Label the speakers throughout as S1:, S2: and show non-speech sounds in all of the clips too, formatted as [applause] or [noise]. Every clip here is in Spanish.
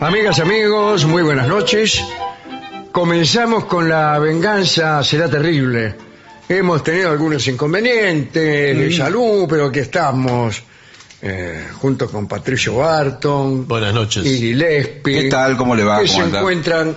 S1: Amigas, amigos, muy buenas noches. Comenzamos con la venganza, será terrible. Hemos tenido algunos inconvenientes
S2: Mm.
S1: de salud, pero aquí estamos. eh, junto con Patricio Barton.
S2: Buenas noches.
S1: Y Gillespie.
S3: ¿Qué tal? ¿Cómo le va?
S1: Que
S3: ¿Cómo
S1: se
S3: anda?
S1: encuentran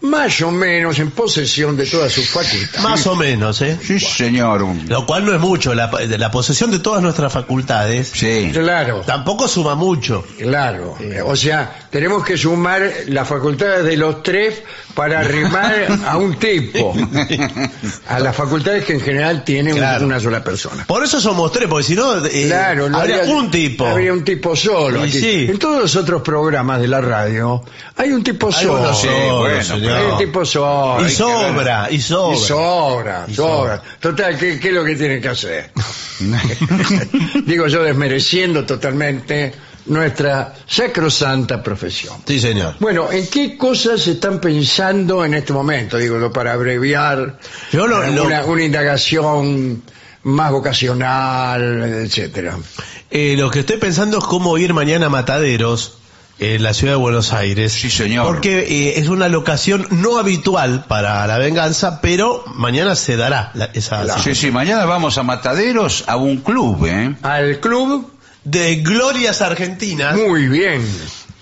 S1: más o menos en posesión de todas sus facultades.
S2: Más o menos, ¿eh?
S3: Sí, señor. un-
S2: Lo cual no es mucho. La, la posesión de todas nuestras facultades
S3: Sí.
S1: Claro,
S2: tampoco suma mucho.
S1: claro. O sea, tenemos que sumar las facultades de los tres para arrimar a un tipo. A las facultades que en general tiene un-
S2: Claro.
S1: una sola persona.
S2: Por eso somos tres, porque si no, eh,
S1: Claro, no
S2: habría
S1: habría-
S2: un tipo.
S1: Habría un tipo solo.
S2: Y
S1: aquí.
S2: sí.
S1: En todos los otros programas de la radio hay un tipo
S2: Hay uno
S1: solo.
S3: Sí,
S2: solo,
S3: bueno,
S2: señor.
S1: Hay un tipo solo.
S2: y
S1: Hay que ver.
S2: sobra, y sobra.
S1: Y sobra,
S2: Y
S1: sobra. Total, ¿qué, qué es lo que tienen que hacer? [laughs] Digo yo, desmereciendo totalmente nuestra sacrosanta profesión.
S2: Sí, señor.
S1: Bueno, ¿en qué cosas están pensando en este momento? Digo yo, para abreviar
S2: Yo lo-
S1: eh,
S2: lo-
S1: Una, una indagación más vocacional, etcétera.
S2: Eh, lo que estoy pensando es cómo ir mañana a Mataderos, en la ciudad de Buenos Aires.
S3: Sí, señor.
S2: Porque eh, es una locación no habitual para la venganza, pero mañana se dará la- esa.
S3: Sí, sí, mañana vamos a Mataderos a un club, ¿eh?
S1: Al club,
S2: De Glorias Argentinas.
S1: muy bien.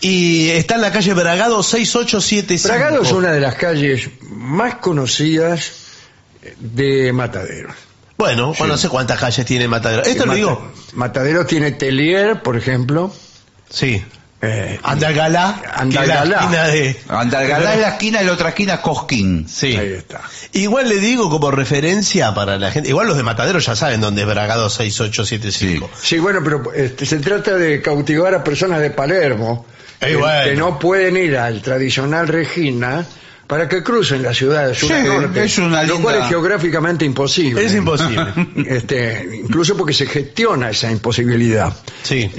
S2: Y está en la calle Bragado 6875.
S1: Bragado es una de las calles más conocidas de Mataderos.
S2: Bueno, bueno, no sé cuántas calles tiene Matadero. Esto lo
S1: Mata-
S2: digo.
S1: Mataderos tiene Telier, por ejemplo.
S2: Sí.
S1: Eh,
S2: Andalgalá.
S1: Andalgalá.
S2: que es la esquina de-
S3: Andalgalá es la esquina y la otra esquina es Cosquín.
S2: Sí.
S1: Ahí está.
S2: Igual le digo como referencia para la gente. Igual los de Matadero ya saben dónde es Bragado 6875.
S1: Sí, bueno, pero este, se trata de cautivar a personas de Palermo
S2: Eh,
S1: que,
S2: bueno.
S1: que no pueden ir al tradicional Regina para que crucen la ciudad de sur a
S3: Sí,
S1: norte,
S3: es una
S1: lo cual
S3: linda-
S1: es geográficamente imposible.
S2: Es imposible.
S1: [laughs] Este, incluso porque se gestiona esa imposibilidad.
S2: Sí.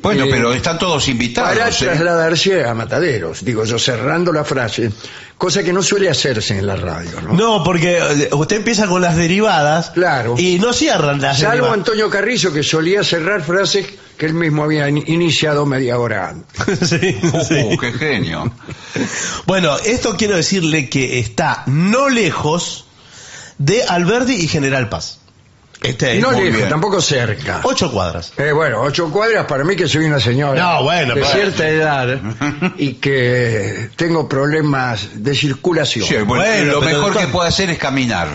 S3: Bueno,
S1: Eh,
S3: pero están todos
S1: para
S3: invitados, ¿eh?
S1: trasladarse a Mataderos, digo yo cerrando la frase, cosa que no suele hacerse en la radio, ¿no?
S2: No, porque eh, usted empieza con las derivadas.
S1: Claro.
S2: Y no cierran las
S1: Salvo
S2: derivadas.
S1: Antonio Carrizo, que solía cerrar frases que él mismo había in- iniciado media hora antes.
S2: [laughs] Sí, sí.
S3: Uh, qué genio.
S2: Bueno, esto quiero decirle que está no lejos de Alberdi y General Paz. Este es
S1: no
S2: muy
S1: lejos,
S2: bien.
S1: tampoco cerca.
S2: Ocho cuadras.
S1: Eh, bueno, ocho cuadras para mí que soy una señora
S2: No, bueno,
S1: de
S2: pero-
S1: cierta
S2: [laughs]
S1: edad y que tengo problemas de circulación.
S3: Sí, bueno,
S2: Bueno,
S3: lo
S2: pero
S3: mejor que
S2: entonces-
S3: puede hacer es caminar.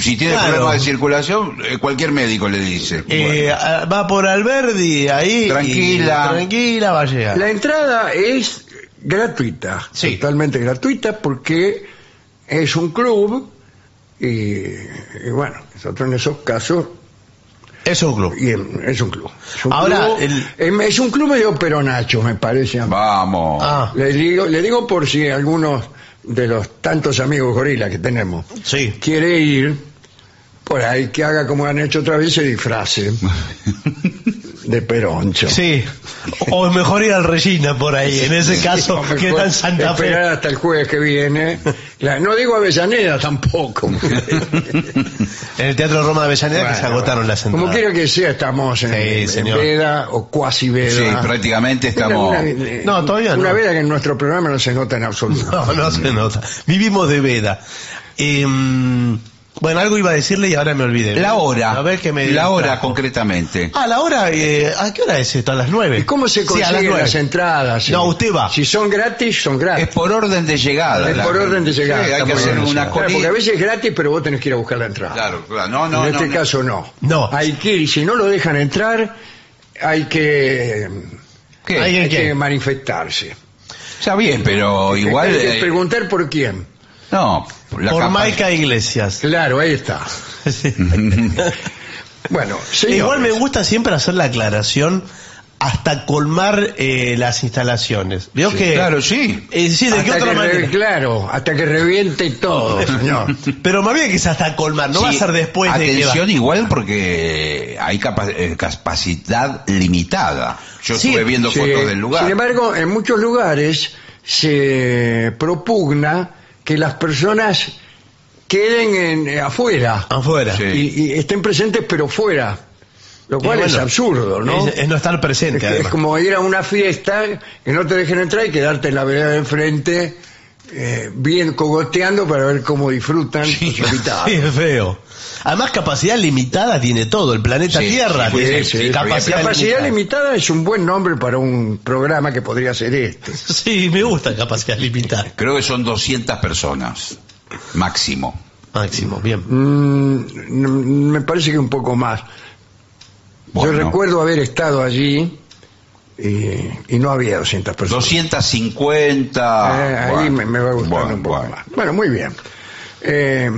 S3: Si tiene
S2: Claro.
S3: problemas de circulación, eh, cualquier médico le dice.
S2: Eh, a- va por Alberdi ahí. y-
S3: Tranquila.
S2: tranquila, va a llegar.
S1: La entrada es gratuita,
S3: Sí.
S1: totalmente gratuita, porque es un club y, y bueno, nosotros en esos casos
S2: Es un club.
S1: y en- es un club. Es un
S2: Ahora,
S1: club,
S2: el-
S1: em, es un club medio peronacho, me parece. a mí.
S3: Vamos.
S2: Ah,
S1: Le digo, le digo por si algunos de los tantos amigos gorilas que tenemos
S2: sí.
S1: quiere ir, por ahí que haga como han hecho otra vez, se disfrace de peroncho.
S2: Sí. O mejor ir al Regina por ahí, en ese
S3: [laughs]
S2: caso,
S1: Mejor
S2: que está en Santa
S1: pues, Esperar
S2: Fe.
S1: hasta el jueves que viene. La- no digo Avellaneda tampoco.
S2: En el Teatro Roma de Avellaneda que se
S1: Bueno,
S2: agotaron las
S1: Como
S2: entradas.
S1: quiera que sea, estamos en,
S2: Sí,
S1: en
S2: señor.
S1: veda o cuasi veda.
S3: Sí, prácticamente estamos.
S1: Una- una-
S2: ah. No, todavía no.
S1: Una veda que en nuestro programa no se nota en absoluto.
S2: [laughs] No, no se nota. Vivimos de veda. Eh, bueno, algo iba a decirle y ahora me olvidé.
S3: La hora.
S2: A ver qué me
S3: La hora,
S2: distrajo.
S3: concretamente.
S2: Ah, la hora, eh, ¿a qué hora es esto? ¿A las nueve?
S1: ¿Y cómo se
S2: Sí, a las
S1: consiguen
S2: nueve.
S1: las entradas?
S2: No,
S1: Eh,
S2: usted va.
S1: Si son gratis, son
S3: Es
S1: gratis.
S3: por orden de llegada.
S1: Es
S3: la-
S1: por orden de llegada.
S3: Sí, hay
S1: está
S3: que
S1: muy
S3: hacer
S1: bien eso.
S3: una
S1: Claro, Porque a
S3: colita.
S1: veces es gratis, pero vos tenés que ir a buscar la entrada.
S3: Claro, claro. No, no,
S1: en
S3: no,
S1: este
S3: no.
S1: caso no.
S2: No.
S1: Hay que ir, si no lo dejan entrar, hay que,
S3: ¿Qué?
S2: Ahí-
S1: hay
S2: qué?
S1: que manifestarse.
S3: Ya bien, pero igual.
S1: hay que
S3: eh,
S1: preguntar por quién.
S3: no, la
S2: Por
S3: capa-
S2: Maica Iglesias.
S1: Claro, ahí está. [laughs] Bueno, señores,
S2: E Igual me gusta siempre hacer la aclaración hasta colmar eh, las instalaciones. Veo que...
S3: Claro, sí.
S2: Eh, sí, ¿de qué
S1: hasta
S2: otra
S1: que re-
S2: manera?
S1: claro, hasta que reviente
S2: [laughs]
S1: todo, señor.
S2: Pero más bien que es hasta colmar, no va a
S3: Sí,
S2: ser después de que va.
S3: Atención igual porque hay capa- eh, capacidad limitada. Yo
S2: Sí,
S3: estuve viendo
S1: Sí.
S3: fotos del lugar.
S1: Sin embargo, en muchos lugares se propugna que las personas queden en- eh, afuera
S2: Afuera.
S3: Sí.
S1: y, y estén presentes pero fuera, lo cual
S2: Y
S1: es
S2: bueno,
S1: absurdo, ¿no?
S2: Es, es no estar presente,
S1: Es, que- es
S2: además.
S1: como ir a una fiesta que no te dejen entrar y quedarte en la vereda de enfrente eh, bien cogoteando para ver cómo disfrutan los invitados.
S2: Sí, es feo. Además, capacidad limitada tiene todo, el planeta
S3: Sí,
S2: Tierra.
S3: sí, pues,
S2: tiene
S3: sí, sí,
S2: capacidad,
S1: Capacidad
S2: limitada.
S1: limitada es un buen nombre para un programa que podría ser este.
S2: [laughs] Sí, me gusta capacidad limitada.
S3: Creo que son 200 personas máximo.
S2: Máximo, bien.
S1: Mm, mm, me parece que un poco más. Yo
S3: Bueno,
S1: recuerdo haber estado allí eh, y, no había 200 personas.
S3: 250.
S1: Eh, ahí
S3: bueno,
S1: me, me va gustando
S3: bueno,
S1: un poco
S3: bueno.
S1: más. Bueno, muy bien. Eh,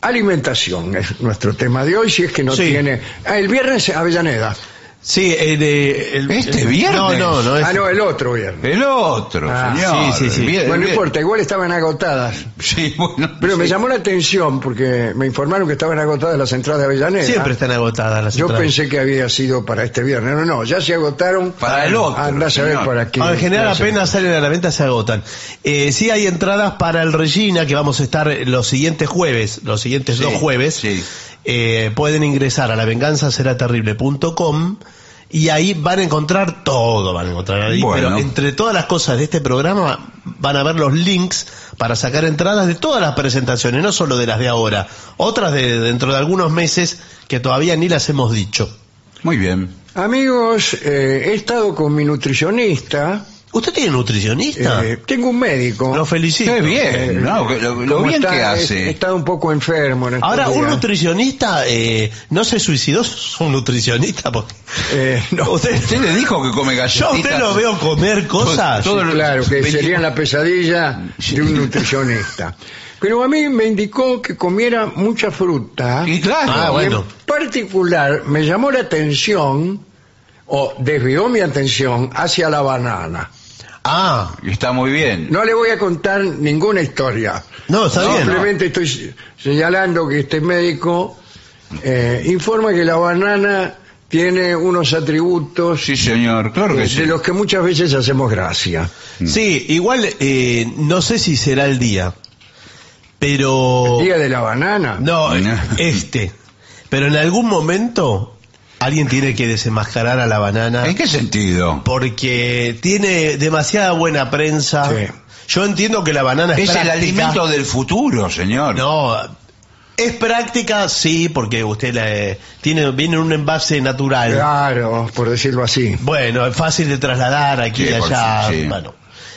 S1: alimentación es nuestro tema de hoy, si es que no
S2: Sí.
S1: tiene... Ah, el viernes Avellaneda.
S2: Sí, eh, de- el,
S3: ¿Este
S2: el-
S3: viernes?
S2: No, no, no. es-
S1: Ah, no, el otro viernes.
S3: El otro,
S1: Ah,
S3: señor.
S2: sí, sí, sí.
S3: Bien,
S1: bueno, no
S3: bien.
S1: importa, igual estaban agotadas.
S3: Sí, [laughs] bueno,
S1: Pero me
S3: sí.
S1: llamó la atención porque me informaron que estaban agotadas las entradas de Avellaneda.
S2: Siempre están agotadas las
S1: Yo
S2: entradas.
S1: pensé que había sido para este viernes. No, no, ya se agotaron.
S3: Para el otro,
S1: Andás Ah, a ver
S3: señor.
S1: para qué.
S2: Ah, en general
S1: clase.
S2: apenas salen a la venta se agotan. Eh, sí hay entradas para el Regina, que vamos a estar los siguientes jueves, los siguientes
S3: Sí,
S2: dos jueves.
S3: sí.
S2: Eh, pueden ingresar a lavenganzaseraterrible.com y ahí van a encontrar todo, van a encontrar ahí.
S3: Bueno.
S2: Pero entre todas las cosas de este programa van a ver los links para sacar entradas de todas las presentaciones, no solo de las de ahora, otras de dentro de algunos meses que todavía ni las hemos dicho.
S3: Muy bien.
S1: Amigos, eh, he estado con mi nutricionista.
S2: ¿Usted tiene nutricionista?
S1: eh, tengo un médico.
S2: Lo felicito.
S3: Qué bien, ¿no? Lo, lo
S1: Como
S3: bien
S1: está,
S3: que
S1: He, he
S3: hace.
S1: estado un poco enfermo. en estos
S2: Ahora, un
S1: días.
S2: nutricionista eh, no se suicidó, [laughs] es un nutricionista. Porque...
S1: Eh, no.
S2: Usted,
S3: Usted le dijo que come
S2: yo a
S3: galletitas.
S2: usted lo veo comer cosas.
S3: Todo- todo lo-
S1: Claro, que
S3: 20
S1: sería la pesadilla de un nutricionista. Pero a mí me indicó que comiera mucha fruta.
S3: Y claro.
S2: Ah,
S1: Y
S2: bueno.
S1: en particular me llamó la atención, o desvió mi atención, hacia la banana.
S2: Ah,
S3: Está muy bien.
S1: No le voy a contar ninguna historia.
S2: no, está bien.
S1: Simplemente estoy señalando que este médico eh, informa que la banana tiene unos atributos
S3: Sí, señor, claro que
S1: eh,
S3: sí.
S1: de los que muchas veces hacemos gracia.
S2: Mm. Sí, igual [laughs] eh, no sé si será el día, pero...
S1: Día de la banana.
S2: No,
S3: No.
S2: este. Pero en algún momento alguien tiene que desenmascarar a la banana.
S3: ¿En qué sentido?
S2: Porque tiene demasiada buena prensa.
S1: Sí.
S2: Yo entiendo que la banana es,
S3: Es el
S2: práctica.
S3: alimento del futuro, señor.
S2: No, es práctica, sí, porque usted la, eh, tiene, viene en un envase natural.
S1: Claro, por decirlo así.
S2: Bueno, es fácil de trasladar aquí
S3: Sí,
S2: y
S3: por
S2: allá.
S3: sí, sí.
S2: Bueno,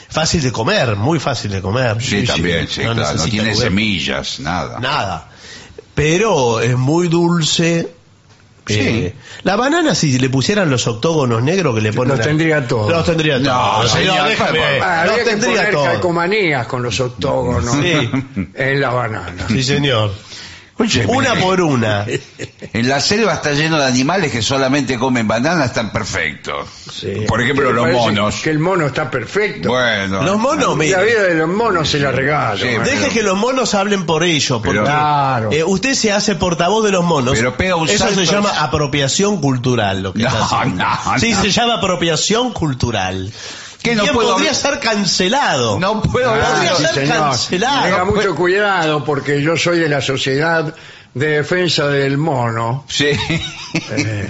S2: fácil de comer, muy fácil de comer.
S3: sí, también, sí, claro. No
S2: necesita
S3: tiene
S2: comer
S3: semillas, nada.
S2: Nada. Pero es muy dulce Eh, la banana, si le pusieran los octógonos negros que le ponen.
S1: Los
S2: a-
S1: tendría todos.
S2: Los tendría
S3: No,
S2: todos.
S3: señor,
S2: déjame.
S3: déjame.
S1: Ah,
S2: Los
S1: habría que
S2: tendría
S1: poner
S2: todos.
S1: calcomanías con los octógonos
S2: Sí.
S1: en las bananas.
S3: [laughs]
S2: Sí, señor.
S3: Óyeme.
S2: Una por una.
S3: [laughs] En la selva está lleno de animales que solamente comen bananas tan perfectos. Por ejemplo,
S1: Me
S3: los
S1: parece
S3: monos.
S1: Que el mono está perfecto.
S3: Bueno.
S2: Los monos,
S1: la
S2: mire.
S1: vida de los monos se la regalo.
S3: Sí,
S1: bueno.
S2: Deje que los monos hablen por ello, porque
S3: Pero-
S1: Claro.
S2: eh, usted se hace portavoz de los monos.
S3: Pero pega un
S2: Eso se
S3: salto.
S2: llama apropiación cultural, lo que
S3: No,
S2: está haciendo.
S3: no,
S2: Sí,
S3: no.
S2: se llama apropiación cultural.
S3: ¿Qué, no
S2: ¿Quién
S3: puedo
S2: podría
S3: hablar?
S2: ser cancelado?
S3: No puedo
S1: Ah,
S3: hablar. de
S2: Podría
S1: sí,
S3: los-
S2: ser
S1: señor.
S2: cancelado.
S1: Tenga
S2: No
S1: mucho cuidado porque yo soy de la Sociedad de Defensa del Mono
S3: Sí.
S1: eh,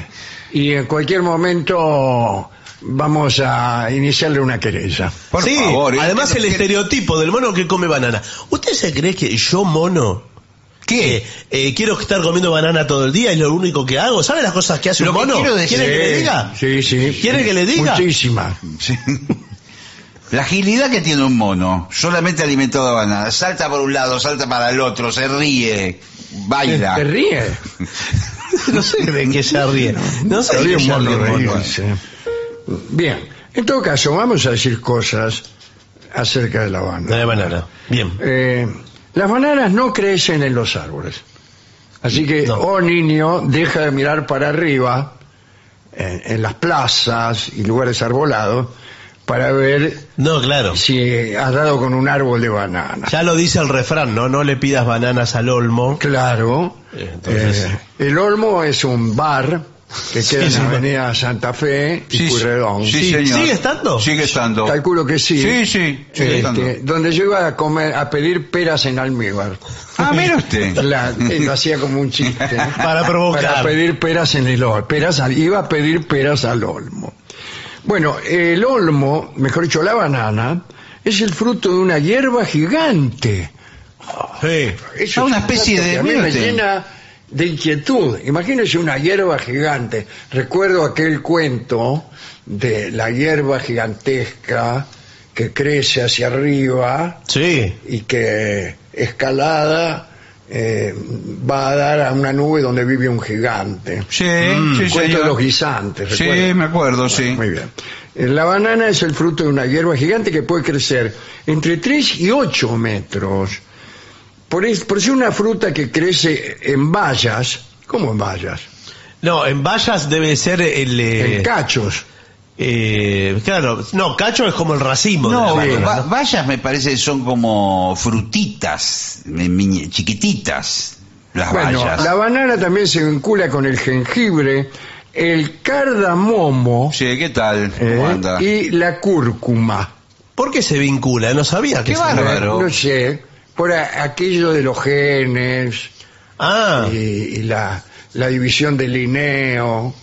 S1: y en cualquier momento vamos a iniciarle una querella.
S3: Por
S2: sí,
S3: favor, ¿eh?
S2: además el
S3: ¿Qué-
S2: estereotipo del mono que come banana. ¿Usted se cree que yo mono? ¿Qué? quiero estar comiendo banana todo el día y lo único que hago. ¿Sabe las cosas que hace
S3: Lo
S2: un
S3: que
S2: mono?
S3: quiero decir-
S2: ¿Quiere que le
S1: Sí,
S2: diga?
S1: Sí, sí.
S2: ¿Quiere que le diga?
S1: Muchísimas.
S3: Sí. La agilidad que tiene un mono, solamente alimentado de banana, salta por un lado, salta para el otro, se ríe, baila.
S1: ¿Te ríe?
S2: [laughs] no sé de qué se ríe. No sé
S1: Te
S2: de
S1: ríe un
S2: qué se
S1: mono,
S2: ríe un mono.
S1: reírse. Bien. En todo caso, vamos a decir cosas acerca de la
S2: No
S1: banda.
S2: hay banana. Bien.
S1: Eh, las bananas no crecen en los árboles. Así que,
S2: No.
S1: oh niño, deja de mirar para arriba en, en las plazas y lugares arbolados para ver
S2: No, claro.
S1: si has dado con un árbol de banana.
S2: Ya lo dice el refrán, ¿no? No le pidas bananas al olmo.
S1: Claro.
S2: Eh, entonces-
S1: Eh, el Olmo es un bar que
S2: Sí,
S1: queda
S2: sí,
S1: en
S2: sí.
S1: la avenida Santa Fe y
S3: Sí,
S1: Pueyrredón.
S3: sí,
S2: Sí,
S3: señor.
S2: ¿sigue estando?
S3: Sigue estando.
S1: Calculo que sí.
S3: Sí, sí, sigue
S1: Este,
S3: estando.
S1: donde yo iba a comer, a pedir peras en almíbar.
S3: Ah, mire usted.
S1: La- eh, lo hacía como un chiste.
S3: [laughs]
S1: ¿no?
S2: Para provocar.
S1: Para pedir peras en el olmo. Peras al- iba a pedir peras al olmo. Bueno, el olmo, mejor dicho, la banana, es el fruto de una hierba gigante.
S2: Sí.
S1: Eso
S3: Ah, una
S1: es un
S3: especie
S1: dato
S3: de
S1: que a mí me
S3: gluten.
S1: llena de inquietud. Imagínese una hierba gigante. Recuerdo aquel cuento de la hierba gigantesca que crece hacia arriba
S2: Sí.
S1: y que escalada eh, va a dar a una nube donde vive un gigante.
S3: Sí,
S2: Mm,
S3: sí,
S1: cuento
S3: señor.
S1: de los guisantes.
S3: Sí,
S1: ¿recuerda?
S3: me acuerdo, sí.
S1: Muy bien. Eh, La banana es el fruto de una hierba gigante que puede crecer entre 3 y 8 metros. Por, es- por ser una fruta que crece en vallas, ¿cómo en vallas?
S2: No, en vallas debe ser el... eh,
S1: En cachos.
S2: eh, claro, no, cacho es como el racimo. de
S3: No,
S2: la
S3: va-
S2: banana,
S3: va-
S2: ¿no?
S3: vallas me parece que son como frutitas, mi- mi- chiquititas, las
S1: Bueno,
S3: vallas.
S1: la banana también se vincula con el jengibre, el cardamomo
S3: Sí, ¿qué tal?
S1: eh,
S3: ¿Cómo anda?
S1: y la cúrcuma.
S2: ¿Por qué se vincula? No sabía que
S3: Qué
S2: se-
S3: bárbaro.
S1: No sé, por a- aquello de los genes.
S2: Ah,
S1: y, y la, la división de Linneo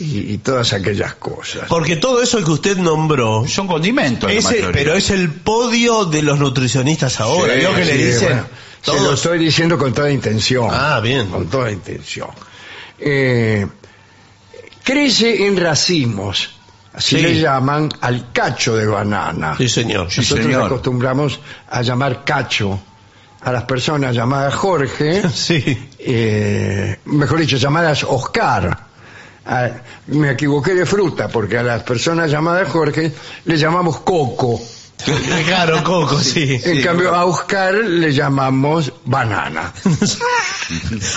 S1: y, y todas aquellas cosas.
S2: porque todo eso que usted nombró,
S3: Son condimentos. la
S2: es el-
S3: mayoría.
S2: pero es el podio de los nutricionistas ahora.
S3: Sí,
S2: ¿Vio que le
S1: Sí,
S2: dicen?
S1: bueno, se lo
S2: Todos-
S1: estoy diciendo con toda intención.
S2: Ah, bien.
S1: Con toda intención. Eh, crece en racimos, así
S2: Sí.
S1: le llaman al cacho de banana.
S2: Sí, señor.
S3: Sí,
S1: Nosotros
S3: señor.
S1: acostumbramos a llamar cacho a las personas llamadas Jorge.
S2: [laughs] Sí.
S1: eh, mejor dicho, llamadas Oscar. Ah, me equivoqué de fruta, porque a las personas llamadas Jorge le llamamos Coco.
S2: [laughs] Claro, Coco, sí.
S1: En cambio, a Oscar le llamamos banana.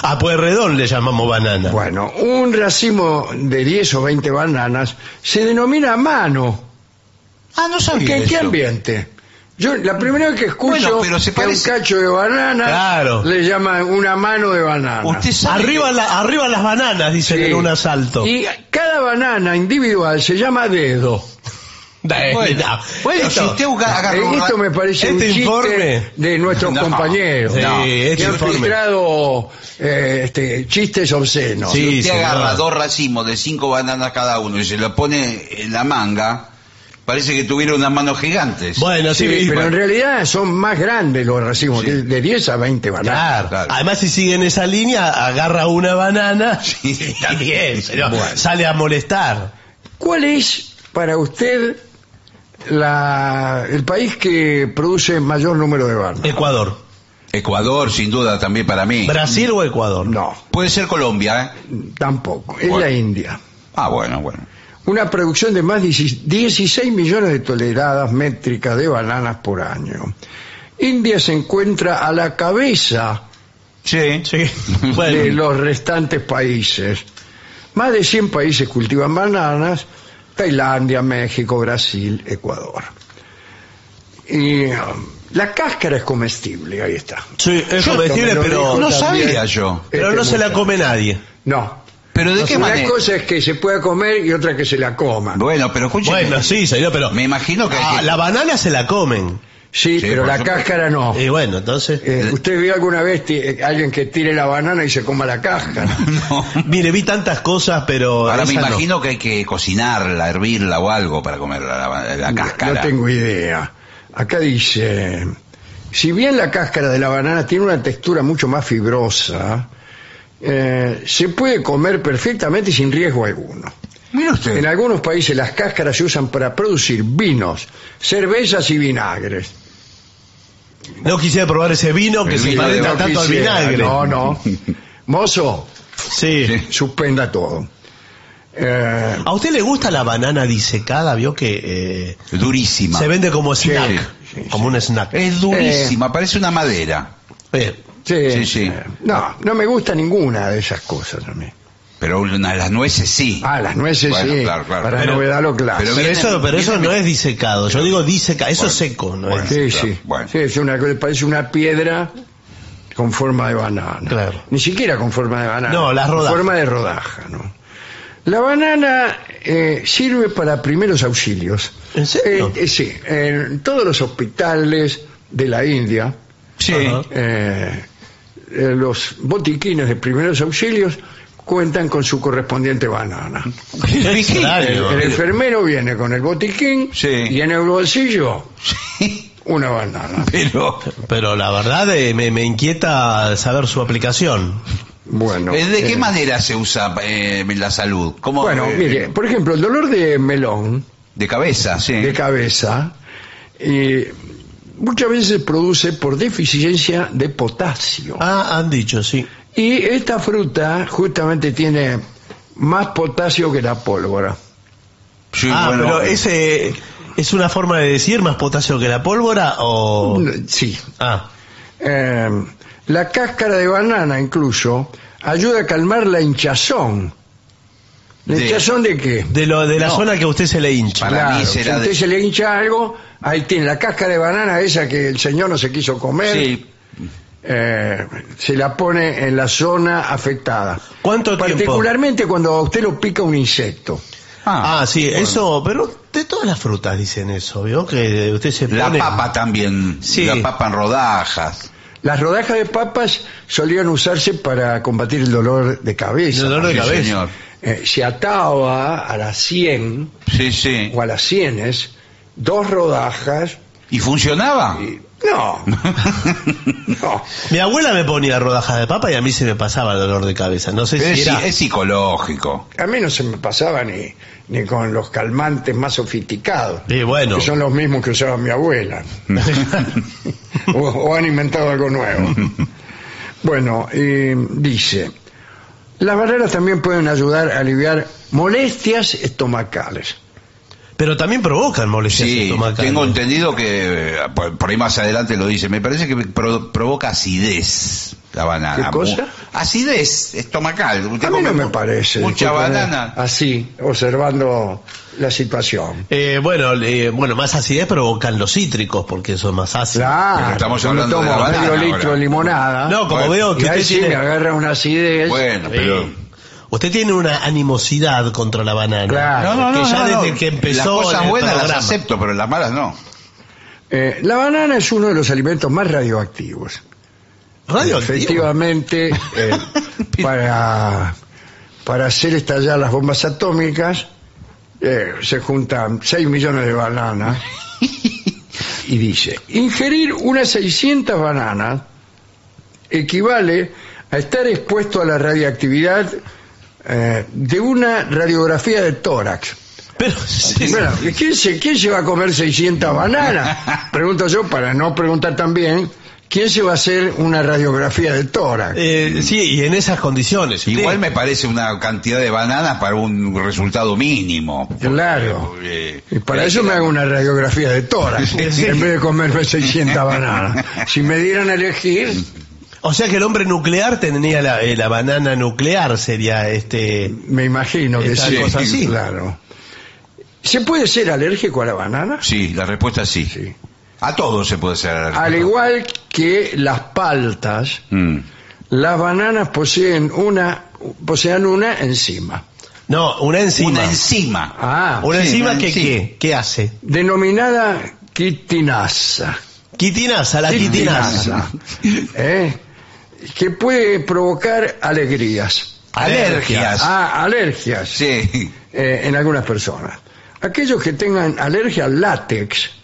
S2: A Puerredón le llamamos banana.
S1: Bueno, un racimo de 10 o 20 bananas se denomina mano.
S3: Ah, no sabía.
S1: ¿Qué- ¿En qué
S3: eso.
S1: ambiente? Yo la primera vez que escucho
S3: Bueno, pero se
S1: que a un
S3: parece-
S1: cacho de banana
S2: Claro.
S1: le llaman una mano de banana.
S3: Usted sabe
S2: Arriba, la- arriba las bananas, dicen
S1: Sí.
S2: en un asalto.
S1: Y cada banana individual se llama dedo.
S2: Eh,
S3: [laughs] Bueno,
S2: no.
S3: bueno,
S2: Esto-
S3: si usted uga- agarra
S1: Eh,
S3: un
S1: esto
S3: ra-
S1: me parece un
S2: Este
S1: chiste
S2: informe-
S1: de nuestros
S3: No,
S1: compañeros
S2: Sí,
S3: No,
S2: este
S1: que han
S2: informe.
S1: filtrado eh, este, chistes obscenos.
S2: Sí.
S3: usted
S2: señor.
S3: agarra dos racimos de cinco bananas cada uno y se lo pone en la manga, parece que tuviera unas manos gigantes.
S2: Bueno, sí,
S1: Sí,
S2: y-
S1: pero en realidad son más grandes los racimos,
S3: Sí.
S1: de 10 a 20 bananas.
S2: Claro.
S3: Claro.
S2: Además, si sigue en esa línea, agarra una banana
S3: Sí. [laughs]
S2: y bien, señor,
S1: Bueno.
S2: sale a molestar.
S1: ¿Cuál es para usted la- el país que produce mayor número de bananas?
S2: Ecuador.
S3: Ecuador, sin duda, también para mí.
S2: ¿Brasil o Ecuador?
S1: No,
S3: Puede ser Colombia, ¿eh?
S1: tampoco. Es
S3: Bueno.
S1: la India.
S3: Ah, bueno, bueno.
S1: Una producción de más de 16 millones de toneladas métricas de bananas por año. India se encuentra a la cabeza
S3: Sí.
S2: Sí.
S1: de
S2: [laughs] Bueno,
S1: los restantes países. Más de 100 países cultivan bananas, Tailandia, México, Brasil, Ecuador. Y eh, la cáscara es comestible, ahí está.
S2: sí, es
S1: Yo
S2: comestible,
S1: me lo
S2: pero,
S1: dijo
S3: No
S1: también.
S3: sabía yo.
S2: pero no
S1: Este
S2: se la
S1: muchacho.
S2: come nadie.
S1: No.
S3: Pero de qué
S1: Una
S3: manera.
S1: cosa es que se pueda comer y otra que se la coman.
S3: Bueno, pero escúcheme.
S2: Bueno, sí, señor, pero...
S3: Me imagino que hay
S2: Ah,
S3: que-
S2: la banana se la comen.
S1: Sí,
S3: Sí,
S1: pero
S3: por
S1: la
S3: supuesto.
S1: cáscara no.
S2: Y bueno, entonces...
S1: Eh, ¿Usted vio alguna vez ti- eh, alguien que tire la banana y se coma la cáscara?
S3: [laughs] No.
S2: Mire, vi tantas cosas, pero...
S3: Ahora me
S2: esa no.
S3: imagino que hay que cocinarla, hervirla o algo para comer la, la- la cáscara.
S1: No tengo idea. Acá dice, si bien la cáscara de la banana tiene una textura mucho más fibrosa, eh, se puede comer perfectamente y sin riesgo alguno.
S3: Mire usted.
S1: En algunos países las cáscaras se usan para producir vinos, cervezas y vinagres.
S2: No quisiera probar ese vino que
S3: El
S2: se
S3: vino de
S2: parezca
S3: No
S2: tanto al
S1: quisiera,
S2: vinagre.
S1: No,
S3: [laughs]
S1: no. Mozo,
S2: Sí.
S3: Sí.
S1: suspenda todo. Eh,
S2: ¿A usted le gusta la banana disecada? Vio que eh,
S3: Durísima.
S2: se vende como
S1: Sí,
S2: snack.
S1: sí, sí.
S2: como un snack.
S3: Es durísima, parece una madera.
S2: Eh,
S1: sí,
S3: Sí, sí.
S1: eh, No, no me gusta ninguna de esas cosas a mí.
S3: Pero una, las nueces sí.
S1: Ah, las nueces
S3: Bueno,
S1: sí.
S3: claro, claro.
S1: Para
S2: Pero-
S1: novedad lo clásico.
S3: pero
S2: pero
S3: viene-
S2: eso, pero eso
S3: viene-
S2: no es disecado. Eh. Yo digo disecado. Eso
S3: Bueno,
S2: es seco. No
S3: bueno.
S2: es.
S1: Sí,
S3: Claro,
S1: sí.
S3: bueno.
S1: Sí, es una, cosa- parece una piedra con forma de banana.
S2: Claro.
S1: Ni siquiera con forma de banana.
S2: No, las
S1: Con
S2: rodajas.
S1: Forma de rodaja, ¿no? La banana eh, sirve para primeros auxilios.
S2: ¿En serio?
S1: Eh, eh, sí. En todos los hospitales de la India,
S3: Sí.
S2: Ajá.
S1: eh, eh, los botiquines de primeros auxilios cuentan con su correspondiente banana.
S3: [laughs] Sí.
S1: El,
S2: Claro.
S1: el enfermero viene con el botiquín
S3: Sí.
S1: y en el bolsillo una banana.
S3: Pero
S2: Pero la verdad eh, me, me inquieta saber su aplicación.
S1: Bueno.
S3: eh, ¿de qué
S1: eh,
S3: manera se usa eh, la salud? ¿Cómo,
S1: Bueno,
S3: eh,
S1: mire, por ejemplo, el dolor de melón,
S3: De cabeza, sí.
S1: de cabeza, eh, muchas veces se produce por deficiencia de potasio.
S2: Ah, han dicho, sí.
S1: Y esta fruta justamente tiene más potasio que la pólvora.
S3: Sí,
S2: ah,
S3: bueno,
S2: pero
S3: eh,
S2: ese es una forma de decir más potasio que la pólvora o.
S1: Sí.
S2: Ah,
S1: Eh, la cáscara de banana incluso ayuda a calmar la hinchazón. ¿La
S3: De-
S1: hinchazón de qué?
S2: de lo de la
S3: No.
S2: zona que a usted se le hincha.
S3: Para mí
S1: si
S3: será
S1: a usted
S3: de-
S1: se le hincha algo, ahí tiene la cáscara de banana esa que el señor no se quiso comer.
S3: sí.
S1: eh, se la pone en la zona afectada.
S2: ¿Cuánto tiempo?
S1: Particularmente cuando a usted lo pica un insecto.
S3: Ah,
S2: Ah, sí, eso, pero de todas las frutas dicen eso, ¿vio? Que usted se
S3: la
S2: pone...
S3: papa también.
S2: Sí.
S3: La papa en rodajas.
S1: Las rodajas de papas solían usarse para combatir el dolor de cabeza.
S2: El dolor de
S3: Sí,
S2: cabeza.
S3: señor.
S1: Eh, se ataba a la sien
S3: Sí, sí.
S1: o a las sienes dos rodajas.
S3: ¿Y funcionaba?
S1: y- No,
S3: [laughs]
S1: no.
S2: Mi abuela me ponía rodajas de papa y a mí se me pasaba el dolor de cabeza. No sé
S3: Pero
S2: si
S3: es,
S2: era...
S3: es psicológico.
S1: A mí no se me pasaba ni, ni con los calmantes más sofisticados.
S2: Y bueno,
S1: que son los mismos que usaba mi
S2: [laughs]
S1: abuela. o, o han inventado algo nuevo. Bueno, eh, dice, las barreras también pueden ayudar a aliviar molestias estomacales.
S2: pero también provocan molestias
S3: Sí,
S2: estomacales.
S3: tengo entendido que eh, por, por ahí más adelante lo dice. Me parece que pro- provoca acidez la banana.
S1: ¿Qué cosa?
S3: Mu- Acidez estomacal. Usted
S1: A mí
S3: come
S1: no me
S3: mu-
S1: parece.
S3: Mucha
S1: discúlpeme,
S3: banana.
S1: Así, observando la situación.
S2: Eh, bueno, eh, bueno, más acidez provocan los cítricos porque son más ácidos.
S1: Claro,
S3: Pero estamos
S1: Ah, cuando
S3: hablando de
S1: tomo
S3: la
S1: medio
S3: banana
S1: litro
S3: ahora.
S1: de limonada.
S2: No, como
S3: Bueno,
S2: veo que
S1: y ahí
S2: usted
S1: sí me
S2: tiene...
S1: agarra una acidez.
S3: Bueno, pero...
S2: Sí. Usted tiene una animosidad contra la banana.
S1: Claro.
S2: No, no, Ah, no, que ya desde que empezó
S3: Las cosas
S2: el
S3: buenas
S2: programa.
S3: las acepto, pero las malas no.
S1: Eh, la banana es uno de los alimentos más radioactivos.
S2: Radioactivo.
S1: efectivamente
S3: [laughs]
S1: eh, para para hacer estallar las bombas atómicas eh, se juntan 6 millones de bananas y dice ingerir unas 600 bananas equivale a estar expuesto a la radiactividad eh, de una radiografía de tórax
S2: Pero, sí,
S1: bueno,
S2: [laughs]
S1: ¿quién se, ¿quién se va a comer 600 bananas? Pregunto yo para no preguntar también ¿Quién se va a hacer una radiografía del tórax?
S2: Eh, sí, y en esas condiciones. si usted-
S3: Igual me parece una cantidad de bananas para un resultado mínimo.
S1: Claro.
S3: Porque-
S1: Y para eso me hago una radiografía de
S2: [laughs]
S1: tórax, en vez de comerme 600 bananas. Si me dieran a elegir,
S2: O sea que el hombre nuclear tenía la, eh, la banana nuclear, sería este...
S1: me imagino que
S2: Esa
S1: sí.
S2: cosa así.
S1: Claro. ¿Se puede ser alérgico a la banana?
S3: Sí, la respuesta es sí.
S1: Sí.
S3: A todos se puede hacer
S2: [laughs]
S3: alérgico.
S1: Al igual que las paltas,
S3: Mm.
S1: las bananas poseen una, poseen una enzima,
S2: No, una enzima.
S3: Una enzima.
S1: Ah,
S2: Una
S3: sí,
S2: enzima
S3: una
S2: que
S3: enzima.
S2: ¿qué? ¿Qué hace?
S1: denominada quitinasa,
S2: Quitinasa, la quitinasa.
S1: [laughs] ¿eh? que puede provocar alegrías,
S3: Alergias.
S1: ah, alergias
S3: Sí.
S1: eh, en algunas personas. Aquellos que tengan alergia al látex,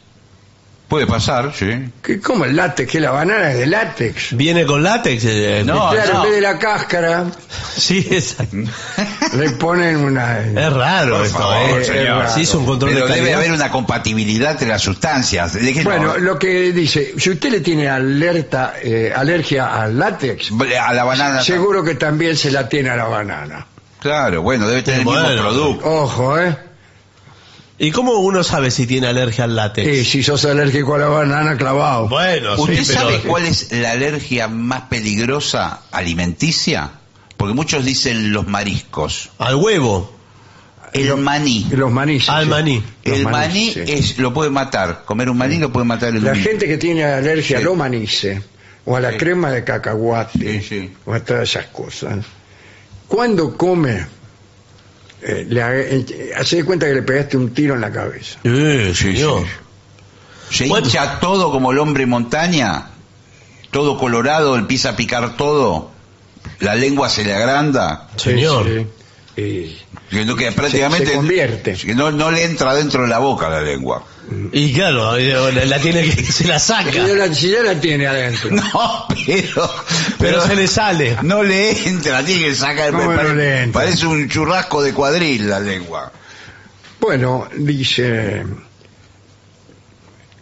S3: Puede pasar, sí.
S1: que como el látex, que la banana es de látex,
S2: ¿Viene con látex? eh,
S3: No,
S1: claro,
S3: no.
S1: en vez de la cáscara
S2: [laughs] Sí, exacto.
S1: [laughs] le ponen una... eh,
S2: Es raro
S3: Por
S2: esto,
S3: favor,
S2: eh.
S3: señor.
S2: Se hizo un control
S3: Pero
S2: de calidad.
S3: debe haber una compatibilidad entre las sustancias. Déjenos-
S1: Bueno, lo que dice, si usted le tiene alerta, eh, alergia al látex,
S3: a la banana.
S1: seguro que también se la tiene a la banana.
S3: Claro, bueno, debe tener el
S2: Bueno.
S3: mismo producto.
S1: Ojo, ¿eh?
S2: ¿Y cómo uno sabe si tiene alergia al látex?
S1: Y si sos alérgico a la banana, clavado.
S2: Bueno,
S3: ¿Usted
S2: sí, pero-
S3: sabe cuál es la alergia más peligrosa alimenticia? Porque muchos dicen los mariscos.
S2: Al huevo,
S3: El maní.
S1: Los manís.
S2: al
S1: sí.
S2: maní.
S1: Los
S3: El maní
S1: manís, sí.
S3: es, lo puede matar. Comer un maní lo puede matar el
S1: La
S3: humito.
S1: gente que tiene alergia
S3: Sí.
S1: a los manices, o a la
S3: Sí.
S1: crema de cacahuate,
S3: Sí, sí.
S1: o a todas esas cosas, cuando come, eh, le ha- eh, hace de cuenta que le pegaste un tiro en la cabeza.
S2: Eh,
S3: Sí,
S2: señor.
S3: Se
S2: Bueno.
S3: hincha todo como el hombre montaña, todo colorado, empieza a picar todo, la lengua se le agranda,
S2: Señor.
S1: Sí, sí. Y-
S3: que no- que prácticamente
S1: se convierte.
S3: que no, no le entra dentro de la boca la lengua.
S2: Y claro, eh, la, la tiene que [laughs] se la saca,
S1: Si ya la, si ya la tiene adentro.
S3: No, pero,
S2: pero se le sale.
S3: [laughs] no le entra, tiene que sacar,
S1: ¿Cómo no
S3: pare-
S1: le entra?
S3: parece un churrasco de cuadril la lengua.
S1: Bueno, dice,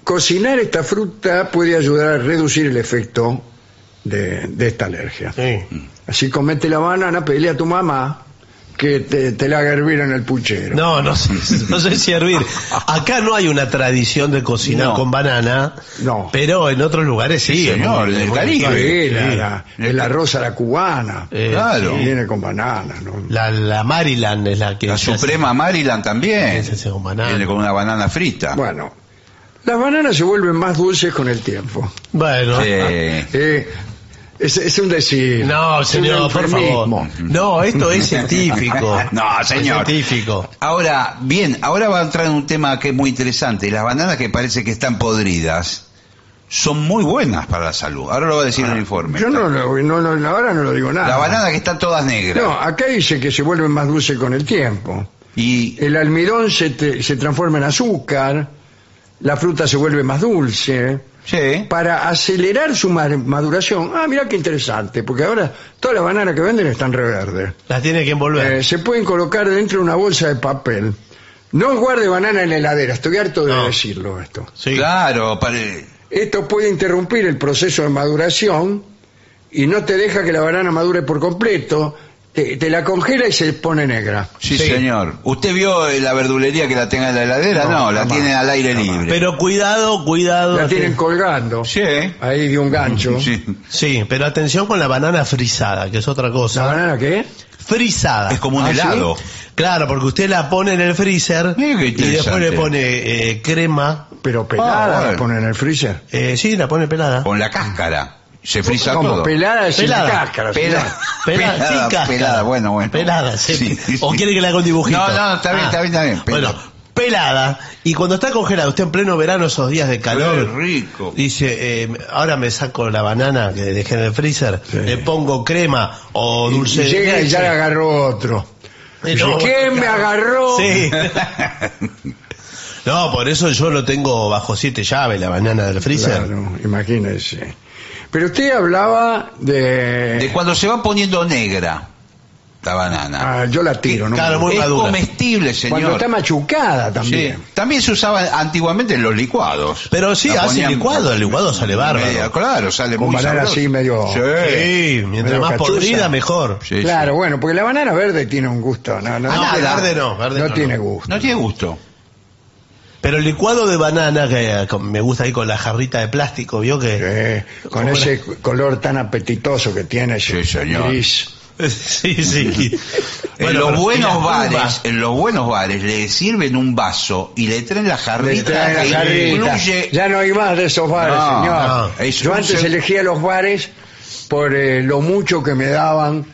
S1: cocinar esta fruta puede ayudar a reducir el efecto de, de esta alergia.
S2: Sí.
S1: Así comete la banana, pedile a tu mamá que te, te la haga hervir en el puchero.
S2: No, no sé, no sé si
S3: [laughs]
S2: hervir. Acá no hay una tradición de cocinar
S3: No.
S2: con banana,
S1: No.
S2: pero en otros lugares sí.
S3: Sí,
S2: es
S3: señor,
S2: muy-
S3: en el
S2: muy
S3: Caribe.
S1: Sí,
S2: habitual.
S1: la- la- el arroz a la cubana,
S2: Eh,
S3: claro.
S1: que viene con banana. ¿no?
S2: La, la Maryland es la que...
S3: La
S2: se hace-
S3: Suprema Maryland también.
S2: Se hace con banana.
S3: Viene con una banana frita.
S1: Bueno, las bananas se vuelven más dulces con el tiempo.
S2: Bueno.
S3: Sí.
S1: [laughs] Eh, es, es un decir.
S2: No,
S1: es un
S2: señor, por favor.
S1: eufemismo.
S2: No,
S1: [laughs]
S2: esto es científico.
S3: [laughs] No, señor.
S2: Es científico.
S3: Ahora, bien, ahora va a entrar en un tema que es muy interesante. Las bananas que parece que están podridas son muy buenas para la salud. Ahora lo va a decir el informe.
S1: Ah, Yo no, lo- no, no- ahora no lo digo nada.
S3: Las bananas que están todas negras.
S1: No, acá dice que se vuelven más dulces con el tiempo.
S3: Y
S1: El almidón se, te- se transforma en azúcar, la fruta se vuelve más dulce.
S3: sí,
S1: Para acelerar su ma- maduración, ah, mirá qué interesante, porque ahora todas las bananas que venden están reverdes.
S2: Las tiene que envolver.
S1: Eh, se pueden colocar dentro de una bolsa de papel. No guarde banana en la heladera, estoy harto de
S2: No.
S1: decirlo esto.
S2: sí.
S3: claro, pare-
S1: Esto puede interrumpir el proceso de maduración y no te deja que la banana madure por completo, te, te la congela y se pone negra.
S3: sí,
S2: Sí.
S3: señor. ¿Usted vio eh, la verdulería que la tenga en la heladera? No,
S1: No,
S3: la
S1: jamás,
S3: tienen al aire libre.
S2: Pero cuidado, cuidado.
S1: La
S2: aten-
S1: tienen colgando
S3: Sí,
S1: ahí de un gancho.
S3: sí.
S2: Sí, pero atención con la banana frisada, que es otra
S1: ¿La
S2: cosa.
S1: banana qué?
S2: Frisada.
S3: Es como un
S2: ¿Ah, sí?
S3: helado.
S2: Claro, porque usted la pone en el freezer
S3: Mira qué
S2: y después
S3: interesante.
S2: le pone eh, crema.
S1: Pero pelada
S3: Ah, bueno.
S1: la ponen en el freezer.
S2: Eh, sí, la pone pelada.
S3: Con la cáscara. Se frisa
S1: ¿Cómo?
S3: todo.
S1: Pelada es sin
S2: Pelada.
S1: cáscara.
S3: Pela-
S1: señor.
S2: Pelada, sin cáscara.
S3: pelada, bueno, bueno.
S2: Pelada, Ah, sí. [laughs]
S3: Sí.
S2: ¿O quiere que la haga un dibujito? Ah,
S3: No, no, está bien, está bien, está bien.
S2: Bueno, pelada. Y cuando está congelada, usted en pleno verano, esos días de calor.
S3: Qué rico.
S2: Dice, eh, ahora me saco la banana que dejé en el freezer, le pongo crema o
S1: Y
S2: dulce de
S1: llega y
S2: leche.
S1: ya la agarró otro.
S2: Eh,
S1: Dice,
S3: [laughs]
S2: no,
S1: ¿Quién me
S2: claro.
S1: agarró?
S2: Sí. no, por eso yo lo tengo bajo siete llaves, la banana del freezer.
S1: Claro, imagínese. Pero usted hablaba de...
S3: De cuando se va poniendo negra. la banana.
S1: Ah, yo la tiro, ¿no?
S2: Claro, muy
S3: es
S2: madura.
S3: comestible,
S1: Cuando
S3: señor.
S1: está machucada
S3: Sí.
S1: también.
S3: También se usaba antiguamente en los licuados.
S2: Pero sí,
S3: La
S2: hace
S3: ponían-
S2: licuado, el licuado sale bárbaro.
S3: Media- Claro, sale
S1: Con
S3: muy
S1: banana
S3: sabroso.
S1: así medio-
S3: Sí.
S2: Sí, mientras
S1: Medio
S2: más
S1: cachuza.
S2: podrida, mejor.
S3: Sí, sí.
S1: claro, bueno, porque la banana verde tiene un gusto. No, no,
S2: Ah,
S3: nada.
S2: no, verde no, verde
S1: no
S2: no,
S1: tiene
S2: no.
S1: gusto.
S3: No tiene gusto.
S2: Pero el licuado de banana, que eh, con- me gusta ahí con la jarrita de plástico, ¿vio? que
S1: Eh, con
S2: Como
S1: ese color tan apetitoso que tiene ese
S3: Sí, señor.
S1: gris.
S2: [laughs] Sí, sí.
S3: en los
S2: pero si la
S3: buenos
S2: tumba-
S3: bares, en los buenos bares le sirven un vaso y le traen la
S1: Le
S3: jarrita
S1: traen la
S3: que
S1: jarrita.
S3: incluye
S1: Ya no hay más de esos bares,
S3: No,
S1: señor.
S2: no.
S3: Es
S1: Yo
S3: un
S1: antes
S3: se-
S1: elegía los bares por eh, lo mucho que me daban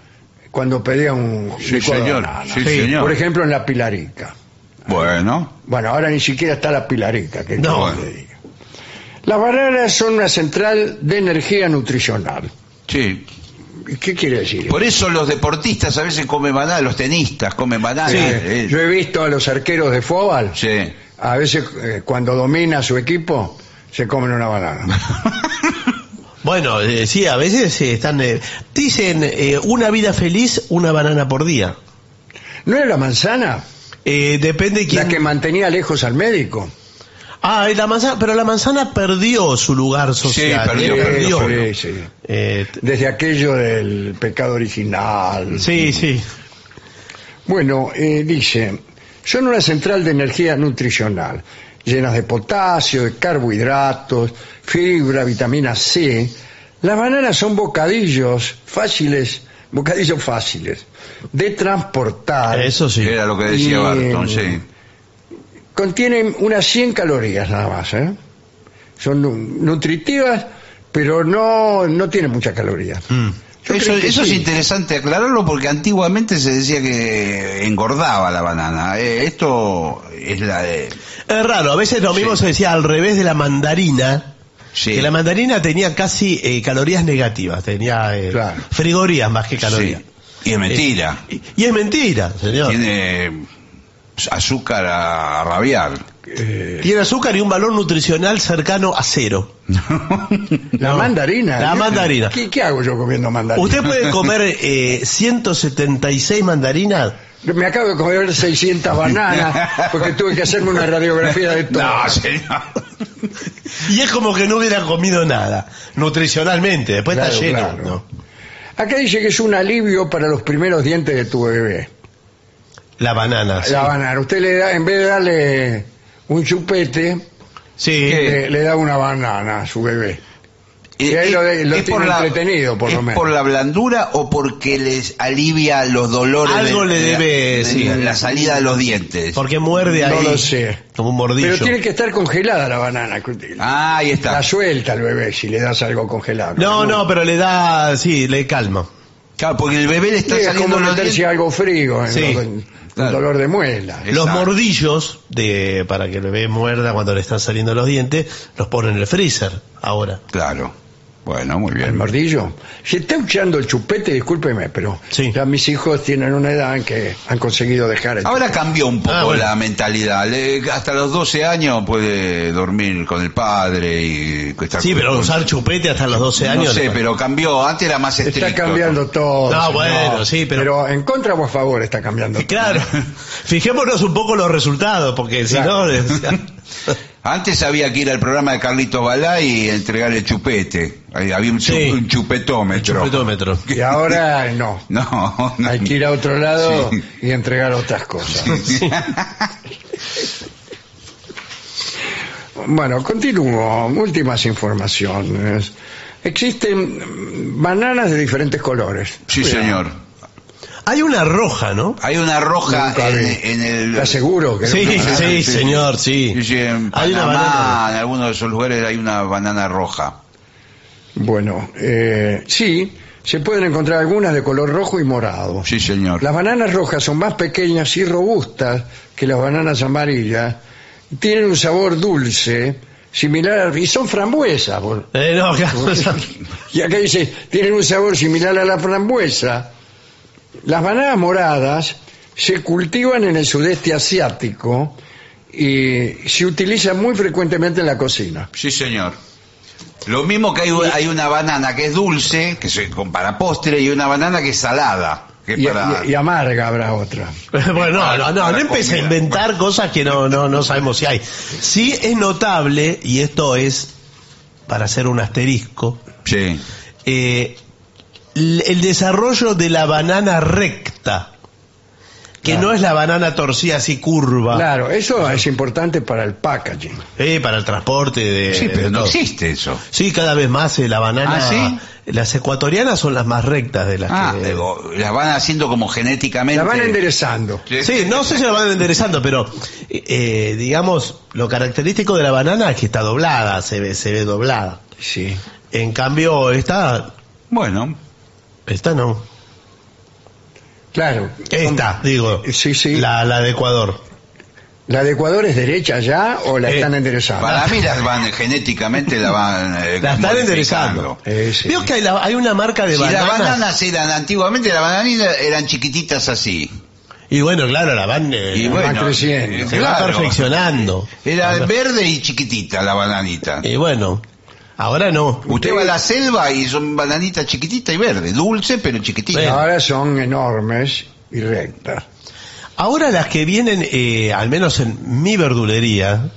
S1: cuando pedía un
S3: Sí,
S1: licuado de
S3: señor.
S1: banana.
S3: Sí, señor.
S1: Por ejemplo, en la Pilarica.
S3: Bueno,
S1: Bueno, ahora ni siquiera está la Pilarica. Que
S2: No.
S1: que le diga. Las bananas son una central de energía nutricional.
S3: sí.
S1: ¿Y ¿Qué quiere decir?
S3: Por eso los deportistas a veces comen banana, los tenistas comen banana.
S1: Sí.
S3: Eh,
S1: Ah, Yo he visto a los arqueros de fútbol.
S3: sí.
S1: A veces, eh, cuando domina su equipo, se comen una banana.
S2: Bueno, eh, sí, a veces eh, están... eh, dicen eh, una vida feliz, una banana por día.
S1: ¿No era la manzana?
S2: Eh, depende quién...
S1: La que mantenía lejos al médico.
S2: Ah, y la manzana, pero la manzana perdió su lugar social.
S3: perdió,
S2: eh,
S3: perdió,
S1: Sí, sí.
S2: Eh, t-
S1: Desde aquello del pecado original.
S2: sí, sí.
S1: Bueno, eh, dice, son una central de energía nutricional, llenas de potasio, de carbohidratos, fibra, vitamina C. Las bananas son bocadillos fáciles, bocadillos fáciles, de transportar.
S2: Eso sí.
S3: Era lo que decía
S1: Y-
S3: Barton, sí.
S1: Contienen unas 100 calorías nada más, ¿eh? Son nu- nutritivas, pero no, no tienen muchas calorías.
S2: Mm.
S1: Yo
S3: Eso,
S1: creo que
S3: eso es
S1: sí.
S3: interesante aclararlo porque antiguamente se decía que engordaba la banana. Eh, esto es la de...
S2: Es raro, a veces lo mismo
S3: Sí.
S2: se decía al revés de la mandarina,
S3: Sí.
S2: que la mandarina tenía casi eh, calorías negativas, tenía eh,
S1: Claro.
S2: frigorías más que
S3: Sí.
S2: calorías.
S3: Y es mentira.
S2: Eh, y, y es mentira, señor. Tiene,
S3: Tiene azúcar a, a rabiar.
S2: azúcar y un valor nutricional cercano a
S3: [laughs]
S2: cero.
S1: La mandarina.
S2: La
S1: ¿Qué-
S2: mandarina.
S1: ¿Qué, qué hago yo comiendo mandarina?
S2: Usted
S3: [laughs]
S2: puede comer eh, 176 mandarinas.
S1: Me acabo de comer 600
S3: [laughs]
S1: bananas porque tuve [laughs] que hacerme una radiografía
S2: [laughs]
S1: de todo.
S3: No, señor.
S2: Y es como que no hubiera comido nada, nutricionalmente. Después
S1: Claro,
S2: está lleno.
S1: claro.
S2: ¿no?
S1: Acá dice que es un alivio para los primeros dientes de tu bebé.
S2: La banana. Sí.
S1: La banana. Usted le da, en vez de darle un chupete,
S2: Sí.
S1: le, le da una banana a su bebé.
S3: Eh,
S1: Y ahí
S3: eh,
S1: lo de- lo tiene entretenido, por
S3: es
S1: lo menos.
S3: por la blandura o porque les alivia los dolores.
S2: Algo le
S3: la-
S2: debe,
S3: de
S2: sí.
S3: La salida de los dientes.
S2: Porque muerde ahí.
S1: No lo sé.
S2: Como un mordillo.
S1: Pero tiene que estar congelada la banana.
S3: Ah, ahí está.
S1: La suelta al bebé si le das algo congelado.
S2: No, no, pero le da, sí, le calma.
S3: Claro, porque el bebé le está
S1: Es
S3: saliendo
S1: como
S3: los
S1: meterse
S3: dientes.
S1: algo frío, en
S2: Sí,
S1: los- en
S3: claro.
S1: dolor de muela.
S3: Eh,
S2: Los
S3: Exacto.
S2: mordillos, de, para que el bebé muerda cuando le están saliendo los dientes, los ponen en el freezer ahora.
S3: Claro. Bueno, muy
S1: El
S3: bien.
S1: mordillo. Si está usando el chupete, discúlpeme, pero
S2: Sí.
S1: ya mis hijos tienen una edad en que han conseguido dejar el
S3: Ahora cambió un poco
S2: Ah, bueno.
S3: la mentalidad. Le- hasta los 12 años puede dormir con el padre y estar
S2: Sí,
S3: con-
S2: pero usar chupete hasta los 12 años.
S3: No sé, pero cambió. Antes era más estricto.
S1: Está cambiando todo.
S2: No,
S1: señor.
S2: bueno, sí, pero-
S1: en contra o a favor está cambiando todo.
S2: Claro. [laughs] Fijémonos un poco los resultados, porque
S1: Claro.
S2: si no. o sea,
S3: [laughs] Antes había que ir al programa de Carlitos Balá y entregar el chupete. Ahí había un, chu-
S2: Sí.
S3: un chupetómetro. [laughs]
S2: chupetómetro.
S1: Y ahora no.
S3: No, no.
S1: Hay que ir a otro lado
S3: Sí.
S1: y entregar otras cosas. [laughs] Bueno, continúo. Últimas informaciones. Existen mm, bananas de diferentes colores.
S3: Sí, señor.
S2: Hay una roja, ¿no?
S3: Hay una roja
S1: Nunca
S3: en,
S1: vi.
S3: en el...
S1: Te aseguro que no.
S2: Sí,
S3: banana,
S2: sí,
S3: sí.
S2: señor, sí.
S3: Sí, sí, en
S2: Hay una
S3: Panamá,
S2: banana.
S3: en algunos de esos lugares hay una banana roja.
S1: Bueno, eh, sí, se pueden encontrar algunas de color rojo y morado.
S3: Sí, señor.
S1: Las bananas rojas son más pequeñas y robustas que las bananas amarillas. Tienen un sabor dulce, similar al- y son frambuesas. por-
S2: Eh,
S1: [laughs]
S2: no, claro.
S1: Y acá dice, tienen un sabor similar a la frambuesa. Las bananas moradas se cultivan en el sudeste asiático y se utilizan muy frecuentemente en la cocina.
S3: Sí, señor. Lo mismo que hay, hay una banana que es dulce, que se compara postre, y una banana que es salada. que
S1: Y,
S3: para...
S1: y- y amarga habrá otra.
S2: [laughs] Bueno, no, no, no, no
S3: Para
S2: empecé a
S3: comida.
S2: inventar cosas que no, no, no sabemos si hay. Sí es notable, y esto es para hacer un asterisco,
S3: Sí.
S2: eh, l- el desarrollo de la banana recta, que no es la banana torcida así curva,
S1: Claro, eso es importante para el packaging.
S2: eh, para el transporte de...
S3: Sí, pero
S2: de
S3: no
S2: todo.
S3: existe eso.
S2: Sí, cada vez más eh, la banana...
S3: ¿Ah, sí?
S2: Las ecuatorianas son las más rectas de las
S3: Ah,
S2: que...
S3: digo, las van haciendo como genéticamente.
S1: La van enderezando.
S2: Sí, no sé si la van enderezando, pero eh, digamos, lo característico de la banana es que está doblada, se ve, se ve doblada.
S1: Sí.
S2: En cambio, esta,
S3: Bueno,
S2: esta no.
S1: Claro.
S2: Esta, digo.
S1: Sí, sí.
S2: La, la de Ecuador.
S1: ¿La de Ecuador es derecha ya o la
S2: Eh,
S1: están enderezando?
S3: para mí las van eh, genéticamente, la van... eh,
S2: La están
S3: modificando.
S2: enderezando.
S1: Eh, sí.
S2: Veo que hay, la- hay una marca de
S3: Si
S2: bananas.
S3: las bananas eran antiguamente, las bananas eran chiquititas así.
S2: Y bueno, claro, la van, eh,
S3: Y
S1: van
S3: bueno,
S1: creciendo.
S3: eh,
S2: se va
S3: claro.
S2: perfeccionando.
S3: Era verde y chiquitita la bananita.
S2: Y bueno, ahora no.
S3: Usted va a la selva y son bananitas chiquititas y verdes, dulce pero chiquitita.
S2: Bueno.
S1: Ahora son enormes y rectas.
S2: Ahora las que vienen, eh, al menos en mi verdulería,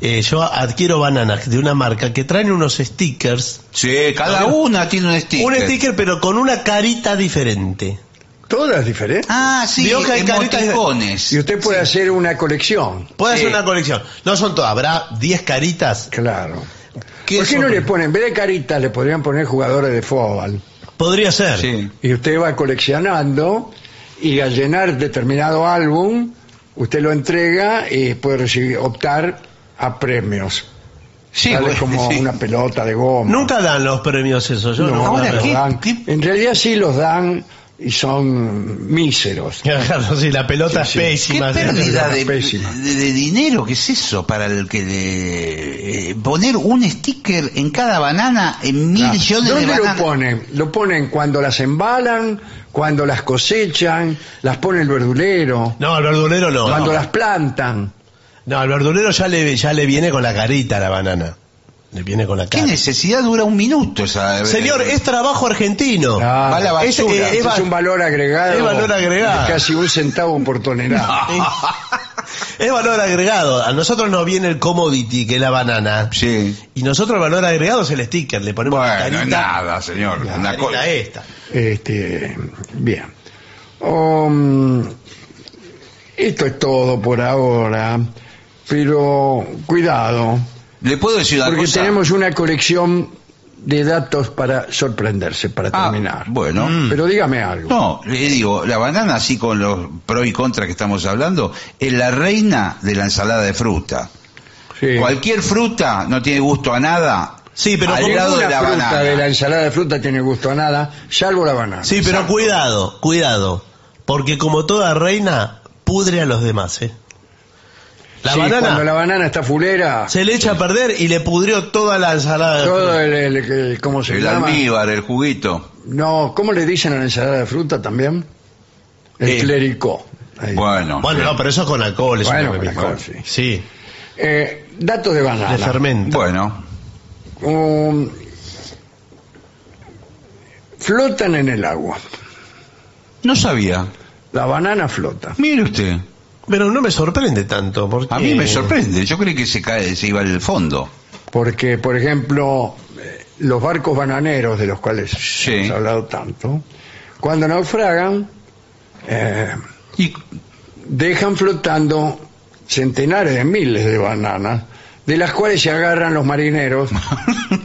S2: eh, yo adquiero bananas de una marca que traen unos stickers.
S3: Sí, cada
S2: Bueno.
S3: una tiene un sticker.
S2: Un sticker pero con una carita diferente.
S1: Todas diferentes.
S3: Ah, sí,
S2: Vio que hay caritas-
S3: emoticones.
S1: y usted puede hacer una colección.
S2: Puede
S3: Sí.
S2: hacer una colección. No son todas, habrá 10 caritas.
S1: Claro.
S2: ¿Qué
S1: ¿Por qué
S2: son?
S1: no le ponen, en vez de caritas, le podrían poner jugadores de fútbol?
S2: Podría ser.
S3: Sí.
S1: Y usted va coleccionando y al llenar determinado álbum, usted lo entrega y puede recibir, optar a premios.
S3: Sí,
S1: Tal vez
S2: pues,
S3: bueno,
S1: como
S3: sí.
S1: una pelota de goma.
S2: Nunca dan los premios esos. Yo
S1: No,
S2: no,
S3: Ahora,
S1: no
S2: no-
S1: los
S3: ¿qué?
S1: dan. En realidad sí los dan y son míseros.
S2: [laughs] Claro, sí, la pelota
S1: Sí, sí.
S2: es
S3: Qué
S2: pésima.
S3: pérdida de,
S1: Pésima.
S3: de- de dinero, ¿qué es eso? Para el que le, eh, poner un sticker en cada banana en mil millones de
S1: ¿Dónde lo
S3: bananas.
S1: ponen? Lo ponen cuando las embalan, cuando las cosechan, las pone el verdulero,
S2: No, al verdulero no.
S1: cuando
S2: no.
S1: las plantan.
S2: No, al verdulero ya le, ya le viene con la carita la banana. Le viene con la
S3: ¿Qué
S2: cara.
S3: necesidad dura un minuto esa? eh,
S2: Señor, es trabajo argentino.
S1: Ah,
S3: va la
S2: es-
S3: basura.
S2: eh, es
S1: es
S2: va-
S1: un valor agregado.
S2: es valor agregado.
S1: de casi un centavo por
S2: [laughs]
S1: tonelada.
S2: Es valor agregado. A nosotros nos viene el commodity, que es la banana.
S3: Sí.
S2: Y nosotros el valor agregado es el sticker. Le ponemos la
S3: Bueno,
S2: carita,
S3: nada, señor.
S2: la
S3: Una
S2: carita
S3: cosa.
S2: esta.
S1: Este, bien. Um, esto es todo por ahora, pero cuidado,
S3: ¿Le puedo decir una
S1: porque
S3: cosa?
S1: tenemos una colección de datos para sorprenderse, para
S3: Ah,
S1: terminar.
S3: bueno.
S1: Pero dígame algo.
S3: No, le digo, la banana, así con los pro y contra que estamos hablando, es la reina de la ensalada de fruta.
S1: Sí.
S3: Cualquier fruta no tiene gusto a nada.
S2: Sí, pero
S3: al
S2: como
S3: lado de
S1: Ninguna
S3: la
S1: fruta
S3: banana.
S1: de la ensalada de fruta tiene gusto a nada, salvo la banana.
S3: Ah,
S2: Sí, pero cuidado, cuidado. Porque como toda reina, pudre a los demás, ¿eh? La
S1: Sí,
S2: banana
S1: Cuando la banana está fulera,
S2: se le echa a perder y le pudrió toda la ensalada. de
S1: todo el, el- el- ¿cómo se
S3: El
S1: llama?
S3: almíbar, el juguito.
S1: No, ¿cómo le dicen a la ensalada de fruta también? El
S2: Eh,
S1: clericó. Ahí.
S3: Bueno.
S2: Bueno, no, pero eso es con alcohol. es
S1: Bueno,
S2: una
S1: con
S2: bebida.
S1: alcohol, sí.
S2: Sí,
S1: Eh, datos de
S2: le
S1: banana.
S2: fermenta.
S3: Bueno.
S1: Um, flotan en el agua.
S3: No sabía.
S1: La banana flota.
S3: Mire usted.
S2: Pero no me sorprende tanto. Porque...
S3: A mí me sorprende. Yo creí que se cae, se iba al fondo.
S1: Porque, por ejemplo, eh, los barcos bananeros, de los cuales
S3: Sí.
S1: hemos hablado tanto, cuando naufragan, eh,
S3: Y
S1: dejan flotando centenares de miles de bananas, de las cuales se agarran los
S3: [laughs]
S1: marineros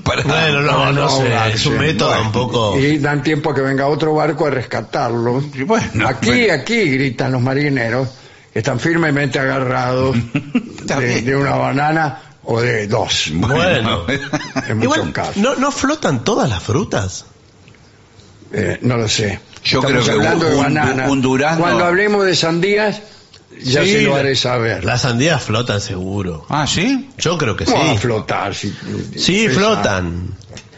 S3: para- [laughs]
S2: Bueno, no,
S1: No,
S2: no,
S1: no,
S2: sé.
S1: no,
S2: Es un
S1: sí,
S2: método
S1: bueno.
S2: un poco.
S1: y dan tiempo a que venga otro barco a rescatarlos.
S3: Oh. Y bueno,
S1: aquí,
S3: pero-
S1: aquí gritan los marineros, que están firmemente agarrados
S3: [laughs] Está
S1: de,
S3: bien.
S1: de una banana o de dos,
S2: Bueno.
S1: en muchos
S2: Igual,
S1: casos.
S2: ¿no, ¿no flotan todas las frutas?
S1: Eh, no lo sé.
S3: Yo
S1: Estamos
S3: creo que
S1: hablando de
S3: un-
S1: banana.
S3: un durazno-
S1: Cuando hablemos de sandías, ya
S2: Sí,
S1: se lo
S2: la-
S1: haré saber.
S2: Las sandías flotan seguro.
S3: ah, ¿sí?
S2: Yo creo que sí.
S1: ¿Cómo va a flotar? si-
S2: Sí,
S1: pesa?
S2: flotan.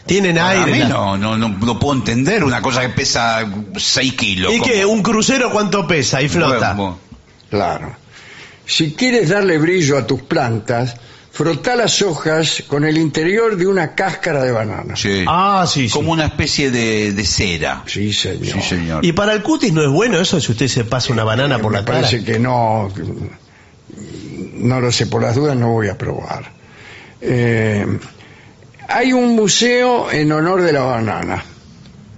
S2: Tienen
S3: A
S2: aire.
S3: mí
S2: la-
S3: no, no, no, no puedo entender una cosa que pesa 6 kilos.
S2: ¿Y
S3: como-
S2: qué? ¿Un crucero cuánto pesa? Y flota.
S3: Bueno,
S1: Claro. Si quieres darle brillo a tus plantas, frotá las hojas con el interior de una cáscara de banana.
S3: Sí.
S2: Ah, sí, sí.
S3: Como una especie de, de cera.
S1: Sí, señor.
S3: Sí, señor.
S2: Y para el cutis no es bueno eso si usted se pasa una banana por
S1: Eh,
S2: la
S1: Me
S2: cara.
S1: parece que no, no lo sé, por las dudas no voy a probar. Eh, hay un museo en honor de la banana.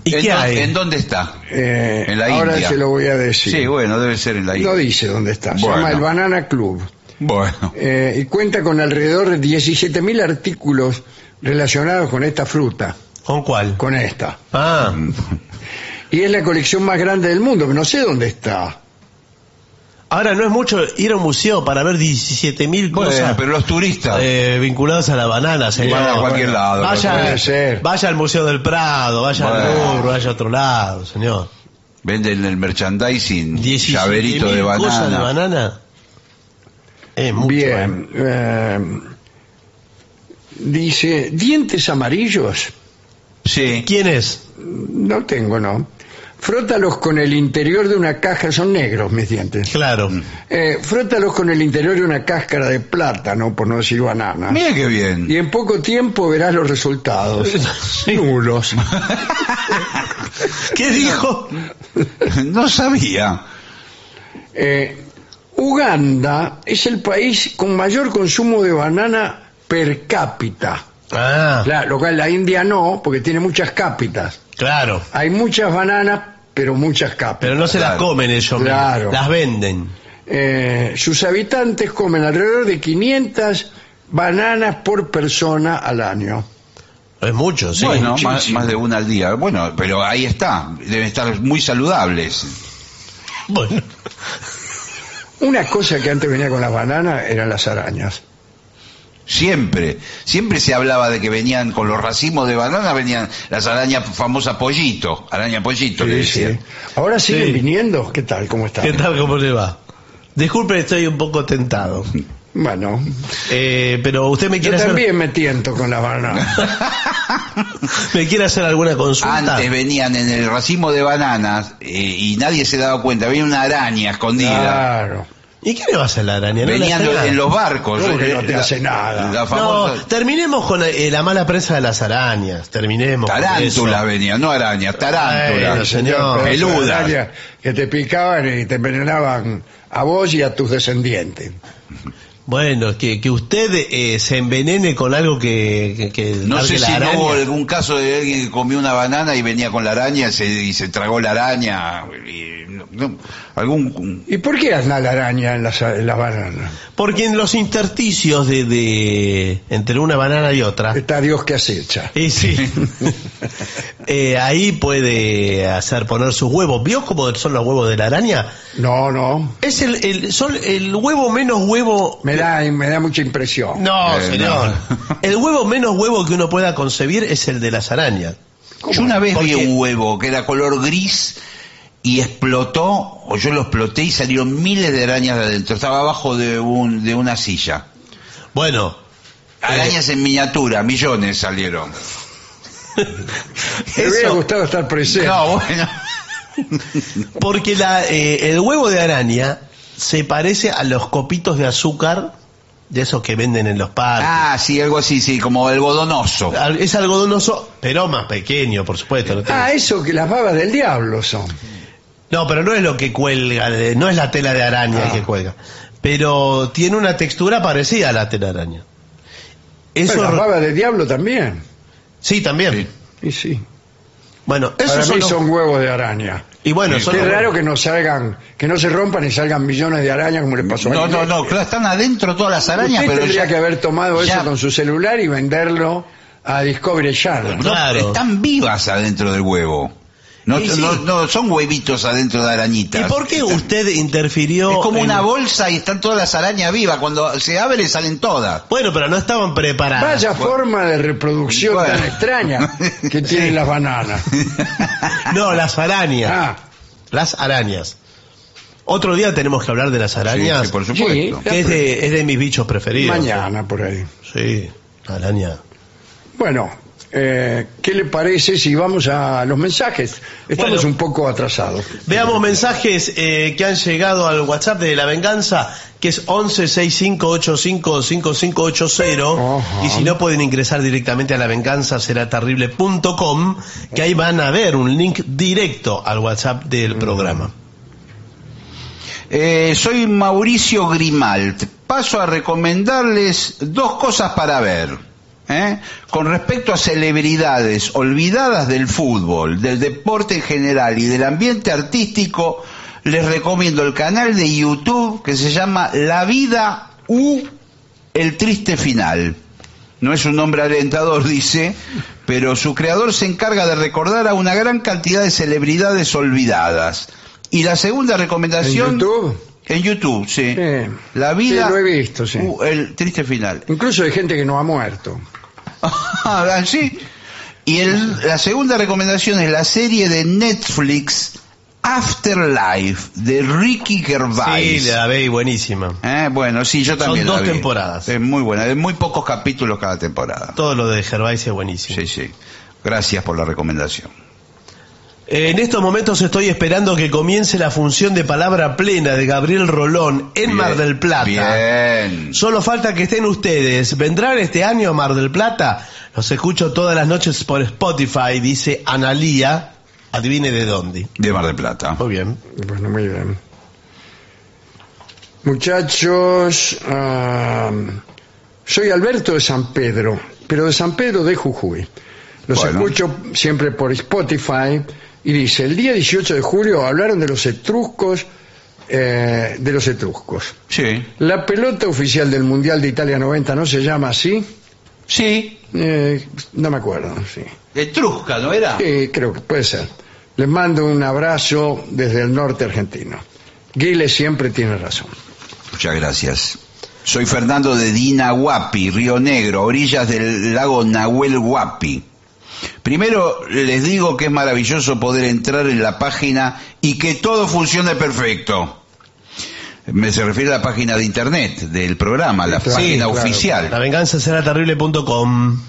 S2: ¿Y
S3: ¿En
S2: qué
S3: dó-
S2: hay?
S3: ¿En dónde está?
S1: Eh,
S3: En la
S1: ahora
S3: India.
S1: se lo voy a decir.
S3: Sí, bueno, debe ser en la
S1: no
S3: isla.
S1: dice dónde está, se
S3: Bueno.
S1: llama el Banana Club.
S3: Bueno.
S1: Eh, y cuenta con alrededor de 17.000 artículos relacionados con esta fruta,
S2: ¿Con cuál?
S1: con esta.
S2: Ah,
S1: Y es la colección más grande del mundo, que no sé dónde está.
S2: ahora no es mucho ir a un museo para ver 17.000
S3: Bueno,
S2: cosas
S3: pero los turistas.
S2: eh, vinculadas a la banana, señor.
S3: Van a cualquier lado,
S1: no
S2: Vaya,
S1: puede ser.
S2: vaya al Museo del Prado, vaya
S3: Bueno.
S2: al Louvre, vaya a otro lado, señor.
S3: Venden el merchandising,
S2: 17.000
S3: llaverito de
S2: cosas de
S3: banana.
S2: banana. Es mucho. eh.
S1: Bien. eh, dice, dientes amarillos.
S3: Sí.
S2: ¿Quién es?
S1: No tengo, no. Frótalos con el interior de una caja, son negros mis dientes.
S2: Claro.
S3: Mm.
S1: Eh, frótalos con el interior de una cáscara de plátano, por no decir banana.
S3: Mira qué bien.
S1: Y en poco tiempo verás los
S2: [laughs]
S1: resultados.
S3: [laughs]
S1: Nulos.
S2: ¿Qué dijo?
S3: No sabía.
S1: Eh, Uganda es el país con mayor consumo de banana per cápita.
S2: Ah,
S1: La- lo cual la India no, porque tiene muchas cápitas.
S2: claro.
S1: Hay muchas bananas, pero muchas cápitas.
S2: Pero no se las
S3: Claro.
S2: comen ellos mismos,
S1: Claro.
S2: Las venden.
S1: Eh, sus habitantes comen alrededor de 500 bananas por persona al año.
S2: Es mucho, sí.
S3: bueno, más,
S1: muchísimo.
S3: más de una al día. Bueno, pero ahí está. Deben estar muy saludables.
S2: Bueno.
S1: Una cosa que antes venía con las bananas eran las arañas.
S3: Siempre. Siempre se hablaba de que venían con los racimos de banana, venían las arañas famosas pollito. Araña pollito, le
S1: Sí,
S3: decían.
S1: sí. Ahora siguen
S2: Sí.
S1: viniendo. ¿Qué tal? ¿Cómo están?
S2: ¿Qué tal? ¿Cómo le va? Disculpe, estoy un poco tentado.
S1: Bueno,
S2: Eh, pero usted me
S1: yo
S2: quiere, hacer,
S1: también me tiento con las bananas.
S2: me quiere hacer alguna consulta.
S3: Antes venían en el racimo de bananas eh, y nadie se daba cuenta. Venía una araña escondida.
S1: Claro.
S2: ¿Y qué le va a hacer la araña? ¿No le
S3: Venían
S2: hace nada?
S3: en los barcos. eh,
S1: No, que no te
S3: La-
S1: hace nada.
S3: La
S2: No,
S3: famosa
S2: terminemos con eh, la mala prensa de las arañas. Terminemos. con
S3: tarántula
S2: eso.
S3: venía, no araña,
S2: Bueno,
S3: tarántula.
S2: señor.
S1: pero esas
S3: Peludas.
S1: Eh, arañas Que te picaban y te envenenaban a vos y a tus descendientes.
S2: Bueno, que, que usted eh, se envenene con algo que. que- que
S3: No
S2: largue
S3: sé
S2: la
S3: si no
S2: araña.
S3: hubo algún caso de alguien que comió una banana y venía con la araña se- y se tragó la araña. y- no, no, algún
S1: ¿Y por qué anda la araña en las, en las bananas?
S2: Porque en los intersticios de, de- entre una banana y otra.
S1: Está Dios que acecha.
S2: [laughs] Y sí. Eh, ahí puede hacer poner sus huevos. ¿Vio cómo son los huevos de la araña?
S1: No, no.
S2: Es el, el, son el huevo menos huevo.
S1: Me da, me da mucha impresión.
S2: No,
S3: Eh,
S2: señor.
S3: no.
S2: El huevo menos huevo que uno pueda concebir es el de las arañas.
S3: Yo una vez
S2: ¿Por
S3: vi
S2: qué?
S3: un huevo que era color gris y explotó, o yo lo exploté y salieron miles de arañas de adentro. Estaba abajo de, un, de una silla.
S2: Bueno,
S3: Arañas en miniatura, millones salieron.
S1: Me hubiera
S2: eso-
S1: gustado estar presente.
S3: No,
S1: [laughs]
S3: bueno.
S2: porque la, eh, el huevo de araña se parece a los copitos de azúcar de esos que venden en los parques.
S3: Ah, sí, algo así, sí, como algodonoso.
S2: Al- Es algodonoso, pero más pequeño, por supuesto. No, tiene-
S1: Ah, eso que las babas del diablo son.
S2: No, pero no es lo que cuelga, de- no es la tela de araña
S1: Ah.
S2: que cuelga. Pero tiene una textura parecida a la tela de araña. Eso
S1: Bueno, las
S2: re-
S1: babas del diablo también.
S2: sí, también.
S1: Y sí.
S2: Bueno,
S1: Para
S2: esos son,
S1: mí
S2: los-
S1: son huevos de araña.
S2: y bueno, son
S1: Qué
S2: los-
S1: raro que no salgan, que no se rompan y salgan millones de arañas como le pasó a
S3: No, no,
S1: Inés.
S3: no, claro, están adentro todas las arañas,
S1: Usted
S3: pero
S1: tendría
S3: ya-
S1: que haber tomado
S3: ya-
S1: eso con su celular y venderlo a Discovery Channel.
S3: No,
S2: Claro.
S3: Están vivas adentro del huevo. No,
S2: Y sí.
S3: no, no son huevitos adentro de
S2: ¿Y
S3: arañitas.
S2: por qué
S3: Están-
S2: usted interfirió?
S3: Es como
S2: en-
S3: una bolsa y están todas las arañas vivas. Cuando se abre salen todas.
S2: Bueno, pero no estaban preparadas.
S1: Vaya forma de reproducción
S3: Bueno.
S1: tan
S2: [laughs]
S1: extraña que tienen las bananas.
S2: No, las arañas.
S1: Ah,
S2: Las arañas. Otro día tenemos que hablar de las arañas.
S3: Sí, sí, por supuesto.
S1: Sí.
S2: que es de, es de mis bichos preferidos.
S1: mañana por ahí.
S2: Sí, araña.
S1: Bueno, eh, qué le parece si vamos a los mensajes. Estamos
S2: Bueno.
S1: un poco atrasados.
S2: Veamos mensajes eh, que han llegado al WhatsApp de La Venganza, que es 1165855580.
S1: Ajá.
S2: Y si no, pueden ingresar directamente a lavenganzaseraterrible.com, que ahí van a ver un link directo al WhatsApp
S1: Mm.
S2: del programa.
S3: Eh, soy Mauricio Grimalt. Paso a recomendarles dos cosas para ver. ¿eh? Con respecto a celebridades olvidadas del fútbol, del deporte en general y del ambiente artístico, les recomiendo el canal de YouTube que se llama La Vida U, el triste final. No es un nombre alentador, [laughs] dice, pero su creador se encarga de recordar a una gran cantidad de celebridades olvidadas. Y la segunda
S1: ¿En
S3: recomendación...
S1: YouTube?
S3: En YouTube, sí.
S1: Sí.
S3: La vida.
S1: Sí, lo he visto, sí.
S3: Uh, el triste final.
S1: Incluso hay gente que no ha muerto.
S3: [laughs] Ah, sí. Y el- la segunda recomendación es la serie de Netflix Afterlife de Ricky
S2: Sí,
S3: Gervais.
S2: la veis buenísima.
S3: Eh, bueno, sí, yo también.
S2: dos
S3: la vi.
S2: temporadas.
S3: Es muy buena, de muy pocos capítulos cada temporada.
S2: Todo lo de Gervais es buenísimo.
S3: Sí, sí. Gracias por la recomendación.
S2: Eh, En estos momentos estoy esperando que comience la función de palabra plena de Gabriel Rolón en
S3: Bien.
S2: Mar del Plata.
S3: Bien.
S2: Solo falta que estén ustedes. ¿Vendrán este año a Mar del Plata? Los escucho todas las noches por Spotify, dice Analía. Adivine de dónde.
S3: De Mar del Plata.
S2: Muy bien.
S1: Bueno, muy bien. Muchachos, ah, soy Alberto de San Pedro, pero de San Pedro de Jujuy. Los
S3: Bueno.
S1: escucho siempre por Spotify y dice, el día 18 de julio hablaron de los etruscos, eh, de los etruscos.
S3: Sí.
S1: La pelota oficial del Mundial de Italia 90 no se llama así.
S3: Sí.
S1: Eh, no me acuerdo, sí.
S3: Etrusca, ¿no era?
S1: Sí, creo que puede ser. Les mando un abrazo desde el norte argentino. Giles siempre tiene razón.
S3: Muchas gracias. Soy Fernando de Dinahuapi, Río Negro, orillas del lago Nahuel Huapi. Primero les digo que es maravilloso poder entrar en la página y que todo funcione perfecto. Me se refiere a la página de internet del programa, la
S1: Claro,
S3: página
S1: claro.
S3: oficial.
S2: La venganza será terrible.com.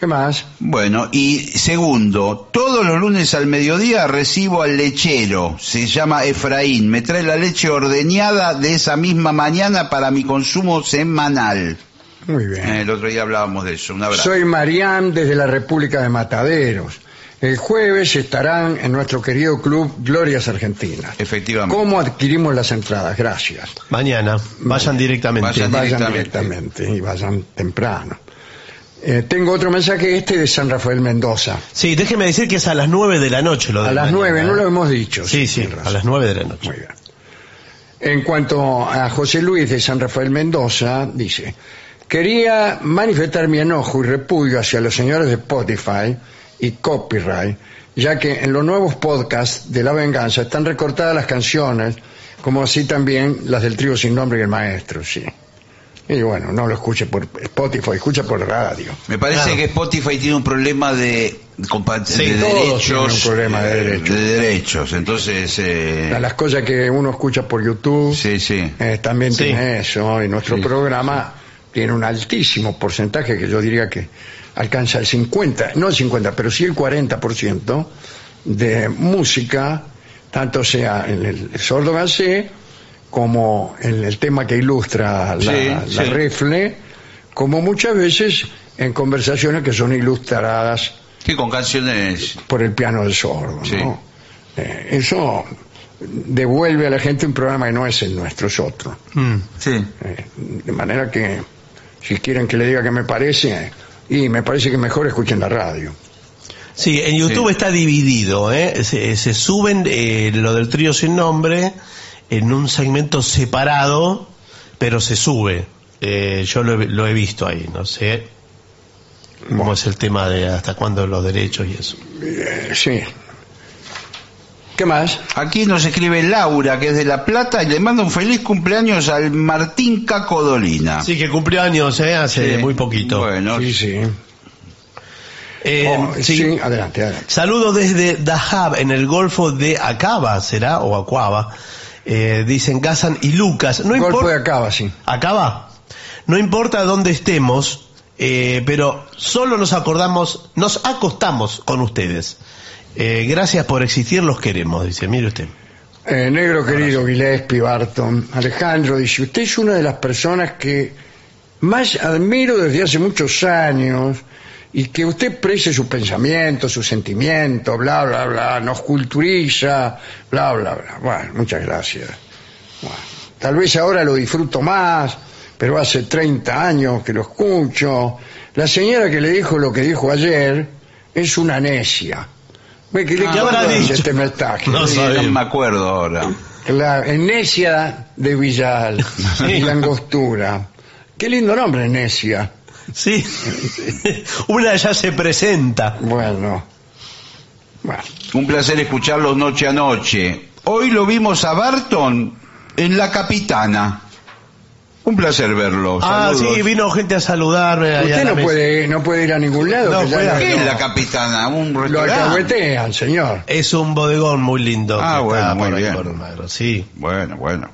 S1: ¿Qué más?
S3: Bueno, y segundo, todos los lunes al mediodía recibo al lechero, se llama Efraín, me trae la leche ordeñada de esa misma mañana para mi consumo semanal.
S1: Muy bien.
S3: Eh, El otro día hablábamos de eso, un abrazo.
S1: Soy Marián desde la República de Mataderos. El jueves estarán en nuestro querido club Glorias Argentinas.
S3: Efectivamente.
S1: ¿Cómo adquirimos las entradas? Gracias.
S2: Mañana. Vayan directamente.
S3: Vayan.
S1: Vayan
S3: Directamente.
S1: directamente y vayan temprano. Eh, tengo otro mensaje, este de San Rafael Mendoza.
S2: Sí, déjeme decir que es a las 9 de la noche lo de
S1: A las
S2: mañana. ¿eh?
S1: nueve, no lo hemos dicho.
S2: Sí, sí,
S1: tiene razón.
S2: a las 9 de la noche.
S1: Muy bien. En cuanto a José Luis de San Rafael Mendoza, dice, quería manifestar mi enojo y repudio hacia los señores de Spotify y copyright, ya que en los nuevos podcasts de La Venganza están recortadas las canciones, como así también las del trío sin nombre y el maestro, sí. Y bueno, no lo escuche por Spotify, escucha por radio.
S3: Me parece
S2: Claro.
S3: que Spotify tiene un problema de, compa-
S2: Sí,
S3: de
S1: todos
S3: derechos.
S1: tienen un problema de
S3: eh,
S1: derechos.
S3: de derechos. Entonces, eh,
S1: Las cosas que uno escucha por YouTube.
S3: sí, sí.
S1: Eh, también
S2: Sí.
S1: tiene eso, y nuestro programa tiene un altísimo porcentaje que yo diría que alcanza el 50, no el 50, pero sí el 40% de música, tanto sea en el sordo gansé como en el tema que ilustra la,
S3: Sí,
S1: la
S3: sí.
S1: refle, como muchas veces en conversaciones que son ilustradas
S3: Sí, con canciones.
S1: por el piano del sordo. ¿no?
S3: Sí.
S1: Eh, eso devuelve a la gente un programa que no es el nuestro, es otro.
S2: Mm.
S3: Sí.
S1: Eh, De manera que, si quieren que le diga qué me parece, y me parece que mejor escuchen la radio.
S2: Sí, en YouTube
S3: Sí.
S2: está dividido, ¿eh? se, se suben eh, lo del trío sin nombre en un segmento separado, pero se sube. Eh, yo lo, he- lo he visto ahí, no sé cómo es el tema de hasta cuándo los derechos y eso.
S1: Eh, sí. ¿Qué más?
S3: Aquí nos escribe Laura, que es de La Plata, y le manda un feliz cumpleaños al Martín Cacodolina.
S2: Sí, que cumplió años, ¿eh? hace muy poquito.
S3: Ah. Bueno,
S1: Sí, sí.
S2: Eh,
S1: Oh, sí.
S2: sí.
S1: adelante, adelante.
S2: Saludos desde Dahab, en el Golfo de Acaba, ¿será? O Acuaba. Eh, dicen Gazan y Lucas. No
S1: Golpe
S2: importa.
S1: de acaba, sí.
S2: Acaba. No importa dónde estemos, eh, pero solo nos acordamos, nos acostamos con ustedes. Eh, gracias por existir, los queremos, dice, mire usted.
S1: Eh, negro querido, Gillespie, Barton, Alejandro, dice, usted es una de las personas que más admiro desde hace muchos años y que usted exprese sus pensamientos, sus sentimientos, bla, bla, bla, nos culturiza, bla, bla, bla. Bueno, muchas gracias. Bueno, tal vez ahora lo disfruto más, pero hace 30 años que lo escucho. La señora que le dijo lo que dijo ayer es una necia. Ve que le
S3: Ah,
S2: ¿Qué habrá
S1: cuento
S2: dicho?
S1: este mensaje.
S2: No
S3: Sí,
S2: sabía.
S3: no me acuerdo ahora.
S1: La Enesia de
S2: [laughs]
S1: Villal y la Angostura. Qué lindo nombre, Enesia.
S2: Sí, [laughs] una ya se presenta.
S1: Bueno. Bueno,
S3: Un placer escucharlos noche a noche. Hoy lo vimos a Barton en La Capitana. Un placer verlo.
S2: Ah,
S3: Saludos.
S2: sí, vino gente a saludarme. ahí a
S1: Usted
S2: la
S1: no
S2: mesa.
S1: puede, no puede ir a ningún lado.
S2: No
S1: que ya
S2: puede.
S1: lo-
S3: ¿Qué es La Capitana? ¿Un
S1: Lo
S3: restaurante?
S1: alcahuetean, señor.
S2: Es un bodegón muy lindo.
S3: Ah,
S2: que
S3: bueno,
S2: está por
S3: muy
S2: ahí,
S3: bien.
S2: por Almagro. Sí,
S3: Bueno, bueno.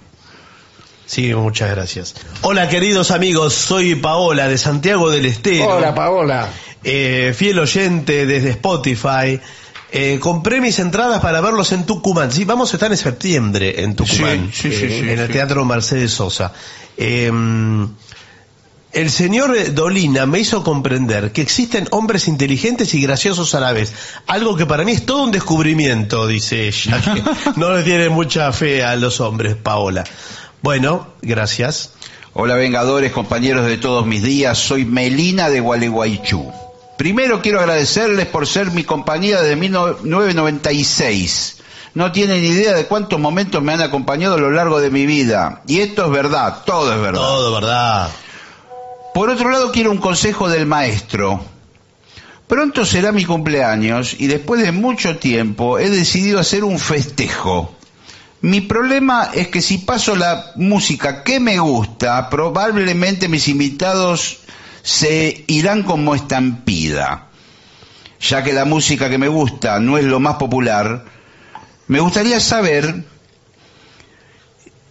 S2: sí, muchas gracias. Hola, queridos amigos, soy Paola de Santiago del Estero.
S1: Hola, Paola.
S2: eh, fiel oyente desde Spotify. Eh, compré mis entradas para verlos en Tucumán. Sí, vamos a estar en septiembre en Tucumán,
S3: Sí, sí, sí,
S2: eh,
S3: sí,
S2: en el
S3: sí.
S2: Teatro Mercedes Sosa. Eh, el señor eh, Dolina me hizo comprender que existen hombres inteligentes y graciosos a la vez, algo que para mí es todo un descubrimiento, dice ella.
S3: [laughs]
S2: que no le tiene mucha fe a los hombres, Paola. Bueno, gracias.
S3: Hola Vengadores, compañeros de todos mis días, soy Melina de Gualeguaychú. Primero quiero agradecerles por ser mi compañía desde 1996. No tienen idea de cuántos momentos me han acompañado a lo largo de mi vida. Y esto es verdad, todo es verdad.
S2: Todo, ¿verdad?
S3: Por otro lado, quiero un consejo del maestro. Pronto será mi cumpleaños y después de mucho tiempo he decidido hacer un festejo. Mi problema es que si paso la música que me gusta, probablemente mis invitados se irán como estampida. Ya que la música que me gusta no es lo más popular, me gustaría saber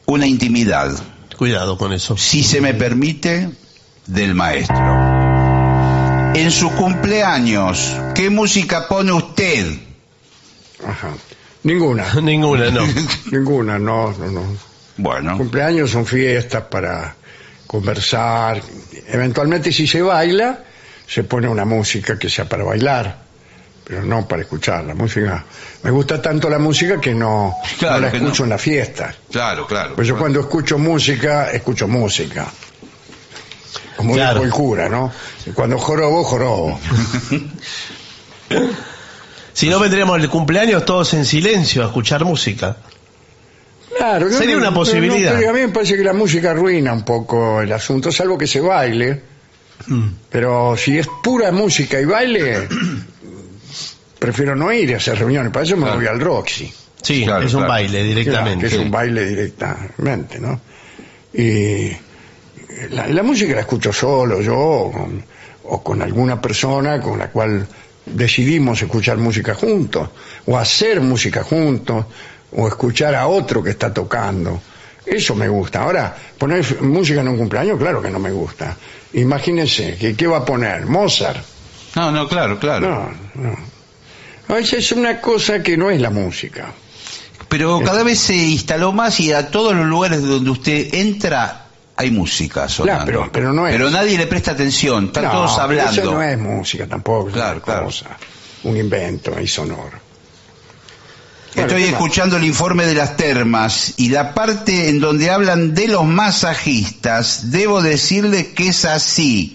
S3: una intimidad
S2: Cuidado con eso.
S3: si se me permite, del maestro. En su cumpleaños, ¿qué música pone usted?
S1: Ajá. Ninguna,
S2: Ninguna, no.
S1: [laughs] ninguna, no, no, no.
S3: Bueno,
S1: Cumpleaños son fiestas para conversar. Eventualmente, si se baila, se pone una música que sea para bailar, pero no para escuchar. La música. Me gusta tanto la música que no,
S3: Claro
S1: no la
S3: que
S1: escucho
S3: no.
S1: en la fiesta.
S3: claro, claro.
S1: Pues yo cuando escucho música, escucho música. Como
S2: Claro.
S1: dijo el cura, ¿no? Cuando jorobo, jorobo.
S2: [laughs] Si no vendríamos el cumpleaños todos en silencio a escuchar música.
S1: Claro,
S2: Sería una posibilidad.
S1: pero a mí me parece que la música arruina un poco el asunto, salvo que se baile.
S2: Mm.
S1: Pero si es pura música y baile, prefiero no ir a esas reuniones. Para eso me voy al Roxy,
S2: Sí,
S3: Claro,
S2: es un
S3: claro.
S2: baile
S1: que
S2: directamente.
S1: es un baile directamente, ¿no? Y la, la música la escucho solo, yo, o con, o con alguna persona con la cual decidimos escuchar música juntos, o hacer música juntos, o escuchar a otro que está tocando. Eso me gusta. Ahora, poner f- música en un cumpleaños, claro que no me gusta. Imagínense, ¿qué, qué va a poner? Mozart.
S3: No, no, claro, claro.
S1: No, no. No, esa es una cosa que no es la música. Este-
S3: Pero cada vez se instaló más y a todos los lugares donde usted entra hay música sonando.
S1: pero- pero no es.
S3: Pero nadie le presta atención, están
S1: No,
S3: todos hablando.
S1: Eso no es música tampoco, es
S3: Claro,
S1: una
S3: claro.
S1: cosa, un invento ahí sonoro. Bueno,
S3: Estoy
S1: ¿qué más?
S3: escuchando el informe de las termas y la parte en donde hablan de los masajistas, debo decirle que es así.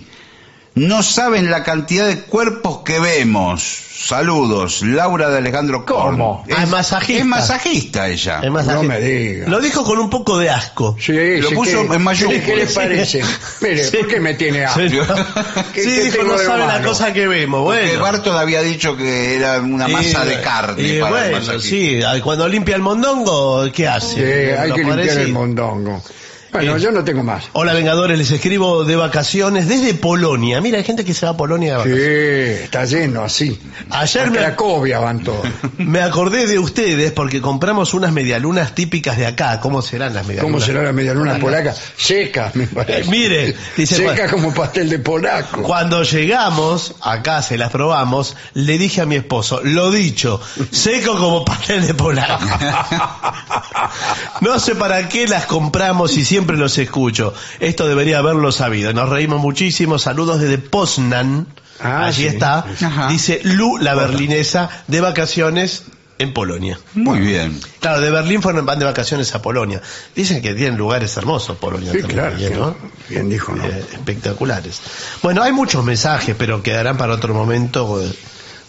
S3: No saben la cantidad de cuerpos que vemos. Saludos, Laura de Alejandro Korn.
S1: ¿Cómo?
S2: Ah, es masajista.
S3: Es masajista ella.
S2: Es más,
S1: No
S2: así-
S1: me diga.
S2: Lo dijo con un poco de asco.
S1: Sí,
S3: Lo
S1: sí,
S3: puso
S1: ¿qué-
S3: en mayúsculas.
S1: ¿Qué le [laughs] parece? Mire,
S2: Sí.
S1: ¿por qué me tiene Ah,
S2: Sí,
S1: hambre? ¿Qué-
S2: Sí,
S1: qué
S2: dijo,
S1: tengo
S2: no
S1: de
S2: sabe la
S1: malo?
S2: cosa que vemos.
S3: Porque
S2: Bueno.
S3: Barton había dicho que era una
S2: Y-
S3: masa de carne.
S2: y
S3: para el
S2: bueno,
S3: masajista.
S2: sí, ah, cuando limpia el mondongo, ¿qué hace?
S1: Sí, hay
S2: Lo
S1: que limpiar
S2: parece-
S1: el mondongo. [laughs] Bueno, yo no tengo más.
S2: Hola Vengadores, les escribo de vacaciones desde Polonia. Mira, hay gente que se va a Polonia de
S1: Sí,
S2: vacaciones.
S1: está lleno así.
S2: Ayer
S1: A
S2: me,
S1: Cracovia van todos.
S2: [laughs] me acordé de ustedes porque compramos unas medialunas típicas de acá. ¿Cómo serán las medialunas?
S1: ¿Cómo será la medialuna polaca? Seca, me parece.
S2: Eh, mire, dice,
S1: Seca
S2: bueno.
S1: como pastel de polaco.
S2: Cuando llegamos, acá se las probamos, le dije a mi esposo, lo dicho, seco como pastel de polaco. [laughs] No sé para qué las compramos y siempre los escucho. Esto debería haberlo sabido. Nos reímos muchísimo. Saludos desde Poznan.
S1: Ah,
S2: Allí
S1: sí.
S2: está.
S3: Ajá.
S2: Dice Lu, la berlinesa, de vacaciones en Polonia.
S3: Muy bien.
S2: Claro, de Berlín fueron, van de vacaciones a Polonia. Dicen que tienen lugares hermosos, Polonia.
S1: Sí,
S2: también,
S1: claro.
S2: ¿no?
S1: que- Bien dijo, ¿no?
S2: Eh, espectaculares. Bueno, hay muchos mensajes, pero quedarán para otro momento. eh,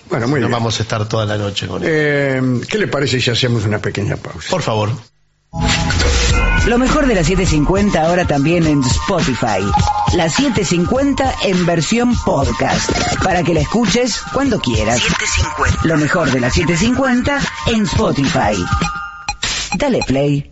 S1: Bueno, muy
S2: no
S1: bien.
S2: vamos a estar toda la noche con él.
S1: Eh, ¿Qué le parece si hacemos una pequeña pausa?
S2: Por favor.
S4: Lo mejor de la 750 ahora también en Spotify. La 750 en versión podcast. Para que la escuches cuando quieras. Lo mejor de la 750 en Spotify. Dale play.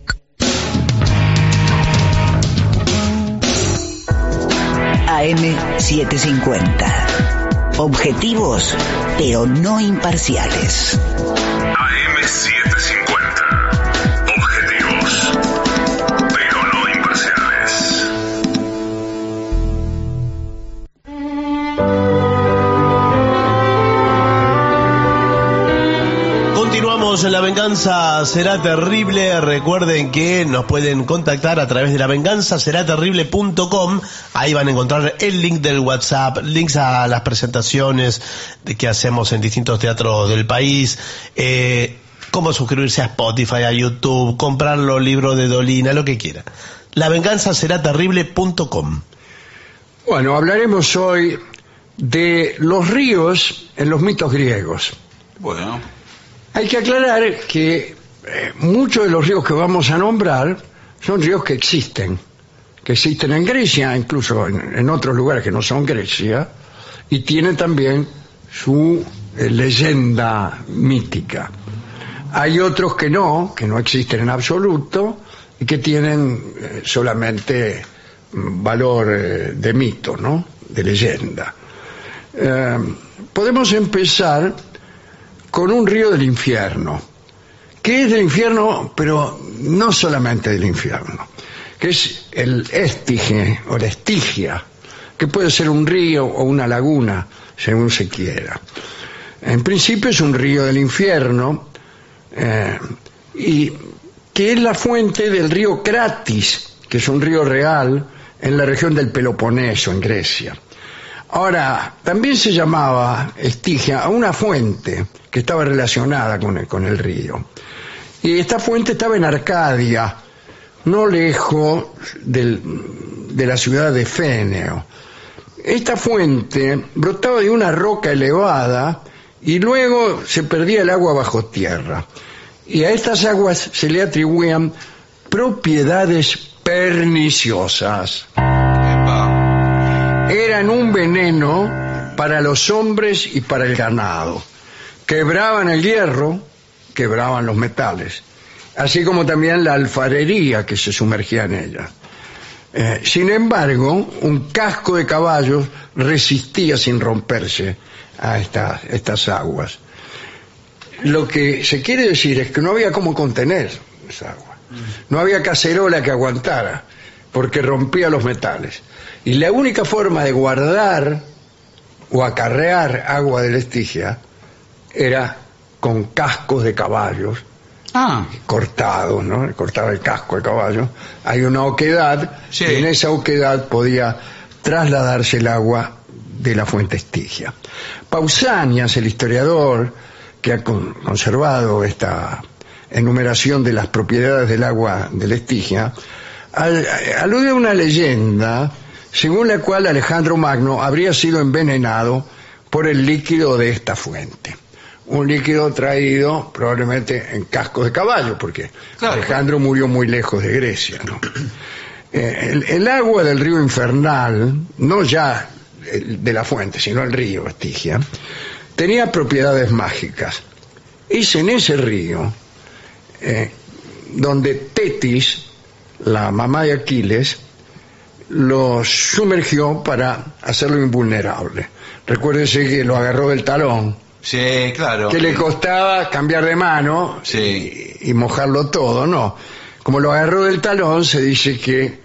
S4: AM750. Objetivos, pero no imparciales.
S5: AM750. Objetivos, pero no imparciales.
S2: Continuamos en La Venganza Será Terrible. Recuerden que nos pueden contactar a través de lavenganzaseraterrible.com. Ahí van a encontrar el link del WhatsApp, links a las presentaciones de- que hacemos en distintos teatros del país. Eh, cómo suscribirse a Spotify, a YouTube, comprar los libros de Dolina, lo que quiera. Lavenganzaseraterrible.com.
S1: Bueno, hablaremos hoy de los ríos en los mitos griegos.
S3: Bueno.
S1: Hay que aclarar que eh, muchos de los ríos que vamos a nombrar son ríos que existen, que existen en Grecia, incluso en, en otros lugares que no son Grecia, y tienen también su eh, leyenda mítica. Hay otros que no, que no existen en absoluto, y que tienen eh, solamente mm, valor eh, de mito, ¿no? De leyenda. Eh, podemos empezar con un río del infierno, que es del infierno, pero no solamente del infierno, que es el Estige o la Estigia, que puede ser un río o una laguna, según se quiera. En principio es un río del infierno eh, y que es la fuente del río Cratis, que es un río real en la región del Peloponeso, en Grecia. Ahora, también se llamaba Estigia a una fuente que estaba relacionada con el, con el río. Y esta fuente estaba en Arcadia, no lejos del- de la ciudad de Féneo. Esta fuente brotaba de una roca elevada y luego se perdía el agua bajo tierra. Y a estas aguas se le atribuían propiedades perniciosas
S3: Epa.
S1: eran un veneno para los hombres y para el ganado. Quebraban el hierro, quebraban los metales, así como también la alfarería que se sumergía en ella. Eh, sin embargo, un casco de caballos resistía sin romperse a esta- estas aguas. Lo que se quiere decir es que no había cómo contener esa agua. No había cacerola que aguantara, porque rompía los metales. Y la única forma de guardar o acarrear agua del Estigia era con cascos de caballos
S3: Ah,
S1: cortados, ¿no? Le Cortaba el casco al caballo. Hay una oquedad
S3: Sí.
S1: y en esa oquedad podía trasladarse el agua de la fuente Estigia. Pausanias, el historiador que ha con- conservado esta enumeración de las propiedades del agua del Estigia, al- alude a una leyenda según la cual Alejandro Magno habría sido envenenado por el líquido de esta fuente un líquido traído probablemente en cascos de caballo, porque
S3: Claro.
S1: Alejandro murió muy lejos de Grecia. ¿no? [clears throat] Eh, el, el agua del río infernal, no ya el- de la fuente, sino el río Estigia, tenía propiedades mágicas. Es en ese río eh, donde Tetis, la mamá de Aquiles, lo sumergió para hacerlo invulnerable. Recuérdense que lo agarró del talón,
S3: Sí, claro.
S1: que le costaba cambiar de mano
S3: Sí.
S1: y mojarlo todo, no. Como lo agarró del talón, se dice que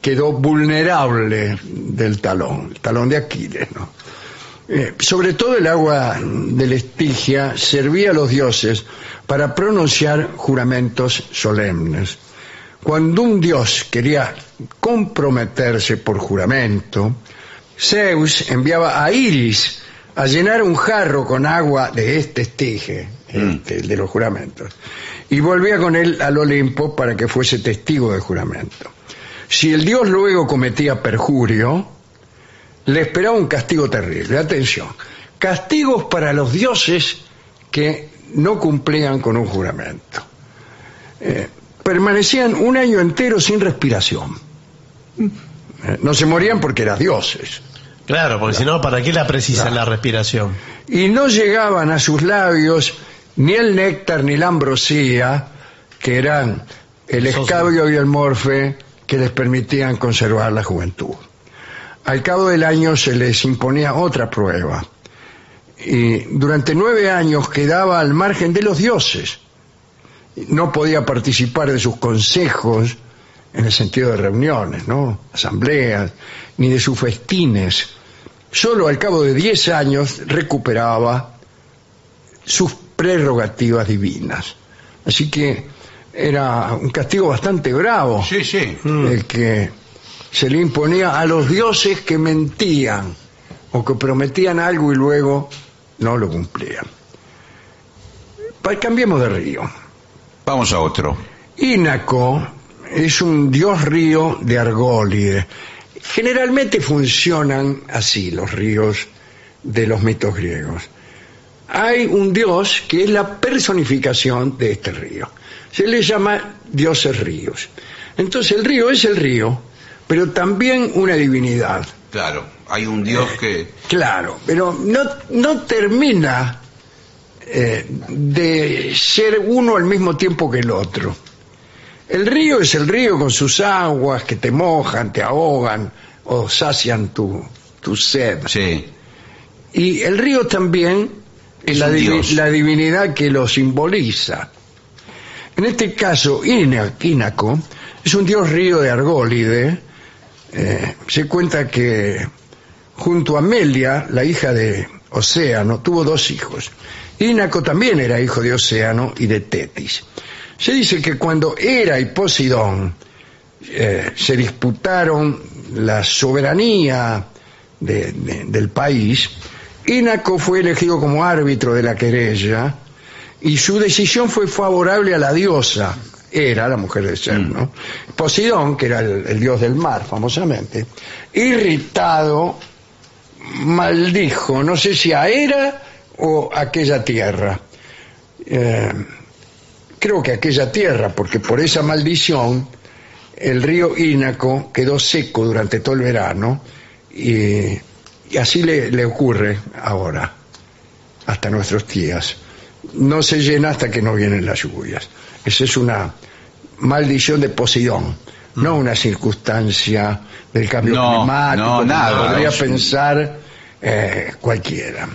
S1: quedó vulnerable del talón, el talón de Aquiles, ¿no? Eh, sobre todo el agua de la Estigia servía a los dioses para pronunciar juramentos solemnes. Cuando un dios quería comprometerse por juramento, Zeus enviaba a Iris a llenar un jarro con agua de este estige, este, el de los juramentos, y volvía con él al Olimpo para que fuese testigo del juramento. Si el dios luego cometía perjurio, le esperaba un castigo terrible. Atención, castigos para los dioses que no cumplían con un juramento. Eh, permanecían un año entero sin respiración. Eh, no se morían porque eran dioses.
S2: Claro, porque si no, ¿para qué la precisan la respiración?
S1: Y no llegaban a sus labios ni el néctar ni la ambrosía, que eran el
S2: Sosa.
S1: escabio y el morfe, que les permitían conservar la juventud. Al cabo del año se les imponía otra prueba. Y durante nueve años quedaba al margen de los dioses. No podía participar de sus consejos en el sentido de reuniones, ¿no? Asambleas, ni de sus festines. Solo al cabo de diez años recuperaba sus prerrogativas divinas. Así que era un castigo bastante bravo Mm.
S3: Sí, sí.
S1: el que se le imponía a los dioses que mentían o que prometían algo y luego no lo cumplían. Pa- cambiemos de río.
S3: Vamos a otro.
S1: Ínaco es un dios río de Argólide. Generalmente funcionan así los ríos de los mitos griegos. Hay un dios que es la personificación de este río. Se le llama dioses ríos. Entonces el río es el río, pero también una divinidad.
S3: Claro. Hay un dios
S2: Eh. [laughs]
S3: que.
S1: Claro, pero no, no termina eh, de ser uno al mismo tiempo que el otro. El río es el río con sus aguas que te mojan, te ahogan o sacian tu, tu sed.
S3: Sí.
S1: Y el río también es
S3: Es
S1: la,
S3: un
S1: divi-
S3: dios.
S1: la divinidad que lo simboliza. En este caso, Ina- Ínaco es un dios río de Argólide. Eh, se cuenta que junto a Melia, la hija de Océano, tuvo dos hijos. Ínaco también era hijo de Océano y de Tetis. Se dice que cuando Hera y Posidón eh, se disputaron la soberanía de- de- del país, Ínaco fue elegido como árbitro de la querella y su decisión fue favorable a la diosa, era la mujer de Ser, ¿no? Posidón, que era el, el dios del mar, famosamente, irritado, maldijo, no sé si a Hera o a aquella tierra. Eh, creo que aquella tierra, porque por esa maldición el río Ínaco quedó seco durante todo el verano y, y así le, le ocurre ahora, hasta nuestros días. No se llena hasta que no vienen las lluvias. Esa es una maldición de Poseidón, no una circunstancia del cambio
S3: Mm. No,
S1: climático,
S3: no,
S1: como
S3: nada,
S1: podría
S3: es un-
S1: pensar eh, cualquiera.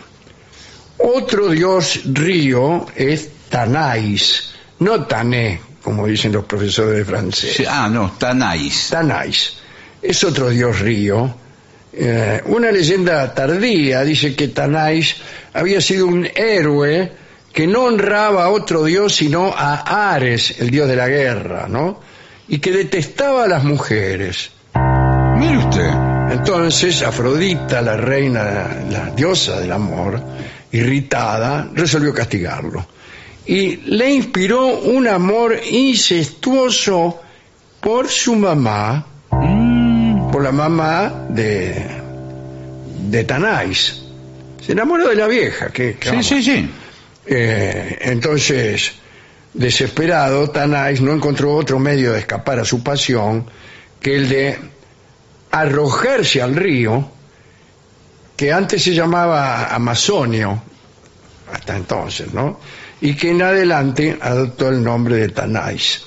S1: Otro dios río es Tanais, no Tané, como dicen los profesores de francés.
S3: Sí, Ah, no. Tanais.
S1: Tanais. Es otro dios río. Eh, una leyenda tardía dice que Tanais había sido un héroe que no honraba a otro dios sino a Ares, el dios de la guerra, ¿no? Y que detestaba a las mujeres.
S3: Mire usted.
S1: Entonces, Afrodita, la reina, la diosa del amor, irritada, resolvió castigarlo. Y le inspiró un amor incestuoso por su mamá, Mm, por la mamá de, de Tanais. Se enamoró de la vieja, que, que
S3: Sí,
S1: vamos,
S3: sí, sí.
S1: eh, entonces, desesperado, Tanais no encontró otro medio de escapar a su pasión que el de arrojarse al río que antes se llamaba Amazonio, hasta entonces, ¿no? Y que en adelante adoptó el nombre de Tanais.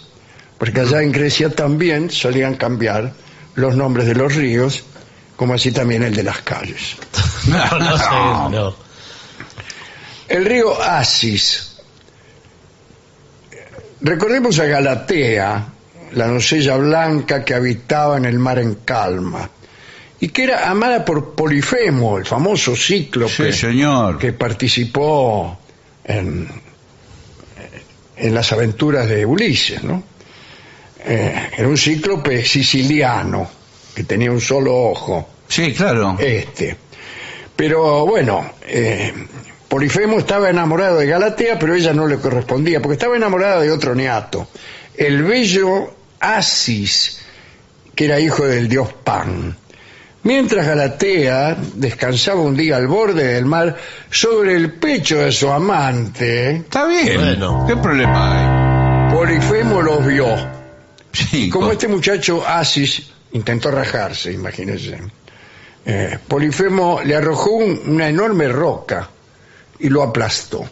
S1: porque allá en Grecia también solían cambiar los nombres de los ríos, como así también el de las calles.
S2: [laughs] No, no sé, no.
S1: El río Asis. Recordemos a Galatea, la doncella blanca que habitaba en el mar en calma y que era amada por Polifemo, el famoso cíclope
S3: Sí, señor.
S1: que participó en, en las aventuras de Ulises, ¿no? Eh, era un cíclope siciliano que tenía un solo ojo
S3: Sí, claro.
S1: este. Pero bueno, eh, Polifemo estaba enamorado de Galatea, pero ella no le correspondía, porque estaba enamorada de otro neato, el bello Asis, que era hijo del dios Pan. Mientras Galatea descansaba un día al borde del mar sobre el pecho de su amante,
S3: Está bien.
S2: Bueno.
S3: ¿Qué problema hay?
S1: Polifemo los vio.
S3: Sí,
S1: Como
S3: co-
S1: este muchacho Asis intentó rajarse, imagínense, eh, Polifemo le arrojó un- una enorme roca y lo aplastó.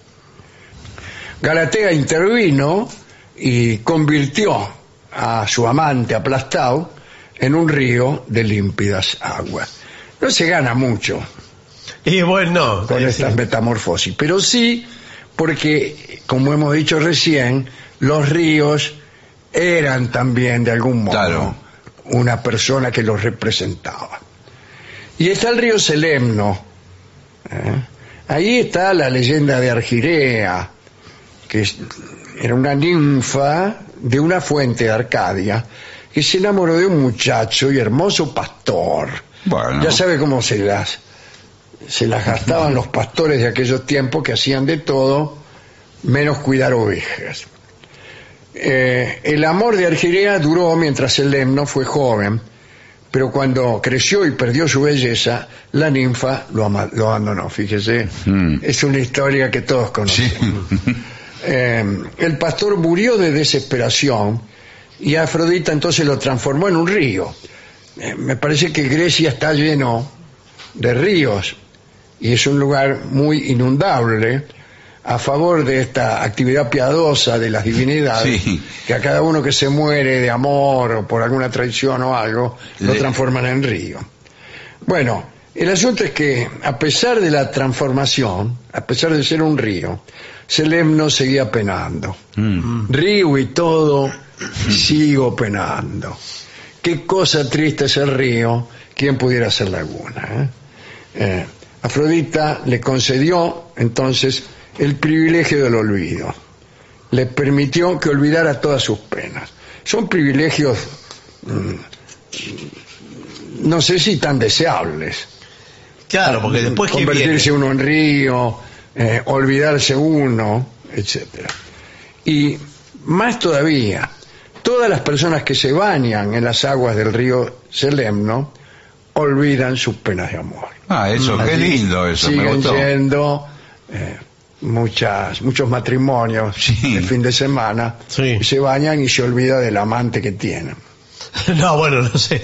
S1: Galatea intervino y convirtió a su amante aplastado en un río de límpidas aguas. No se gana mucho
S2: Y bueno,
S1: con
S2: eh,
S1: estas
S2: sí.
S1: metamorfosis, pero sí porque, como hemos dicho recién, los ríos eran también de algún modo
S3: Claro.
S1: una persona que los representaba. Y está el río Selemno, ¿eh? ahí está la leyenda de Argirea, que es- era una ninfa de una fuente de Arcadia, que se enamoró de un muchacho y hermoso pastor.
S3: Bueno.
S1: Ya sabe cómo se las se las gastaban los pastores de aquellos tiempos que hacían de todo menos cuidar ovejas. Eh, el amor de Argirea duró mientras Selemno fue joven, pero cuando creció y perdió su belleza, la ninfa lo, ama- lo abandonó. Fíjese,
S3: Mm.
S1: es una historia que todos
S3: Sí. [laughs]
S1: conocemos. Eh, el pastor murió de desesperación y Afrodita entonces lo transformó en un río. Eh, me parece que Grecia está lleno de ríos y es un lugar muy inundable a favor de esta actividad piadosa de las divinidades
S3: Sí.
S1: que a cada uno que se muere de amor o por alguna traición o algo lo
S3: Le-
S1: transforman en río. Bueno, el asunto es que a pesar de la transformación, a pesar de ser un río, Selemno seguía penando.
S3: Mm.
S1: Río y todo, sigo penando. Qué cosa triste es el río, quién pudiera ser laguna. eh? Eh, Afrodita le concedió entonces el privilegio del olvido. Le permitió que olvidara todas sus penas. Son privilegios, mm, no sé si tan deseables. Mm,
S2: Claro, porque después que
S1: convertirse
S2: viene.
S1: uno en río, eh, olvidarse uno, etcétera. Y más todavía, todas las personas que se bañan en las aguas del río Selemno olvidan sus penas de amor.
S3: Ah, eso, qué
S1: Allí
S3: lindo eso, me
S1: Siguen
S3: gustó.
S1: yendo eh, muchas, muchos matrimonios
S3: Sí.
S1: de fin de semana,
S2: Sí.
S1: y se bañan y se olvida del amante que tienen.
S2: [laughs] No, bueno, no sé.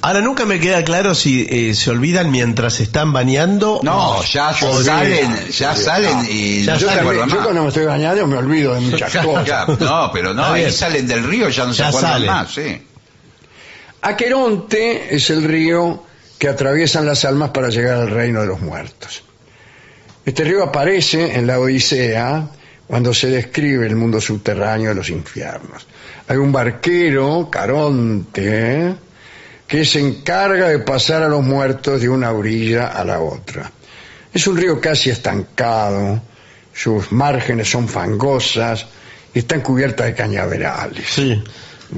S2: Ahora nunca me queda claro si eh, se olvidan mientras están bañando.
S3: No,
S2: o-
S3: ya
S1: Olvida,
S3: salen, ya
S1: olvida.
S3: salen y
S2: Ya
S3: no se
S1: Yo,
S2: salen,
S3: acuerdan
S1: también, yo
S3: más.
S1: cuando me estoy bañando me olvido de muchas cosas.
S3: [laughs] Ya, no, pero no,
S2: Está
S3: ahí
S2: bien.
S3: salen del río, ya no se
S2: Ya
S3: acuerdan
S2: salen.
S3: más, sí.
S1: Aqueronte es el río que atraviesan las almas para llegar al reino de los muertos. Este río aparece en la Odisea cuando se describe el mundo subterráneo de los infiernos. Hay un barquero, Caronte, que se encarga de pasar a los muertos de una orilla a la otra. Es un río casi estancado, sus márgenes son fangosas y están cubiertas de cañaverales.
S2: Sí.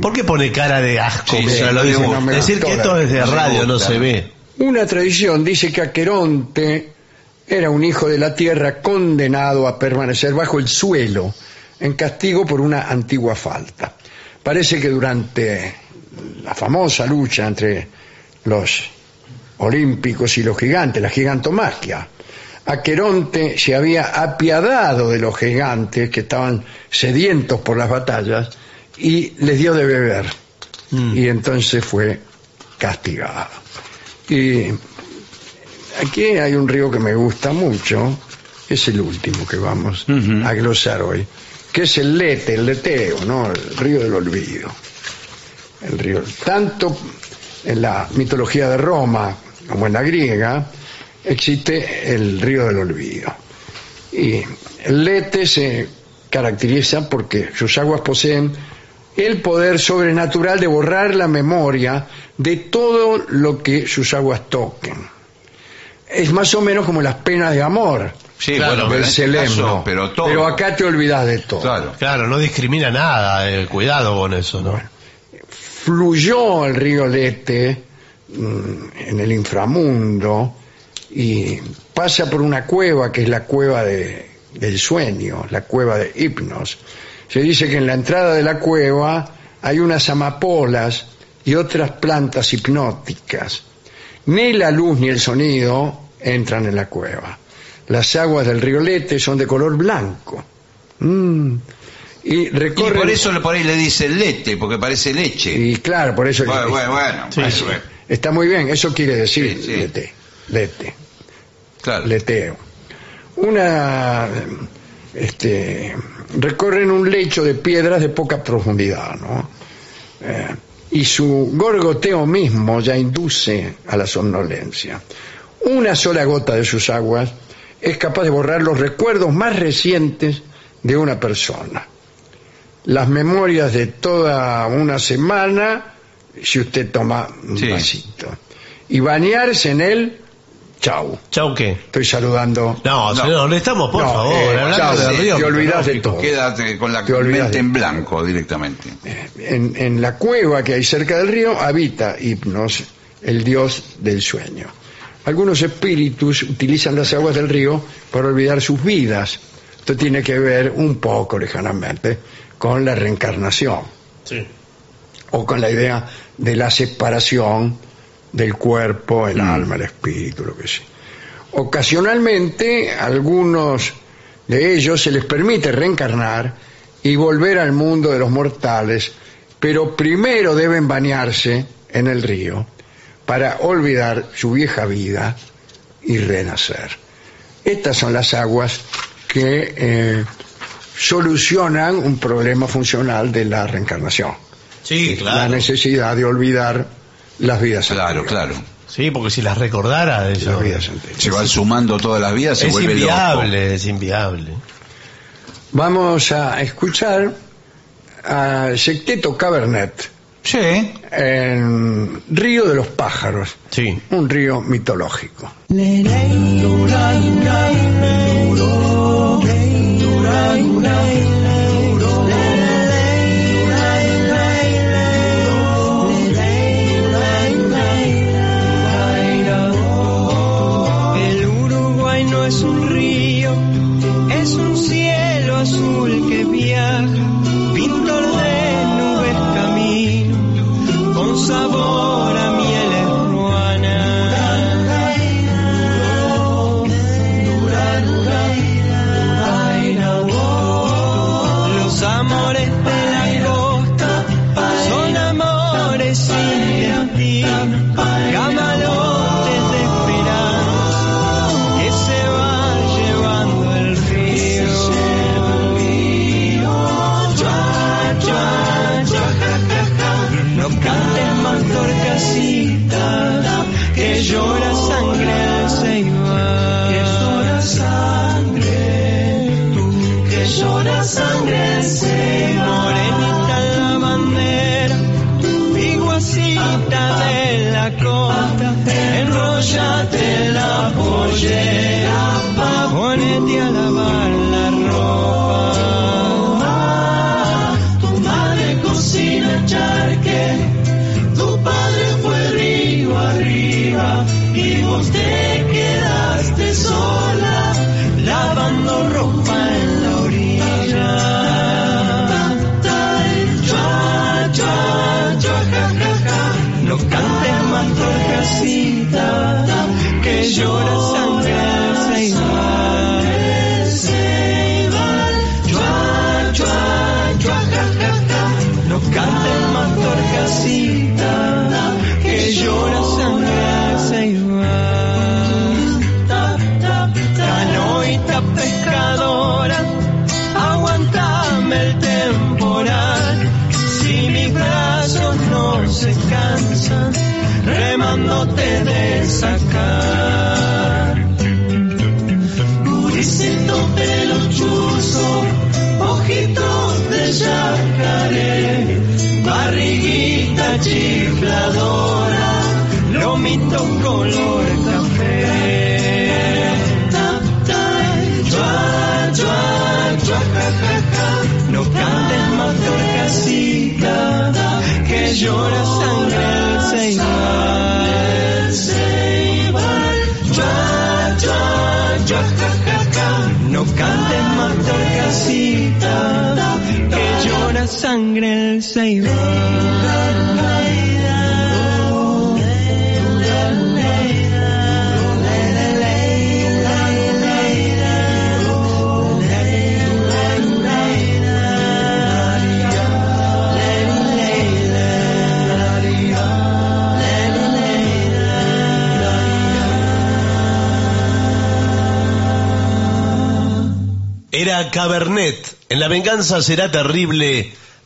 S2: ¿Por qué pone cara de asco?
S3: Sí,
S2: mientras
S3: sí,
S2: lo
S3: sí,
S2: dice?
S3: no me
S2: Decir
S1: gustó
S2: que
S1: la-
S2: esto es de
S3: no me
S2: radio, no
S3: gusta.
S2: se ve.
S1: Una tradición dice que Aqueronte era un hijo de la tierra condenado a permanecer bajo el suelo en castigo por una antigua falta. Parece que durante la famosa lucha entre los olímpicos y los gigantes, la gigantomaquia, Aqueronte se había apiadado de los gigantes que estaban sedientos por las batallas y les dio de beber. Y entonces fue castigado. Y aquí hay un río que me gusta mucho, que es el último que vamos a glosar hoy, que es el Lete, el Leteo, ¿no? El río del olvido. el río. Tanto en la mitología de Roma como en la griega existe el río del olvido. Y el Lete se caracteriza porque sus aguas poseen el poder sobrenatural de borrar la memoria de todo lo que sus aguas toquen. Es más o menos como las penas de amor
S3: Sí, bueno, pero
S1: del
S3: en este
S1: Celemno.
S3: caso, pero todo.
S1: acá te olvidas de todo.
S3: Claro.
S2: Claro, no discrimina nada, eh, cuidado con eso, ¿no?
S1: fluyó el río Lete mm, en el inframundo y pasa por una cueva que es la cueva de- del sueño, la cueva de hipnos. Se dice que en la entrada de la cueva hay unas amapolas y otras plantas hipnóticas. Ni la luz ni el sonido entran en la cueva. Las aguas del río Lete son de color blanco. Mm. Y
S3: Y
S1: recorren...
S3: por eso le- por ahí le dice lete, porque parece leche.
S1: Y claro, por eso...
S3: Bueno, bueno, bueno,
S2: Sí,
S3: bueno,
S2: sí.
S3: bueno.
S1: Está muy bien, eso quiere decir
S3: Sí, sí.
S1: lete, lete,
S3: Claro.
S1: leteo. Una, este, recorren un lecho de piedras de poca profundidad, ¿no? Eh, y su gorgoteo mismo ya induce a la somnolencia. Una sola gota de sus aguas es capaz de borrar los recuerdos más recientes de una persona. Las memorias de toda una semana, si usted toma un
S3: Sí.
S1: vasito. Y bañarse en él, chau.
S2: Chau, ¿qué?
S1: Estoy saludando.
S2: No,
S3: No.
S2: señor, le estamos, por
S1: No,
S2: favor,
S1: eh,
S2: hablando
S1: chau,
S2: de río.
S1: te olvidás de todo.
S3: Quédate con la
S1: Te olvidas
S3: mente
S1: de-
S3: en blanco directamente.
S1: en, en la cueva que hay cerca del río habita Hipnos, el dios del sueño. Algunos espíritus utilizan las aguas del río para olvidar sus vidas. Esto tiene que ver un poco lejanamente con la reencarnación
S2: Sí.
S1: o con la idea de la separación del cuerpo, el alma, el espíritu, lo que sea. Ocasionalmente, a algunos de ellos se les permite reencarnar y volver al mundo de los mortales, pero primero deben bañarse en el río para olvidar su vieja vida y renacer. Estas son las aguas que eh, solucionan un problema funcional de la reencarnación
S2: Sí,
S1: la
S2: claro.
S1: necesidad de olvidar las vidas
S3: Claro,
S1: anteriores.
S3: claro.
S2: Sí, porque si las recordara, eso-
S1: Las vidas anteriores.
S3: Se van sumando todas las vidas, se
S2: es
S3: vuelve
S2: inviable,
S3: loco.
S2: es inviable.
S1: Vamos a escuchar a Secteto Cabernet
S3: Sí.
S1: en Río de los Pájaros,
S2: Sí.
S1: un río mitológico.
S6: El Uruguay no es un río, es un cielo azul que viaja, pintor de nubes camino, con sabor a miel ruana. Los amores de la costa son amores sin destino, camalotes de esperanza que se van llevando el río. Chua, chua, chua, ja, ja, ja. No cantes más torcasita, que llora sangre al Ceibal. Que llora sangre, tú que llora sangre al Ceibal. Morenita en la bandera, Piguacita de la costa, enrollate la pollera, ponete a lavar la ropa. Tu madre cocina charque, tu padre fue río arriba y vos te quedaste sola lavando ropa en la orilla. Chua, chua, chua, ja, ja, ja. No cantes más torcasita que llora sangre al chifladora, lomito color café. Chua, chua, chua, ja, ja, ja. No cantes más torcasita, que llora sangre el Seibal. Seibal. Chua, chua, chua, ja, ja, ja. No cantes más torcasita, que llora sangre el
S2: Era Cabernet. En la venganza será terrible.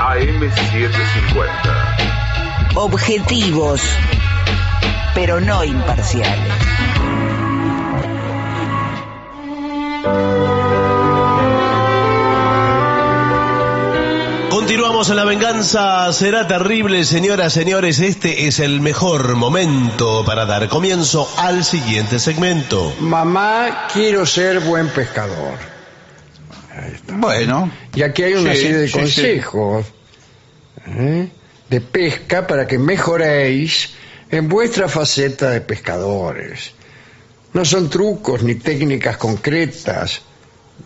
S5: AM750.
S4: Objetivos, pero no imparciales.
S2: Continuamos en la venganza, será terrible, señoras, señores. Este es el mejor momento para dar comienzo al siguiente segmento.
S1: Mamá, quiero ser buen pescador.
S3: Bueno,
S1: Y aquí hay una
S3: Sí,
S1: serie de
S3: sí, sí.
S1: consejos ¿eh? de pesca para que mejoréis en vuestra faceta de pescadores. No son trucos ni técnicas concretas,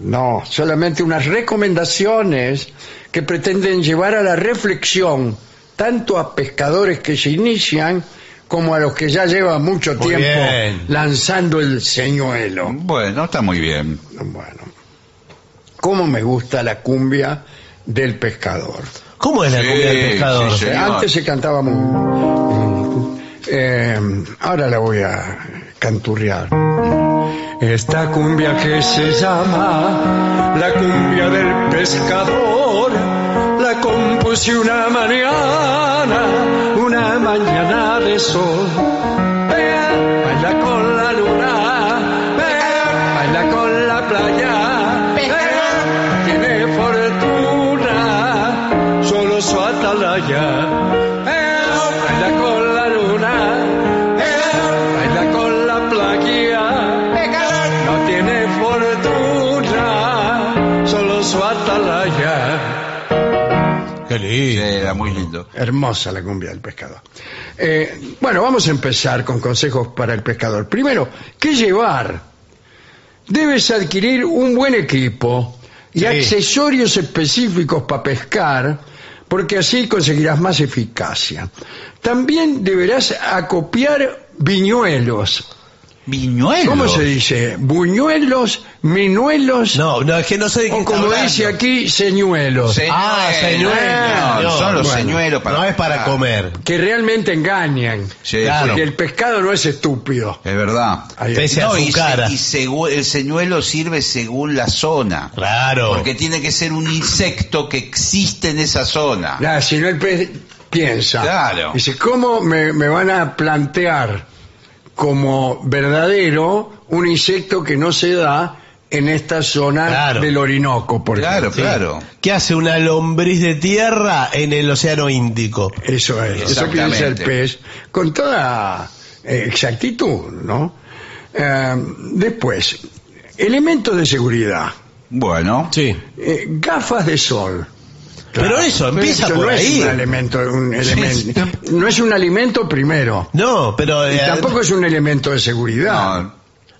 S1: no, solamente unas recomendaciones que pretenden llevar a la reflexión tanto a pescadores que se inician como a los que ya llevan mucho
S2: Muy
S1: tiempo
S2: bien.
S1: lanzando el señuelo.
S3: bueno, está muy bien.
S1: Bueno, cómo me gusta la cumbia del pescador.
S2: ¿Cómo es la
S3: Sí,
S2: comida del pescador?
S3: sí, sí. Señor.
S1: Antes se cantaba muy... Eh, ahora la voy a canturrear. Esta cumbia que se llama la cumbia del pescador, la compuse una mañana, una mañana de sol. Vea, baila con la luna, vea, baila con la playa, vea, tiene fortuna, solo su atalaya. Vea, baila con la luna, vea, baila con la playa. No tiene fortuna, solo su atalaya.
S2: Qué
S3: Sí,
S2: lindo.
S3: Era muy lindo.
S1: Hermosa la cumbia del pescador. Eh, bueno, vamos a empezar con consejos para el pescador. Primero, ¿qué llevar? Debes adquirir un buen equipo y
S2: Sí.
S1: accesorios específicos para pescar, porque así conseguirás más eficacia. También deberás acopiar viñuelos.
S3: Viñuelos.
S1: ¿Cómo se dice? Buñuelos, minuelos.
S2: No, no, es que no sé de qué
S1: O
S2: está
S1: como
S2: hablando.
S1: dice aquí, señuelos.
S3: Señuelos.
S2: Ah, señuelos.
S3: No, son los
S1: Bueno,
S3: señuelos para
S2: No es para
S3: pescar.
S2: comer.
S1: Que realmente engañan.
S3: Sí,
S2: Claro.
S3: sí,
S1: Porque el pescado no es estúpido.
S3: es verdad.
S1: Ahí-
S2: Pese a
S3: No,
S2: su
S3: y, se-
S2: cara.
S3: y segu- el señuelo sirve según la zona.
S2: Claro.
S3: Porque tiene que ser un insecto que existe en esa zona.
S1: Nah, si no el pez piensa.
S3: Claro.
S1: Dice, ¿cómo me, me van a plantear como verdadero un insecto que no se da en esta zona
S2: Claro.
S1: del Orinoco? Por
S3: Claro,
S1: ejemplo?
S3: claro.
S2: ¿Qué hace una lombriz de tierra en el Océano Índico?
S1: Eso es, eso piensa el
S3: Exactamente.
S1: pez con toda eh, exactitud, ¿no? Eh, después, elementos de seguridad.
S3: Bueno,
S2: Sí.
S1: Eh, gafas de sol.
S2: Pero eso, empieza
S1: Eso
S2: por
S1: no
S2: ahí.
S1: Es un elemento, un
S2: Sí,
S1: elemento, no es un alimento primero.
S2: No, pero
S1: Y
S2: eh,
S1: tampoco es un elemento de seguridad.
S3: no,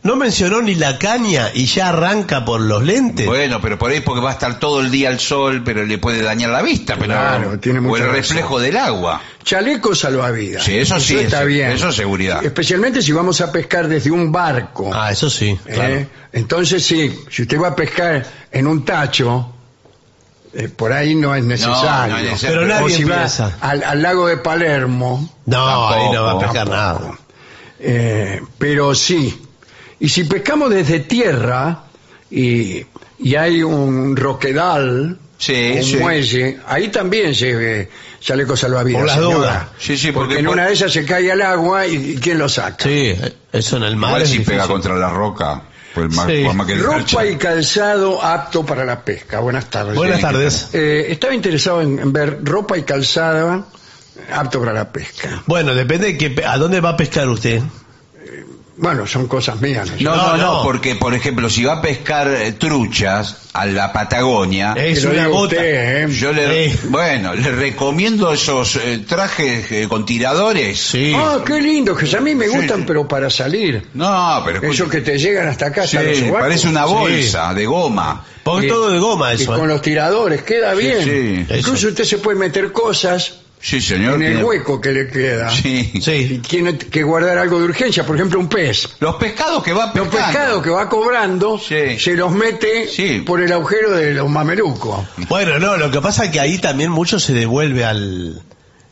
S2: no mencionó ni la caña y ya arranca por los lentes.
S3: bueno, pero por ahí porque va a estar todo el día al sol, pero le puede dañar la vista, pero
S1: Claro, tiene
S3: o
S1: mucha
S3: el
S1: razón.
S3: reflejo del agua.
S1: Chaleco salvavidas.
S3: Sí, eso sí,
S1: está
S3: eso-
S1: bien.
S3: eso es seguridad.
S1: Especialmente si vamos a pescar desde un barco.
S2: Ah, eso sí.
S1: ¿eh?
S2: Claro.
S1: Entonces sí, si usted va a pescar en un tacho, eh, por ahí no es necesario.
S3: no es necesario.
S2: Pero
S1: O
S2: nadie
S1: si va
S2: empieza.
S1: al, al lago de Palermo,
S2: No, ahí no va a pescar
S1: tampoco.
S2: nada.
S1: eh, pero sí. Y si pescamos desde tierra y, y hay un roquedal,
S3: Sí,
S1: un
S3: sí.
S1: muelle, ahí también se ve chaleco salvavidas.
S2: Por las
S1: señora.
S2: dudas.
S3: Sí,
S1: porque,
S3: sí, porque
S1: en
S3: por-
S1: una de esas se cae al agua y, y ¿quién lo saca?
S2: Sí, eso en el mar.
S3: Igual
S2: es
S3: si pega
S2: difícil.
S3: contra la roca, pues más,
S2: Sí.
S3: por más que el
S1: Ropa
S3: tache.
S1: y calzado apto para la pesca. Buenas tardes.
S2: Buenas
S1: Eh,
S2: tardes.
S1: eh, estaba interesado en, en ver ropa y calzado apto para la pesca.
S2: Bueno, depende de que, pe- a dónde va a pescar usted.
S1: Eh, Bueno, son cosas mías. ¿no?
S3: No, no,
S2: No,
S3: no,
S2: no.
S3: porque por ejemplo, si va a pescar eh, truchas a la Patagonia,
S2: Eh, es
S1: Que lo
S2: una
S1: diga
S2: gota.
S1: usted, ¿eh?
S3: yo le,
S2: eh.
S3: bueno, le recomiendo esos eh, trajes eh, con tiradores.
S2: Sí.
S1: Ah, qué lindo, que a mí me
S3: Sí.
S1: gustan, pero para salir.
S3: No, pero
S1: Eso
S3: escucha,
S1: que te llegan hasta acá, hasta los
S3: sí,
S1: sobacos.
S3: parece una
S2: Sí.
S3: bolsa de goma.
S2: Porque
S1: Sí.
S2: todo de goma
S1: Y
S2: eso.
S1: con
S2: ¿eh?
S1: los tiradores, queda bien.
S3: sí.
S1: Incluso
S2: Eso.
S1: usted se puede meter cosas
S3: Sí, señor.
S1: en el
S3: tiene-
S1: hueco que le queda.
S3: Sí.
S1: Y
S2: Sí.
S1: tiene que guardar algo de urgencia, por ejemplo, un pez.
S3: Los pescados que va
S1: Los
S3: pescando.
S1: pescados que va cobrando
S3: Sí.
S1: se los mete
S3: Sí.
S1: por el agujero de los mamelucos.
S2: Bueno, no, lo que pasa es que ahí también mucho se devuelve al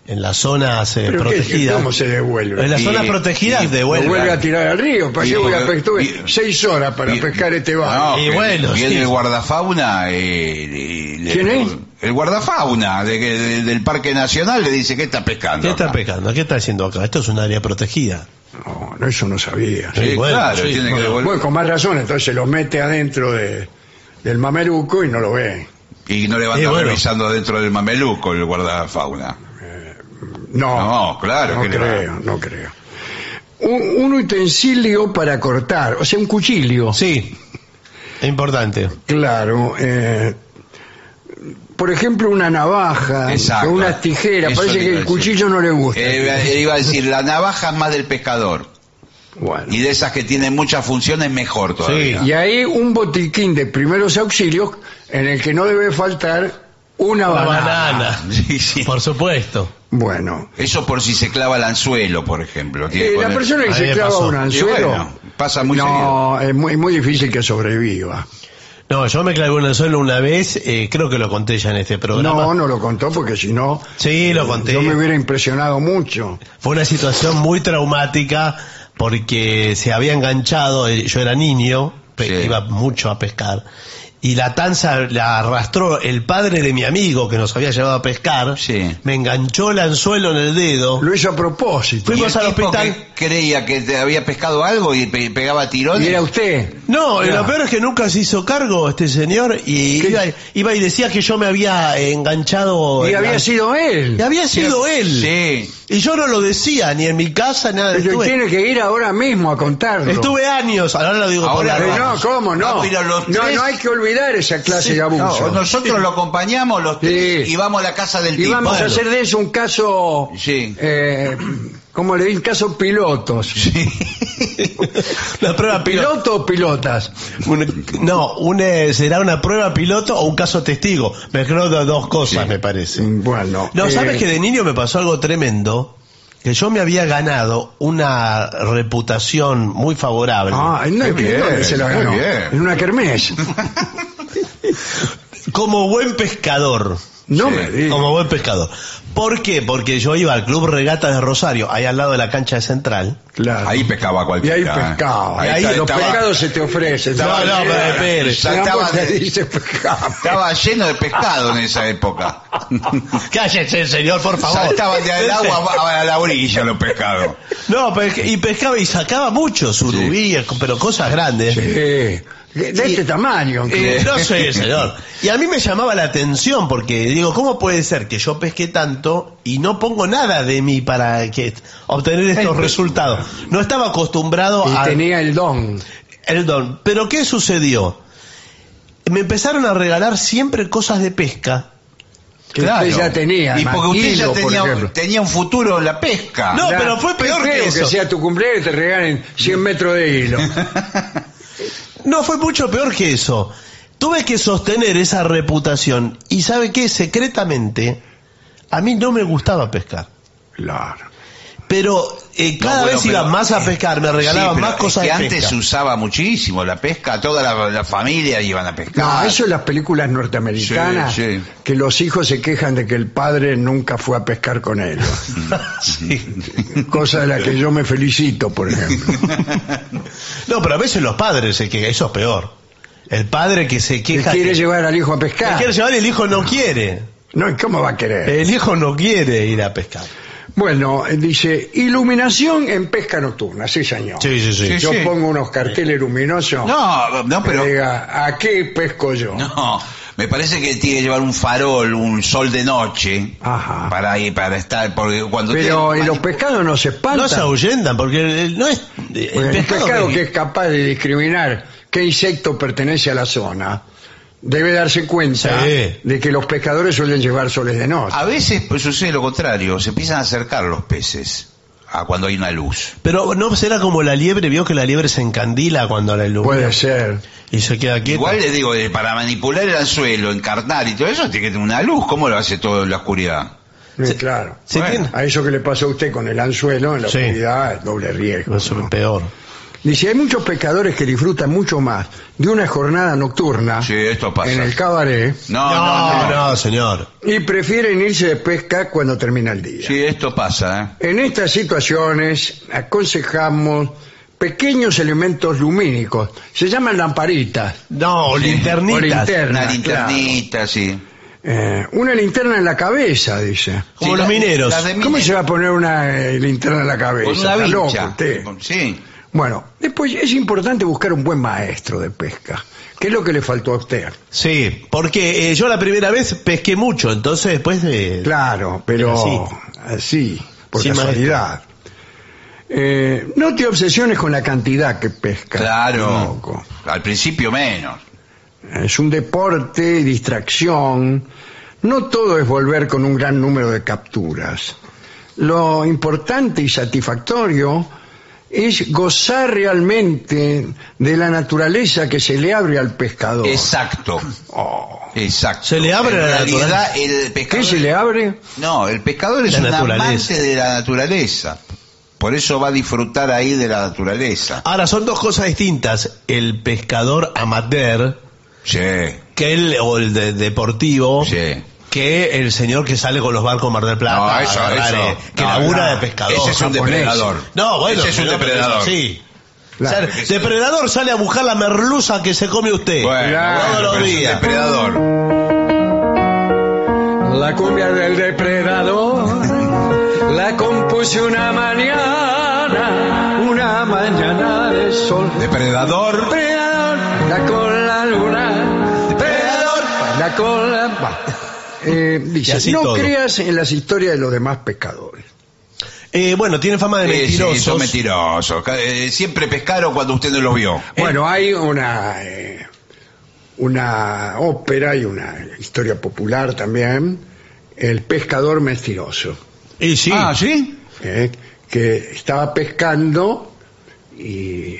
S2: en las zonas eh,
S1: Pero ¿qué-
S2: protegidas.
S1: ¿Cómo se devuelve?
S2: En las
S3: Y-
S2: zonas protegidas
S3: y-
S1: Lo
S2: devuelve.
S1: vuelve a tirar al río. ¿Para
S3: Y-
S1: qué voy a
S3: y-
S1: pescar?
S3: y-
S1: seis horas para pescar este
S3: No,
S1: barco.
S2: Y
S3: que-
S2: bueno,
S3: y
S2: sí.
S3: el guardafauna. eh, le- le-
S1: ¿Quién es?
S3: El guardafauna de, que- de- del Parque Nacional le dice que está pescando.
S2: ¿Qué está
S3: acá?"
S2: pescando? ¿Qué está haciendo acá? Esto es un área protegida.
S1: No, no, eso no sabía.
S3: Sí,
S2: Sí, bueno,
S3: claro,
S2: sí,
S3: tiene que
S2: bueno.
S3: devolver.
S1: Bueno, con más razón, entonces se los mete adentro de- del mameluco y no lo ve.
S3: Y no le va a
S2: Eh,
S3: estar
S2: bueno.
S3: revisando dentro del mameluco el guardafauna.
S1: No,
S3: No, claro
S1: no
S3: que no.
S1: creo, no creo. Un, un utensilio para cortar, o sea, un cuchillo.
S2: Sí, es importante.
S1: Claro. eh, por ejemplo, una navaja,
S3: Exacto.
S1: o unas tijeras.
S3: Ah, Eso
S1: Parece
S3: le
S1: que
S3: iba
S1: el
S3: a decir.
S1: cuchillo no le gusta.
S3: Eh, iba a decir, la navaja es más del pescador.
S1: Bueno.
S3: Y de esas que tienen muchas funciones, mejor todavía.
S1: Y ahí un botiquín de primeros auxilios en el que no debe faltar una
S2: La
S1: banana.
S2: banana,
S3: [laughs] Sí, sí.
S2: por supuesto.
S1: Bueno.
S3: Eso por si se clava el anzuelo, por ejemplo. Tiene
S1: Eh,
S3: que
S1: la
S3: poner-
S1: persona que
S2: Ahí
S1: se
S2: me
S1: clava
S2: pasó.
S1: un
S2: Y
S1: anzuelo.
S3: bueno, pasa muy
S1: No, es muy, muy difícil que sobreviva.
S2: No, yo me clavé en el suelo una vez, eh, creo que lo conté ya en este programa.
S1: No, no lo contó porque si no.
S2: Sí, lo conté.
S1: Yo me hubiera impresionado mucho.
S2: Fue una situación muy traumática porque se había enganchado, eh, yo era niño, pe-
S3: Sí.
S2: iba mucho a pescar, y la tanza la arrastró el padre de mi amigo que nos había llevado a pescar,
S3: Sí.
S2: me enganchó el anzuelo en el dedo,
S1: Lo hizo a propósito.
S2: fuimos
S3: Y el
S2: al
S3: tipo
S2: hospital.
S3: que creía que te había pescado algo y pe- pegaba tirones.
S1: Y era usted.
S2: No, y
S1: Ya.
S2: lo peor es que nunca se hizo cargo este señor y
S1: ¿Qué?
S2: iba, iba y decía que yo me había enganchado.
S1: Y
S2: en
S1: había
S2: la-
S1: sido
S2: Y
S1: él.
S2: había sido él.
S3: Sí.
S2: Y yo no lo decía, ni en mi casa, nada.
S1: Pero
S2: Estuve,
S1: tiene que ir ahora mismo a contarlo.
S2: estuve años, ahora lo digo
S3: Ahora,
S2: por
S1: Eh,
S2: la Ah,
S1: no,
S2: radio.
S1: ¿cómo no?
S3: No, pero
S1: No,
S3: los
S1: no,
S3: tres-
S1: hay que olvidar esa clase
S3: Sí.
S1: de abuso.
S3: No, nosotros lo acompañamos los tres
S1: Sí.
S3: y vamos a la casa del
S1: y
S3: tipo.
S1: vamos a hacer de eso un caso,
S3: Sí.
S1: eh, como le di, un caso pilotos. [laughs]
S2: La prueba piloto.
S1: ¿Piloto o pilotas?
S2: Un- no, un, eh, será una prueba piloto o un caso testigo. Me creo de dos cosas, me parece.
S1: Bueno.
S2: No,
S1: eh,
S2: ¿sabes que de niño me pasó algo tremendo? Que yo me había ganado una reputación muy favorable.
S1: Ah, no
S3: Qué bien,
S1: ¿dónde se lo
S3: muy
S1: ganó?
S3: bien.
S1: En una kermés.
S2: [laughs] Como buen pescador.
S1: No
S3: Sí,
S1: me digas.
S2: Como buen pescador. ¿Por qué? Porque yo iba al Club Regata de Rosario, ahí al lado de la cancha de Central.
S1: Claro.
S3: Ahí pescaba
S1: Y
S3: cualquiera.
S1: ahí
S3: ¿eh?
S1: pescaba.
S3: Ahí
S1: Y ahí
S3: está-
S1: los
S3: estaba-
S1: pescados se te ofrecen.
S2: No,
S1: Estaba
S2: no,
S1: lleno.
S2: pero espere.
S1: La
S3: Ya estaba-
S1: bolsa dice pescado.
S3: Estaba lleno de pescado en esa
S1: [laughs]
S3: época.
S2: Cállese, señor, por favor.
S3: Saltaban de al agua a a la orilla los pescados.
S2: No, pes- y pescaba y sacaba mucho, surubíes, pero cosas grandes.
S1: Sí. De este tamaño. incluso.
S2: Eh,
S1: [laughs]
S2: no sé, señor. Y a mí me llamaba la atención porque digo, ¿cómo puede ser que yo pesque tanto y no pongo nada de mí para que obtener estos resultados? No estaba acostumbrado
S1: Este. Y
S2: a
S1: tenía el don.
S2: el don. Pero ¿qué sucedió? Me empezaron a regalar siempre cosas de pesca.
S1: Que
S3: Claro.
S1: usted ya tenía.
S3: Y porque usted ya
S1: Hilo, por
S3: tenía,
S1: ejemplo.
S3: tenía un futuro en la pesca.
S2: No,
S1: Ya,
S2: pero fue
S1: qué
S2: peor que
S1: feo
S2: eso.
S1: sea tu cumpleaños y te regalen 100 metros de
S2: [laughs]
S1: hilo.
S2: No, fue mucho peor que eso. Tuve que sostener esa reputación y sabe qué, secretamente, a mí no me gustaba pescar.
S1: Claro.
S2: Pero eh, cada
S3: bueno,
S2: vez iba
S3: pero- eh,
S2: más a pescar, me regalaban
S3: Sí, pero
S2: más cosas
S3: es que
S2: de
S3: antes se
S2: pesca.
S3: usaba muchísimo la pesca, toda la, la familia iban a pescar.
S1: No, eso en las películas norteamericanas,
S3: Sí, sí.
S1: que los hijos se quejan de que el padre nunca fue a pescar con
S2: [laughs]
S1: ellos. Cosa de la que yo me felicito, por
S2: [laughs]
S1: ejemplo.
S2: No, pero a veces los padres, el que, eso es peor. El padre que se
S1: Que
S2: queja.
S1: quiere
S2: que-
S1: llevar al hijo a
S2: que
S1: pescar.
S2: quiere llevar y el hijo no quiere.
S1: No, ¿y cómo va a querer?
S2: El hijo no quiere ir a pescar.
S1: Bueno, eh, dice, iluminación en pesca nocturna, sí señor.
S2: Sí, sí, sí.
S3: Sí,
S1: Yo pongo unos carteles luminosos
S3: No, no,
S1: que
S3: pero.
S1: diga, ¿a qué pesco yo?
S3: No, me parece que tiene que llevar un farol, un sol de noche.
S1: Ajá.
S3: Para ir, para estar. Porque cuando
S1: Pero
S3: tiene-
S1: ¿y los pescados no se
S2: No se
S1: espantan.
S2: ahuyentan, porque el- el- no es. El
S1: Porque el
S2: pescado
S1: pescado
S2: que-
S1: que es capaz de discriminar qué insecto pertenece a la zona debe darse cuenta
S2: Sí.
S1: de que los pescadores suelen llevar soles de noche.
S3: A veces pues, sucede lo contrario, se empiezan a acercar los peces a cuando hay una luz.
S2: Pero no será como la liebre, vio que la liebre se encandila cuando la ilumina.
S1: Puede ser.
S2: Y se queda quieta.
S3: Igual le digo, eh, para manipular el anzuelo, encarnar y todo eso, tiene que tener una luz. ¿Cómo lo hace todo en la oscuridad?
S1: Sí,
S2: Ah, Se-
S1: claro.
S2: se
S3: Bueno.
S2: tiene-
S1: A eso que le pasó a usted con el anzuelo en la
S2: Sí.
S1: oscuridad, es doble riesgo.
S2: Eso
S1: ¿no?
S2: es peor.
S1: Dice, hay muchos pescadores que disfrutan mucho más de una jornada nocturna
S3: Sí, esto pasa.
S1: en el cabaret
S3: No, no, no.
S2: no, señor.
S1: y prefieren irse de pesca cuando termina el día.
S3: Sí, esto pasa, ¿eh?
S1: En estas situaciones aconsejamos pequeños elementos lumínicos, se llaman lamparitas.
S2: No,
S3: Sí.
S2: linternitas.
S1: O linterna,
S3: Una
S1: claro.
S3: linternita, sí.
S1: Eh, una linterna en la cabeza, dice.
S2: Como
S3: Sí,
S2: los
S3: la-
S2: mineros.
S3: las de
S1: ¿Cómo
S3: mineros.
S1: se va a poner una eh, linterna en la cabeza?
S3: Con una
S1: Está loco
S3: vincha.
S1: usted.
S3: Con- Sí.
S1: Bueno, después es importante buscar un buen maestro de pesca. ¿Qué es lo que le faltó a usted?
S2: Sí, porque eh, yo la primera vez pesqué mucho, entonces después de...
S1: Claro, pero
S2: Así.
S1: así, por
S2: Sí,
S1: casualidad. Eh, no te obsesiones con la cantidad que pesca.
S3: Claro.
S1: loco.
S3: Al principio menos.
S1: Eh, Es un deporte, distracción. No todo es volver con un gran número de capturas. Lo importante y satisfactorio es gozar realmente de la naturaleza que se le abre al pescador.
S3: Exacto. Exacto.
S2: Se le abre
S3: En
S2: la
S3: realidad,
S2: naturaleza.
S3: el
S1: Oh. ¿Qué
S3: pescador.
S1: se le abre?
S3: No, el pescador es
S2: La
S3: un
S2: naturaleza.
S3: amante de la naturaleza. Por eso va a disfrutar ahí de la naturaleza.
S2: Ahora, son dos cosas distintas. El pescador amateur,
S3: Sí,
S2: que el, o el de- deportivo,
S3: sí.
S2: que el señor que sale con los barcos Mar del Plata,
S3: No,
S2: a
S3: eso,
S2: agarrar,
S3: eso.
S2: eh, que
S3: No,
S2: labura
S3: no.
S2: de pescador.
S3: Ese es un
S2: japonés.
S3: depredador.
S2: No, bueno.
S3: Ese es un
S2: pero-
S3: depredador.
S2: Sí.
S1: Claro.
S2: O sea, depredador sale a buscar la merluza que se come usted.
S3: Bueno,
S2: Todos los
S3: bueno, pero es un
S2: días.
S3: depredador.
S6: La cumbia del depredador la compuse una mañana, una mañana de sol.
S3: Depredador.
S6: Depredador, la con la luna. Depredador,
S1: La cola va. Eh,
S2: Y
S1: dice,
S2: así
S1: no
S2: todo.
S1: creas en las historias de los demás pescadores.
S2: Eh, bueno, tiene fama de
S3: Sí, sí, son
S2: mentirosos.
S3: mentirosos. Ca- eh, siempre pescaron cuando usted no los vio.
S1: Bueno, hay una eh, una ópera y una historia popular también, El pescador mentiroso,
S2: y sí.
S3: Ah, ¿sí?
S1: eh, que estaba pescando y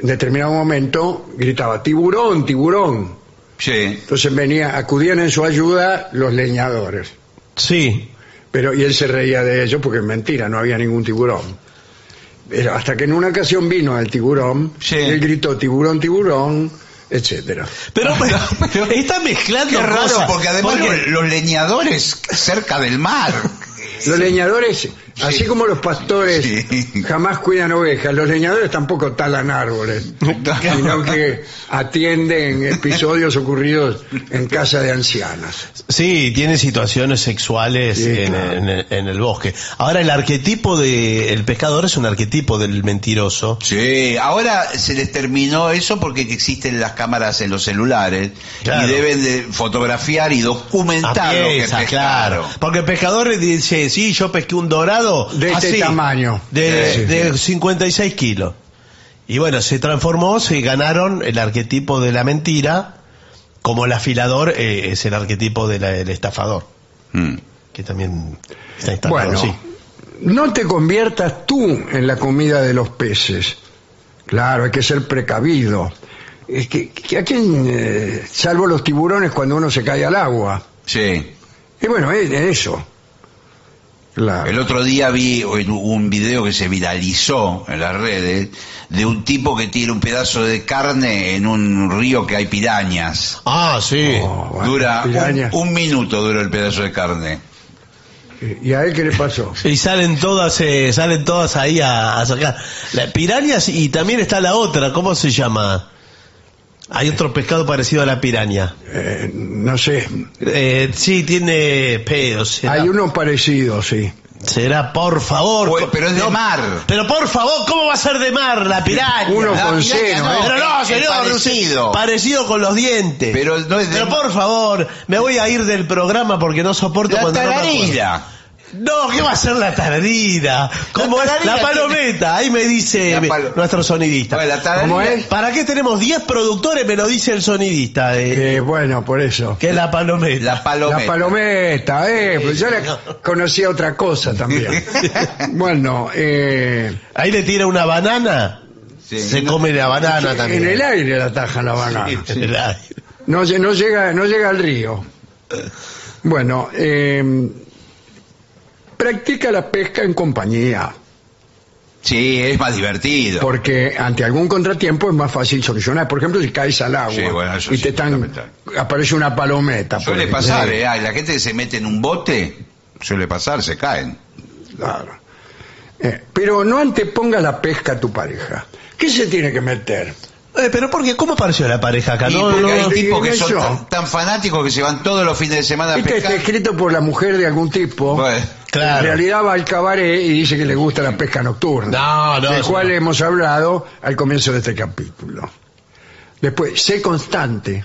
S1: en determinado momento gritaba tiburón, tiburón.
S3: Sí.
S1: Entonces venía, acudían en su ayuda los leñadores,
S2: sí.
S1: pero y él se reía de ellos porque es mentira, no había ningún tiburón. Pero hasta que en una ocasión vino el tiburón,
S3: Sí.
S1: y él gritó tiburón, tiburón, etcétera.
S2: Pero, pero [laughs] está mezclando
S3: Qué raro,
S2: cosas.
S3: porque además
S2: Porque-
S3: los- los leñadores cerca del mar.
S1: Los leñadores, así como los pastores
S3: Sí.
S1: jamás cuidan ovejas, los leñadores tampoco talan árboles, sino que atienden episodios ocurridos en casa de ancianas.
S2: Sí, tiene situaciones sexuales
S1: Sí,
S2: en,
S1: claro.
S2: en el, en el bosque. Ahora, el arquetipo del pescador es un arquetipo del mentiroso.
S3: Sí, Eh, ahora se les terminó eso porque existen las cámaras en los celulares
S2: Claro.
S3: y deben de fotografiar y
S2: A
S3: documentar lo que
S2: pieza, claro.
S3: pescaron.
S2: Porque el pescador dice, sí, yo pesqué un dorado.
S1: De este
S2: así,
S1: tamaño.
S2: De,
S3: Sí.
S2: de 56 kilos. Y bueno, se transformó, se ganaron el arquetipo de la mentira, como el afilador eh, es el arquetipo del estafador,
S3: Mm.
S2: que también está instalado.
S1: Bueno,
S2: sí.
S1: no te conviertas tú en la comida de los peces. Claro, hay que ser precavido. Es que, que ¿A quién, eh, salvo los tiburones cuando uno se cae al agua?
S3: Sí.
S1: Y bueno, es, es eso.
S3: El otro día vi un- un video que se viralizó en las redes de un tipo que tira un pedazo de carne en un río que hay pirañas.
S2: Ah, sí.
S3: Oh, dura un-
S1: pirañas.
S3: un, minuto duró el pedazo de carne.
S1: ¿Y a él qué le pasó?
S2: [laughs] Y salen todas, eh, salen todas ahí a, a sacar. Las pirañas y también está la otra, ¿cómo se llama? Hay otro pescado parecido a la piraña.
S1: no sé.
S2: Eh, sí, tiene pedos. será-
S1: Hay uno parecido, sí.
S2: Será, por favor.
S3: Pues, pero es de mar.
S2: Pero por favor, ¿cómo va a ser de mar la piraña?
S1: Uno
S3: la
S1: con
S3: piraña
S1: seno,
S3: no.
S1: ¿eh?
S2: Pero no,
S3: Es
S2: señor,
S3: parecido.
S2: usted- parecido con los dientes.
S3: Pero no es de
S2: Pero por favor, me voy a ir del programa porque no soporto
S3: La
S2: cuando no me acuerdo.
S3: tararira.
S2: No, ¿qué va a ser la tararira? Como
S3: La
S2: es
S3: tararira
S2: la palometa, ahí me dice
S3: La palo-
S2: nuestro sonidista.
S3: Bueno, la tararira-
S1: ¿Cómo es?
S2: ¿Para qué tenemos 10 productores? Me lo dice el sonidista, eh,
S1: Eh, bueno, por eso.
S2: que es la palometa.
S3: La palometa.
S1: La palometa, eh. pues yo la conocía otra cosa
S3: [laughs]
S1: también. bueno, eh,
S2: Ahí le tira una banana,
S3: Sí.
S2: se come la banana también.
S1: en el aire la taja la banana.
S2: En el aire.
S1: No, lle- no llega, no llega al río. Bueno, eh, practica la pesca en compañía,
S3: Sí, es más divertido.
S1: porque ante algún contratiempo es más fácil solucionar. Por ejemplo, si caes al agua
S3: Sí, bueno, eso
S1: y
S3: sí,
S1: te están,
S3: fundamental.
S1: aparece una palometa. por
S3: Suele
S1: ejemplo.
S3: pasar, ¿eh? Ay, la gente que se mete en un bote, suele pasar, se caen.
S1: Claro. Eh, pero no anteponga la pesca a tu pareja. ¿Qué se tiene que meter?
S2: Eh, pero porque, ¿cómo apareció la pareja acá?
S3: Y
S2: No,
S3: porque
S2: no,
S3: hay
S2: no.
S3: tipos que
S1: y
S3: son
S1: yo.
S3: tan, tan fanáticos que se van todos los fines de semana a
S1: Este está
S3: pescar.
S1: escrito por la mujer de algún tipo.
S3: Bueno,
S1: En
S2: Claro.
S1: realidad va al cabaret y dice que le gusta la pesca nocturna.
S2: No, no,
S1: Del
S2: eso
S1: cual
S2: no.
S1: hemos hablado al comienzo de este capítulo. Después, sé constante.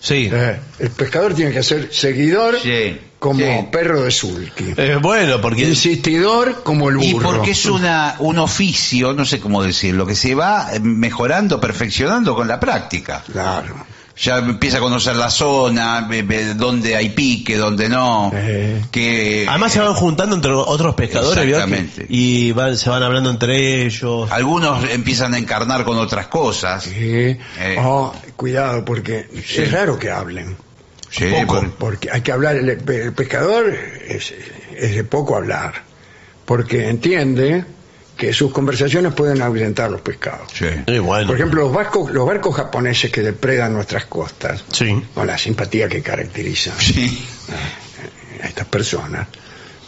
S2: Sí.
S1: Eh, el pescador tiene que ser seguidor
S3: Sí,
S1: como
S3: sí.
S1: perro de sulky.
S2: Eh, bueno, porque
S1: Insistidor como el burro.
S3: y porque es una, un oficio, no sé cómo decirlo, que se va eh, mejorando, perfeccionando con la práctica.
S1: Claro.
S3: Ya empieza a conocer la zona, ve- ve dónde hay pique, dónde no.
S1: Eh.
S3: Que
S2: además se van juntando entre otros pescadores ¿vio?
S3: Exactamente.
S2: y van, se van hablando entre ellos.
S3: eh, algunos empiezan a encarnar con otras cosas.
S1: Sí.
S3: Eh.
S1: Oh, cuidado, porque es raro que hablen.
S3: Sí,
S1: Poco,
S3: por-
S1: porque hay que hablar. El, el pescador es, es de poco hablar, porque entiende que sus conversaciones pueden ahuyentar los pescados.
S3: sí.
S2: Y bueno.
S1: Por ejemplo, los barcos, los barcos japoneses que depredan nuestras costas,
S2: Sí.
S1: con la simpatía que caracteriza
S3: Sí.
S1: a estas personas,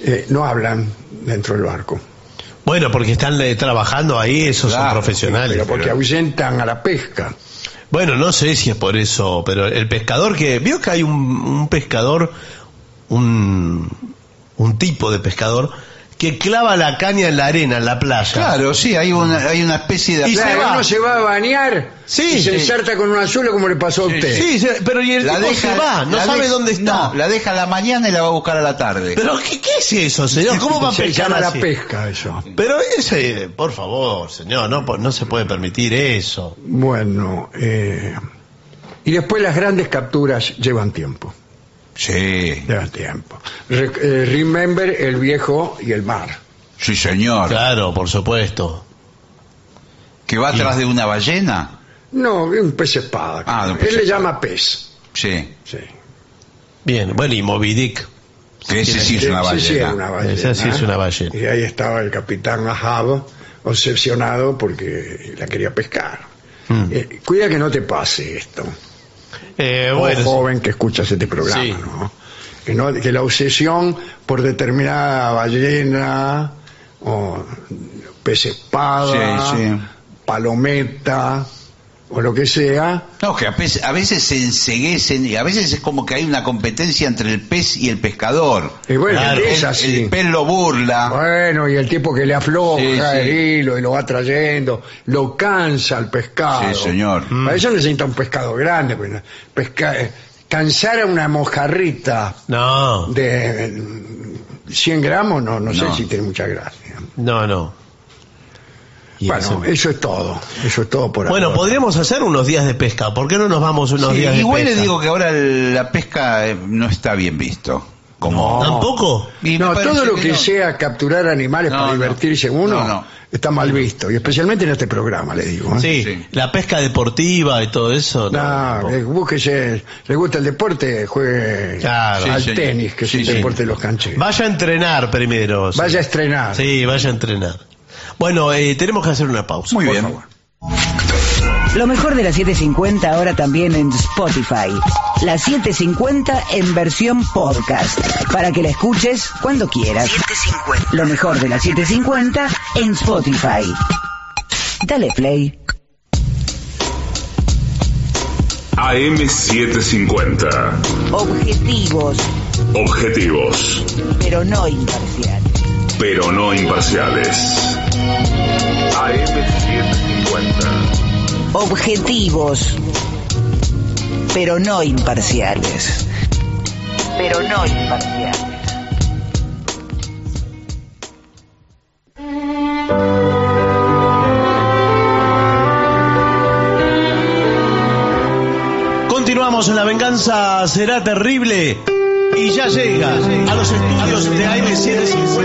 S1: eh, no hablan dentro del barco. Ah,
S2: Bueno, porque están eh, trabajando ahí, esos
S3: Claro,
S2: son profesionales.
S1: Pero porque
S2: Pero-
S1: ahuyentan a la pesca.
S2: Bueno, no sé si es por eso, pero el pescador que... Vio que hay un, un pescador, un, un tipo de pescador, que clava la caña en la arena, en la playa.
S3: Claro, sí, hay una, hay una especie de...
S2: Y se
S1: Claro,
S2: va.
S1: uno se va a bañar
S2: Sí,
S1: y se
S2: sí.
S1: ensarta con un anzuelo como le pasó a usted.
S2: Sí, sí, pero y el tipo se va, no
S3: la
S2: sabe
S3: deja-
S2: dónde está.
S3: no, la deja a la mañana y la va a buscar a la tarde.
S2: Pero ¿qué, qué es eso, señor? ¿Cómo va a
S1: Se
S2: pescar
S1: llama la
S2: así?
S1: pesca eso.
S2: Pero ese, por favor, señor, no, po- no se puede permitir eso.
S1: Bueno, eh, y después las grandes capturas llevan tiempo.
S3: Sí,
S1: Llevan tiempo. Re- eh, remember el viejo y el mar.
S3: sí señor.
S2: Claro, por supuesto.
S3: ¿Que va atrás de una ballena?
S1: No, un pez espada.
S3: Ah, un
S1: Él
S3: pez
S1: le
S3: espada.
S1: llama pez.
S3: Sí.
S1: Sí.
S2: Bien, bueno, y Moby Dick.
S3: Que ese sí es
S1: Sí,
S3: una
S1: sí,
S3: ballena.
S1: sí, era una ballena.
S2: Esa sí es una ballena.
S1: Y ahí estaba el capitán Ahab, obsesionado porque la quería pescar.
S2: Mm.
S1: Eh, cuida que no te pase esto.
S2: Eh,
S1: o
S2: bueno,
S1: joven que escuchas este programa,
S2: Sí.
S1: ¿no? Que, no- que la obsesión por determinada ballena o pez espada,
S3: Sí, sí.
S1: palometa o lo que sea,
S3: No, que a veces, a veces se enseguecen y a veces es como que hay una competencia entre el pez y el pescador.
S1: y bueno,
S2: Claro,
S1: es
S3: El-
S1: así.
S3: El pez lo burla.
S1: Bueno, y el tipo que le afloja
S3: Sí, sí.
S1: el hilo y lo va trayendo, lo cansa al pescado.
S3: Sí, señor.
S1: Para eso necesita un pescado grande. pues, pesca- eh, cansar a una mojarrita
S2: no,
S1: de mm, 100 gramos, no, no, sé
S3: No.
S1: si tiene mucha gracia.
S2: no, no. Y eso-
S1: Bueno, eso es todo. Eso es todo por
S2: Bueno,
S1: ahora.
S2: podríamos hacer unos días de pesca. ¿Por qué no nos vamos unos
S3: Sí,
S2: días de
S3: igual
S2: pesca?
S3: le digo que ahora el- la pesca eh, no está bien visto.
S7: Como
S2: ¿Tampoco?
S1: No, todo lo que sea capturar animales
S7: No,
S1: para
S7: no.
S1: divertirse uno
S7: No, no.
S1: está mal visto, y especialmente en este programa, le digo. ¿eh?
S2: Sí,
S7: Sí.
S2: la pesca deportiva y todo eso. no,
S1: Ah,
S2: tampoco.
S1: eh, búsquese, le gusta el deporte, juegue
S2: Claro.
S1: al
S7: Sí, señor.
S1: tenis, que es
S7: Sí,
S1: el
S7: sí.
S1: deporte de los cancheros.
S2: Vaya a entrenar primero. sí.
S1: Vaya a estrenar.
S2: Sí, vaya a entrenar. Bueno, eh, tenemos que hacer una pausa.
S7: Muy
S2: por
S7: bien.
S2: favor.
S4: Lo mejor de la 750 ahora también en Spotify. La 750 en versión podcast. Para que la escuches cuando quieras. Lo mejor de la 750 en Spotify. Dale play.
S5: AM750.
S4: Objetivos,
S5: Objetivos,
S4: pero no imparciales.
S5: pero no imparciales. AM750.
S4: Objetivos, pero no imparciales. Pero no imparciales.
S2: Continuamos en La Venganza Será Terrible. Y ya llega a los estudios de AM750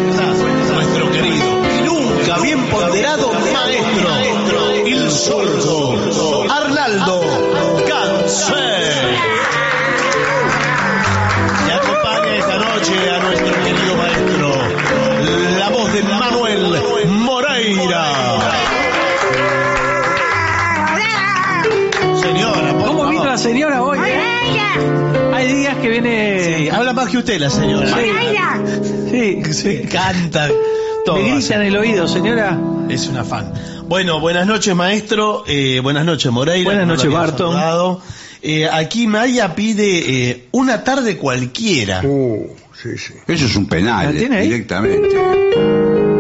S2: nuestro querido y nunca bien ponderado maestro, el sordo Arnaldo Cáncer. Y acompaña esta noche a nuestro querido maestro, la voz de Manuel Moreira. Señora, por
S3: ¿Cómo
S2: favor.
S3: vino la señora hoy? eh? Hay días que
S2: Sí,
S3: viene.
S2: habla más que usted la señora.
S3: Sí,
S2: Sí, canta. Todo
S3: me grita en el oído, señora.
S2: hace. Es una fan. Bueno, buenas noches, maestro. Eh, buenas noches, Moreira.
S3: Buenas
S2: No lo
S3: noches,
S2: había
S3: Barton.
S2: saludado. Eh, aquí Maya pide eh, una tarde cualquiera.
S1: Uh, sí, sí.
S7: Eso es un penal,
S3: ¿La tiene
S7: eh,
S3: ahí?
S7: directamente.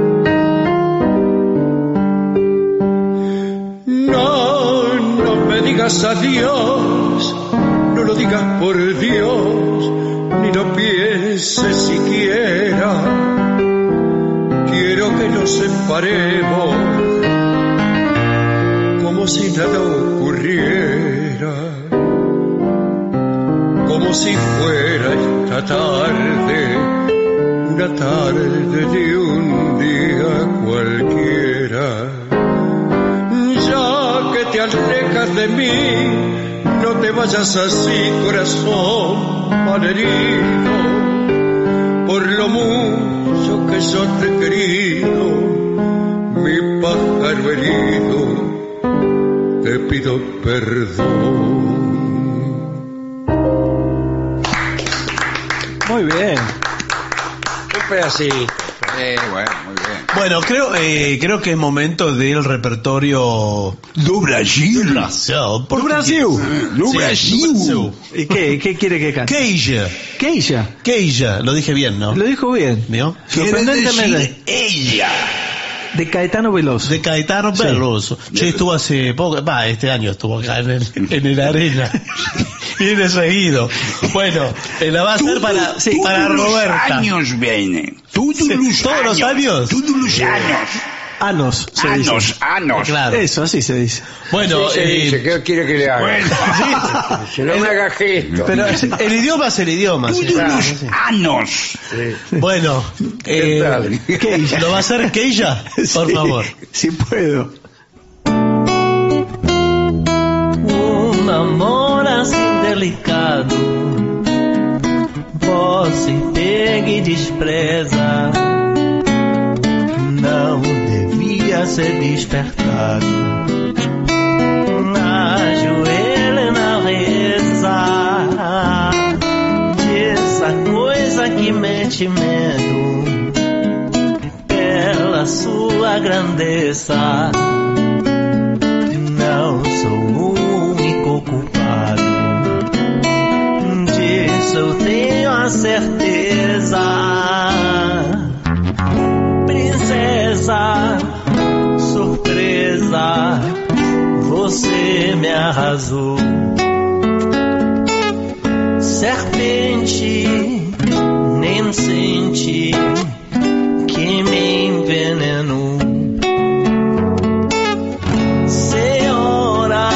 S8: No, no me digas adiós, no lo digas por Dios, ni lo pienses siquiera. Quiero que nos separemos como si nada ocurriera, como si fuera esta tarde, una tarde de un día cualquiera. Ya que te alejas de mí, no te vayas así, corazón malherido. Por lo mucho que yo te he querido, mi pájaro herido, te pido perdón.
S3: Muy bien.
S7: Eh, bueno, muy bien.
S2: Bueno, creo, eh, creo que es momento del repertorio
S7: Do Brasil.
S2: por Brasil.
S7: Do Brasil.
S3: ¿Y qué, qué quiere que cante?
S2: Keija.
S3: ¿Qué ella?
S2: Keija. Lo dije bien, ¿no?
S3: Lo dijo bien.
S2: ¿Vio?
S7: Quiere
S3: Sorprendentemente
S7: decir ella.
S3: de Caetano Veloz.
S2: De Caetano
S3: Sí.
S2: Veloso. Yo estuvo hace poco, va, este año estuvo acá en el, en el arena. Viene seguido. Bueno, eh, la va a hacer para, sí,
S7: Todos
S2: para
S7: los
S2: Roberta.
S7: años vienen. Todos
S2: Sí,
S7: los
S2: ¿todos los años?
S7: Todos los años.
S3: Anos, se dice.
S7: Años, años.
S2: Claro.
S3: Eso, así se dice.
S2: Bueno,
S1: Sí, se
S2: eh,
S1: dice, ¿Qué quiere que le haga?
S7: Bueno,
S1: Si no me haga gesto.
S2: pero el idioma es el idioma. sí.
S7: todos los años.
S1: Sí.
S2: Bueno, eh,
S1: tal?
S2: Keija. ¿lo va a hacer Keija? Por favor.
S3: Si puedo.
S8: Um amor assim delicado Você pega e despreza Não devia ser despertado Na joelha na reza Dessa coisa que mete medo Pela sua grandeza não sou o único culpado. Disso eu tenho a certeza. Princesa, surpresa, você me arrasou. Serpente, nem sente que me envenenou. Senhora,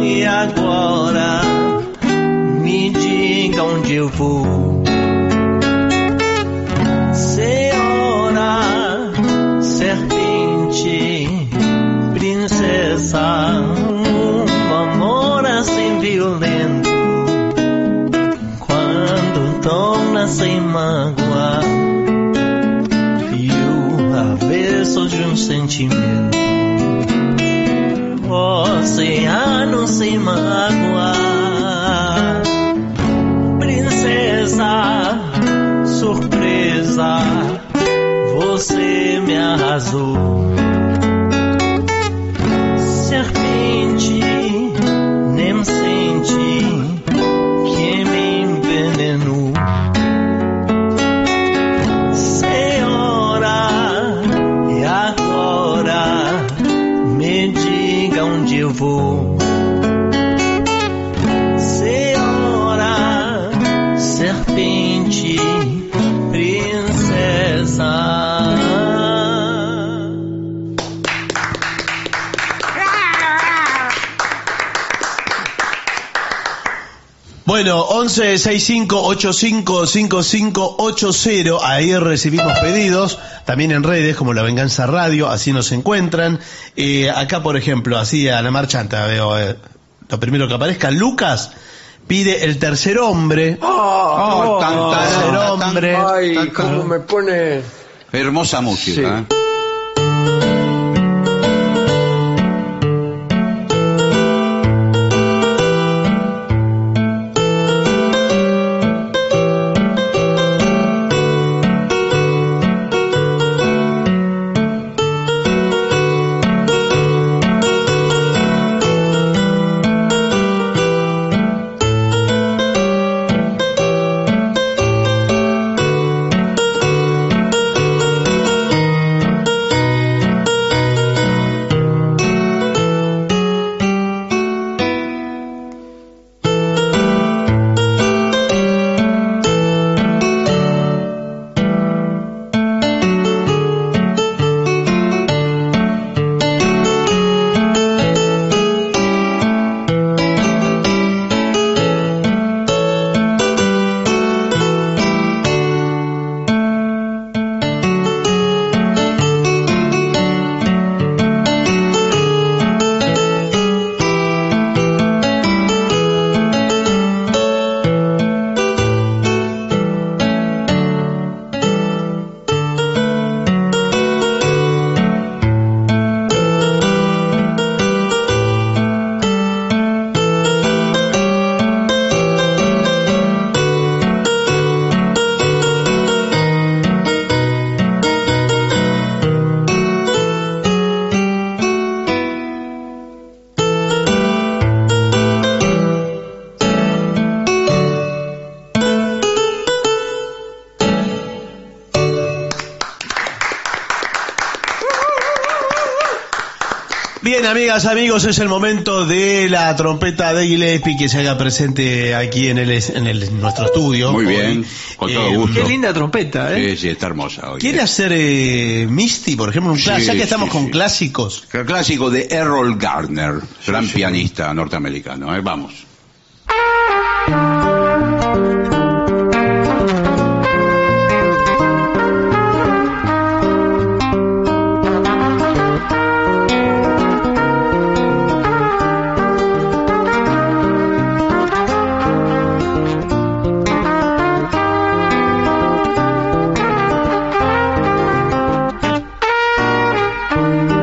S8: e agora? Me diga onde eu vou. expresar un um amor así violento quando torna sem mágoa e o avesso de um sentimento oceano sem mágoa princesa surpresa você me arrasou serpente nem sente que me envenenou. Senhora, e agora me diga onde eu vou. Senhora, serpente, princesa.
S2: Bueno, 11 65 85 5580, ahí recibimos pedidos, también en redes como La Venganza Radio, así nos encuentran. Eh, acá, por ejemplo, así a la marchanta veo eh, lo primero que aparezca, Lucas pide el tercer hombre.
S1: Oh,
S2: tan, tan,
S1: tan,
S2: tan, hombre.
S1: Ay, cómo me pone...
S3: Hermosa música. ¿eh?
S2: Bien, amigas, amigos, es el momento de la trompeta de Gillespie que se haga presente aquí en el, en el- en nuestro estudio.
S3: Muy
S2: Hoy.
S3: bien, con todo
S2: Eh,
S3: gusto.
S2: qué linda
S3: trompeta, ¿eh? Sí, sí, está hermosa hoy.
S2: ¿Quiere hacer eh, Misty, por ejemplo, un clásico?
S3: Sí,
S2: ya que estamos
S3: sí,
S2: con
S3: sí.
S2: clásicos.
S3: El clásico de Errol Garner, gran pianista norteamericano. ¿eh? Vamos.
S9: Thank you.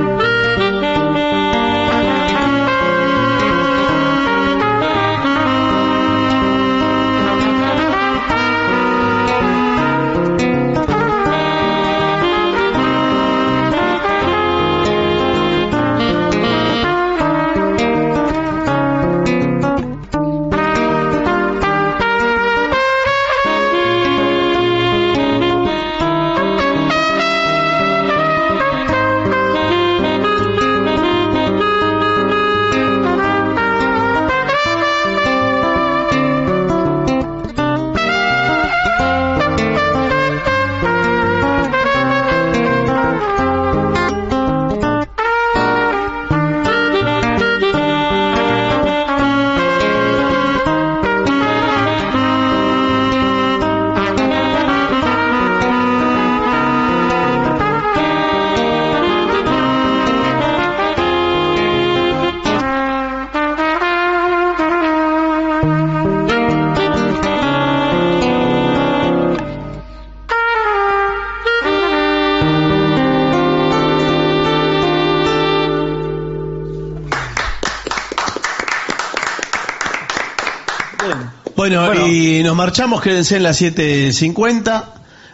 S2: Bueno, y nos marchamos, quédense en las 7.50.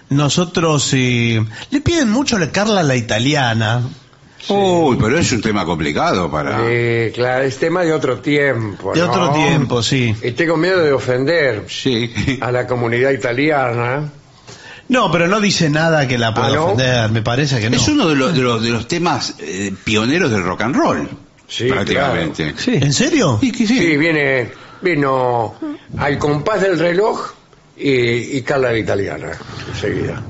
S2: Nosotros eh, le piden mucho a Carla la italiana.
S3: Uy, pero es un tema complicado para...
S1: Eh, claro, es tema de otro tiempo.
S3: De otro tiempo,
S2: sí.
S1: Y tengo miedo de ofender a la comunidad italiana.
S2: No, pero no dice nada que la pueda
S1: Ah, ¿no?
S2: ofender, me parece que no.
S3: Es uno de los, de los, de los temas eh, pioneros del rock and roll, prácticamente.
S2: ¿En serio?
S3: Sí,
S1: viene, vino al compás del reloj y, y Carla la italiana enseguida.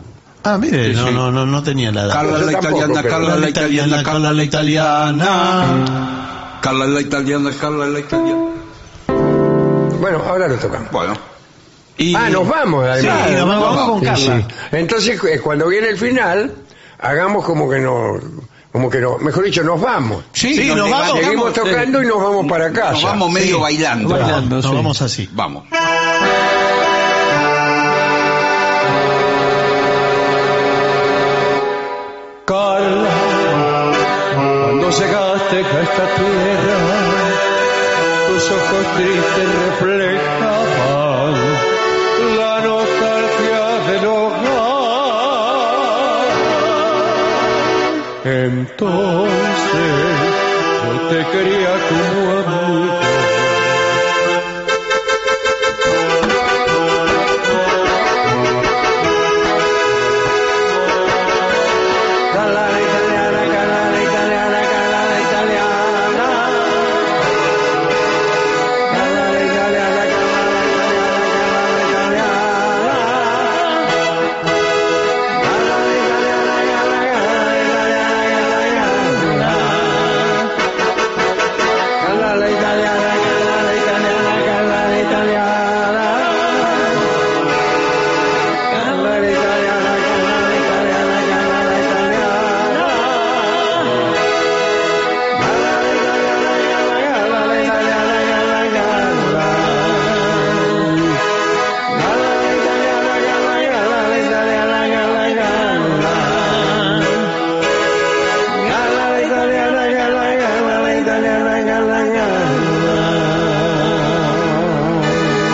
S2: Ah, mire,
S1: Sí,
S2: no,
S1: sí.
S2: no, no, no tenía la
S1: Carla la Yo tampoco, italiana, pero- Carla la
S2: italiana, Carla la italiana.
S5: Carla la italiana, Carla la italiana.
S1: Bueno, ahora lo tocamos.
S3: Bueno.
S1: ah, nos vamos, además.
S2: Sí, nos vamos con Carla.
S1: Entonces, eh, cuando viene el final, hagamos como que no. Como que no, mejor dicho, nos vamos.
S3: Sí, Sí, nos nos
S2: vamos.
S1: Seguimos
S2: vamos.
S1: tocando y nos vamos para casa.
S3: Nos vamos medio bailando.
S2: Bailando, Nos sí. vamos así.
S3: Vamos.
S10: Carla, cuando llegaste a esta tierra, tus ojos tristes reflejaban la nostalgia del hogar. Entonces yo te quería como adulto.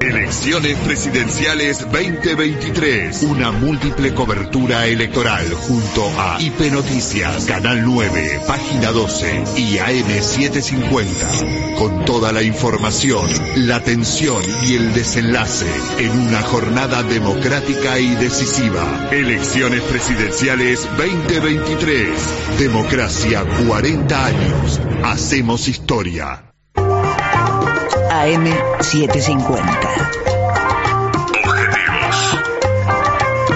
S11: Elecciones presidenciales 2023. Una múltiple cobertura electoral junto a IP Noticias, Canal 9, Página 12 y AM750. Con toda la información, la atención y el desenlace en una jornada democrática y decisiva. Elecciones presidenciales 2023. Democracia 40 años. Hacemos historia.
S4: AM750.
S5: Objetivos.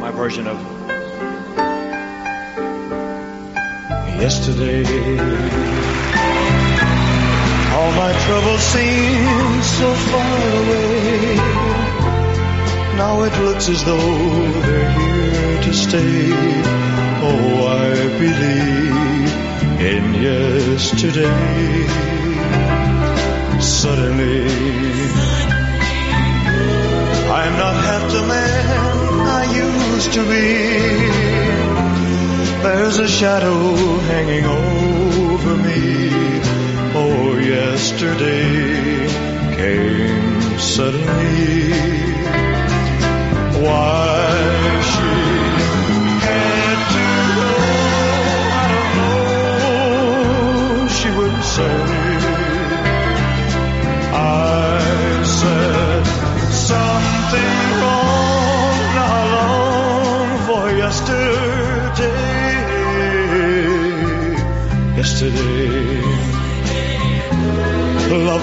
S10: my version of yesterday. All my troubles seem so far away. Now it looks as though they're here to stay. Oh, I believe in yesterday. Suddenly, I'm not half the man I used to be. There's a shadow hanging over me. Oh, yesterday came suddenly. Why she had to go, I don't know, she would say. I said something wrong, not long for yesterday. Yesterday, love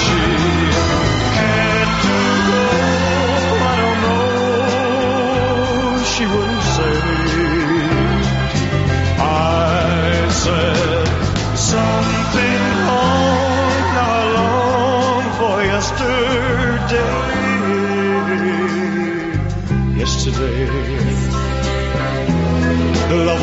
S10: she had to go, I don't know. She wouldn't say. I said something long, not long for yesterday. Yesterday, love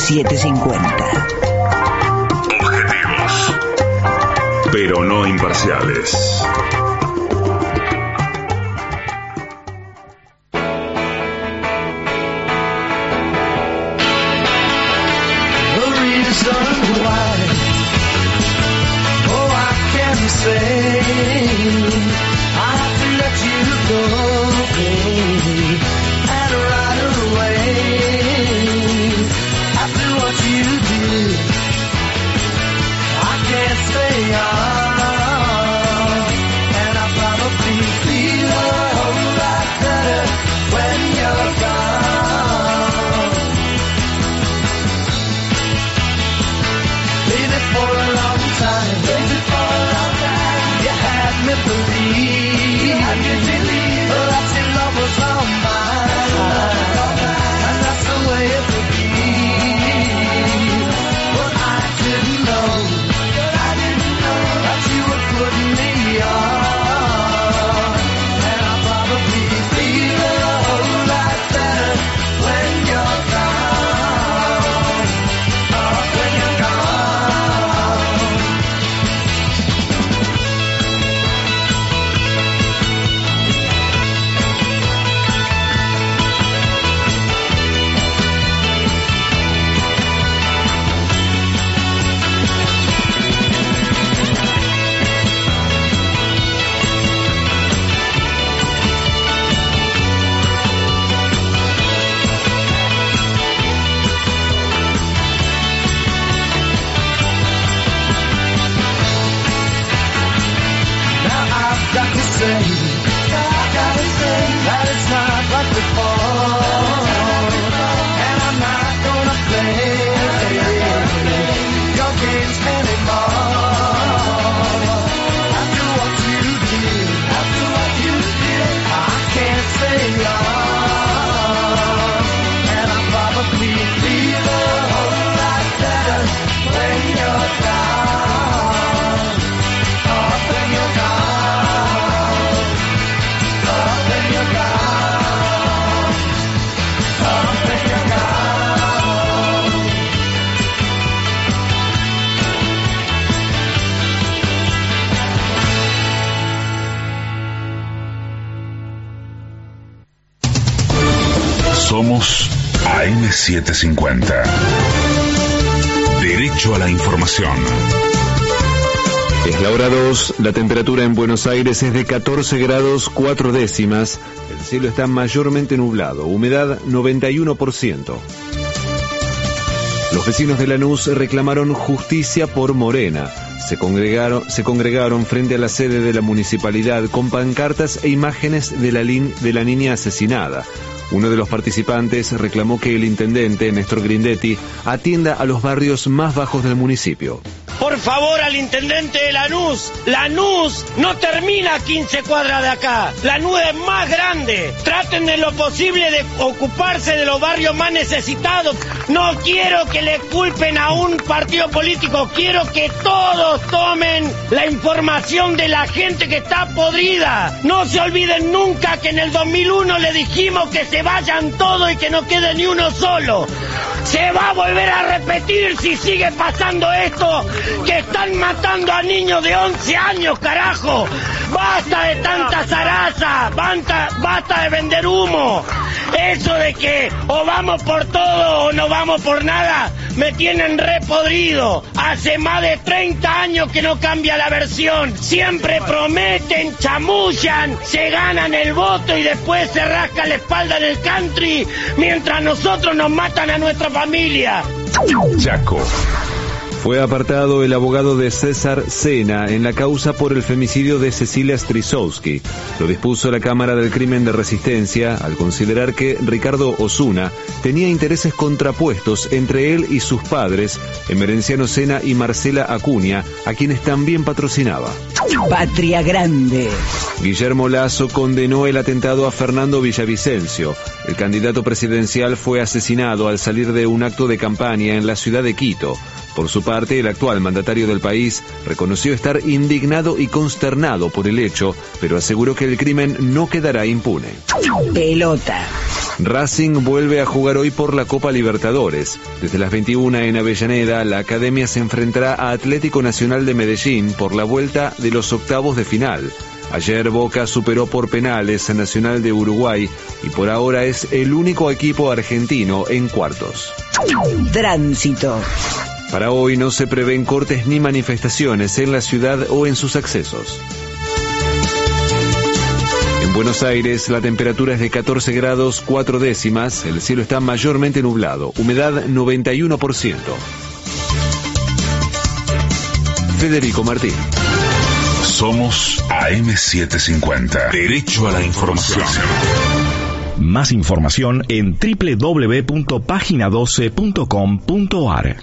S5: Objetivos,
S4: AM750.
S5: pero no imparciales.
S7: The reason why, oh, I can say, I have to let you go, baby, and right away, after what you did, I can't say on, and I probably feel a whole lot better when you're gone. Baby, for a long time. Baby, for a long time. You had me believe. You had me believe. That your love was all mine. And that's the way it would be. But I didn't know. But I didn't know. That you were putting me on. And I probably feel a whole lot better when you're gone. Oh, when you're gone. Now I've got to say, now I've got to say that it's not like before. And I'm not gonna play your games anymore. After what you did, after what you did, I can't say on. And I probably feel a whole lot better when you're gone.
S5: Somos AM750. Derecho a la información.
S12: Es la hora 2, la temperatura en Buenos Aires es de 14 grados 4 décimas, el cielo está mayormente nublado, humedad 91%. Los vecinos de Lanús reclamaron justicia por Morena. Se congregaron, se congregaron frente a la sede de la municipalidad con pancartas e imágenes de la, lin- de la niña asesinada. Uno de los participantes reclamó que el intendente, Néstor Grindetti, atienda a los barrios más bajos del municipio.
S13: Por favor, al intendente de Lanús. Lanús no termina a 15 cuadras de acá. Lanús es más grande. Traten de lo posible de ocuparse de los barrios más necesitados. No quiero que le culpen a un partido político. Quiero que todos tomen la información de la gente que está podrida. No se olviden nunca que en el 2001 le dijimos que se vayan todos y que no quede ni uno solo. Se va a volver a repetir si sigue pasando esto, que están matando a niños de 11 años, carajo. Basta de tanta zaraza, basta, basta de vender humo. Eso de que o vamos por todo o no vamos por nada, me tienen re podrido. Hace más de 30 años que no cambia la versión. Siempre prometen, chamullan, se ganan el voto y después se rasca la espalda en el country mientras nosotros nos matan a nuestra familia.
S12: Chaco. Fue apartado el abogado de César Sena en la causa por el femicidio de Cecilia Strisowski. Lo dispuso la Cámara del Crimen de Resistencia al considerar que Ricardo Osuna tenía intereses contrapuestos entre él y sus padres, Emerenciano Sena y Marcela Acuña, a quienes también patrocinaba.
S4: Patria Grande.
S12: Guillermo Lazo condenó el atentado a Fernando Villavicencio. El candidato presidencial fue asesinado al salir de un acto de campaña en la ciudad de Quito. Por su parte, el actual mandatario del país reconoció estar indignado y consternado por el hecho, pero aseguró que el crimen no quedará impune.
S4: Pelota.
S12: Racing vuelve a jugar hoy por la Copa Libertadores. Desde las 21 en Avellaneda, la academia se enfrentará a Atlético Nacional de Medellín por la vuelta de los octavos de final. Ayer Boca superó por penales a Nacional de Uruguay y por ahora es el único equipo argentino en cuartos.
S4: Tránsito.
S12: Para hoy no se prevén cortes ni manifestaciones en la ciudad o en sus accesos. En Buenos Aires la temperatura es de 14 grados 4 décimas, el cielo está mayormente nublado, humedad 91%. Federico Martín.
S5: Somos AM750. Derecho a la información.
S14: Más información en www.pagina12.com.ar.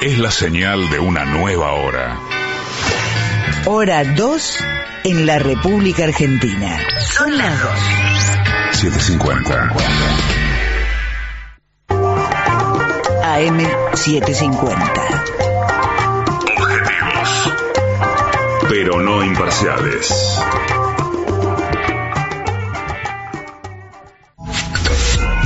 S5: Es la señal de una nueva hora.
S4: Hora 2 en la República Argentina. Son las 2.
S5: 750. Objetivos.
S4: AM750.
S5: Pero no imparciales.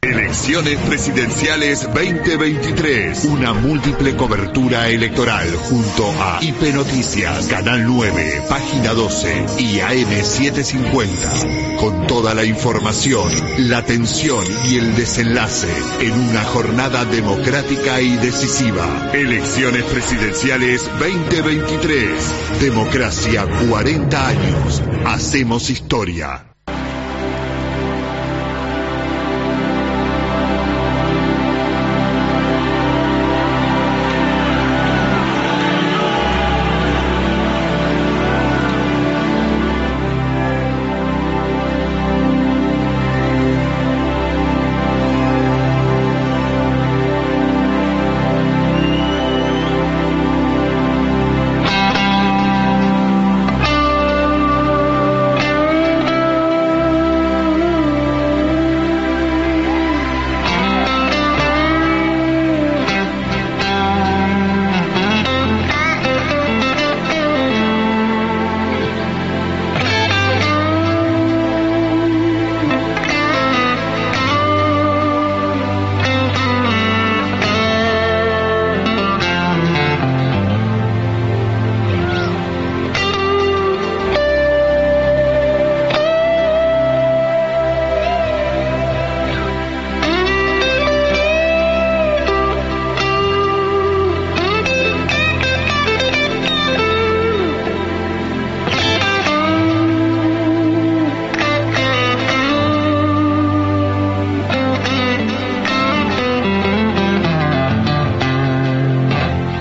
S11: Elecciones presidenciales 2023. Una múltiple cobertura electoral junto a IP Noticias, Canal 9, Página 12 y AM750. Con toda la información, la atención y el desenlace en una jornada democrática y decisiva. Elecciones presidenciales 2023. Democracia 40 años. Hacemos historia.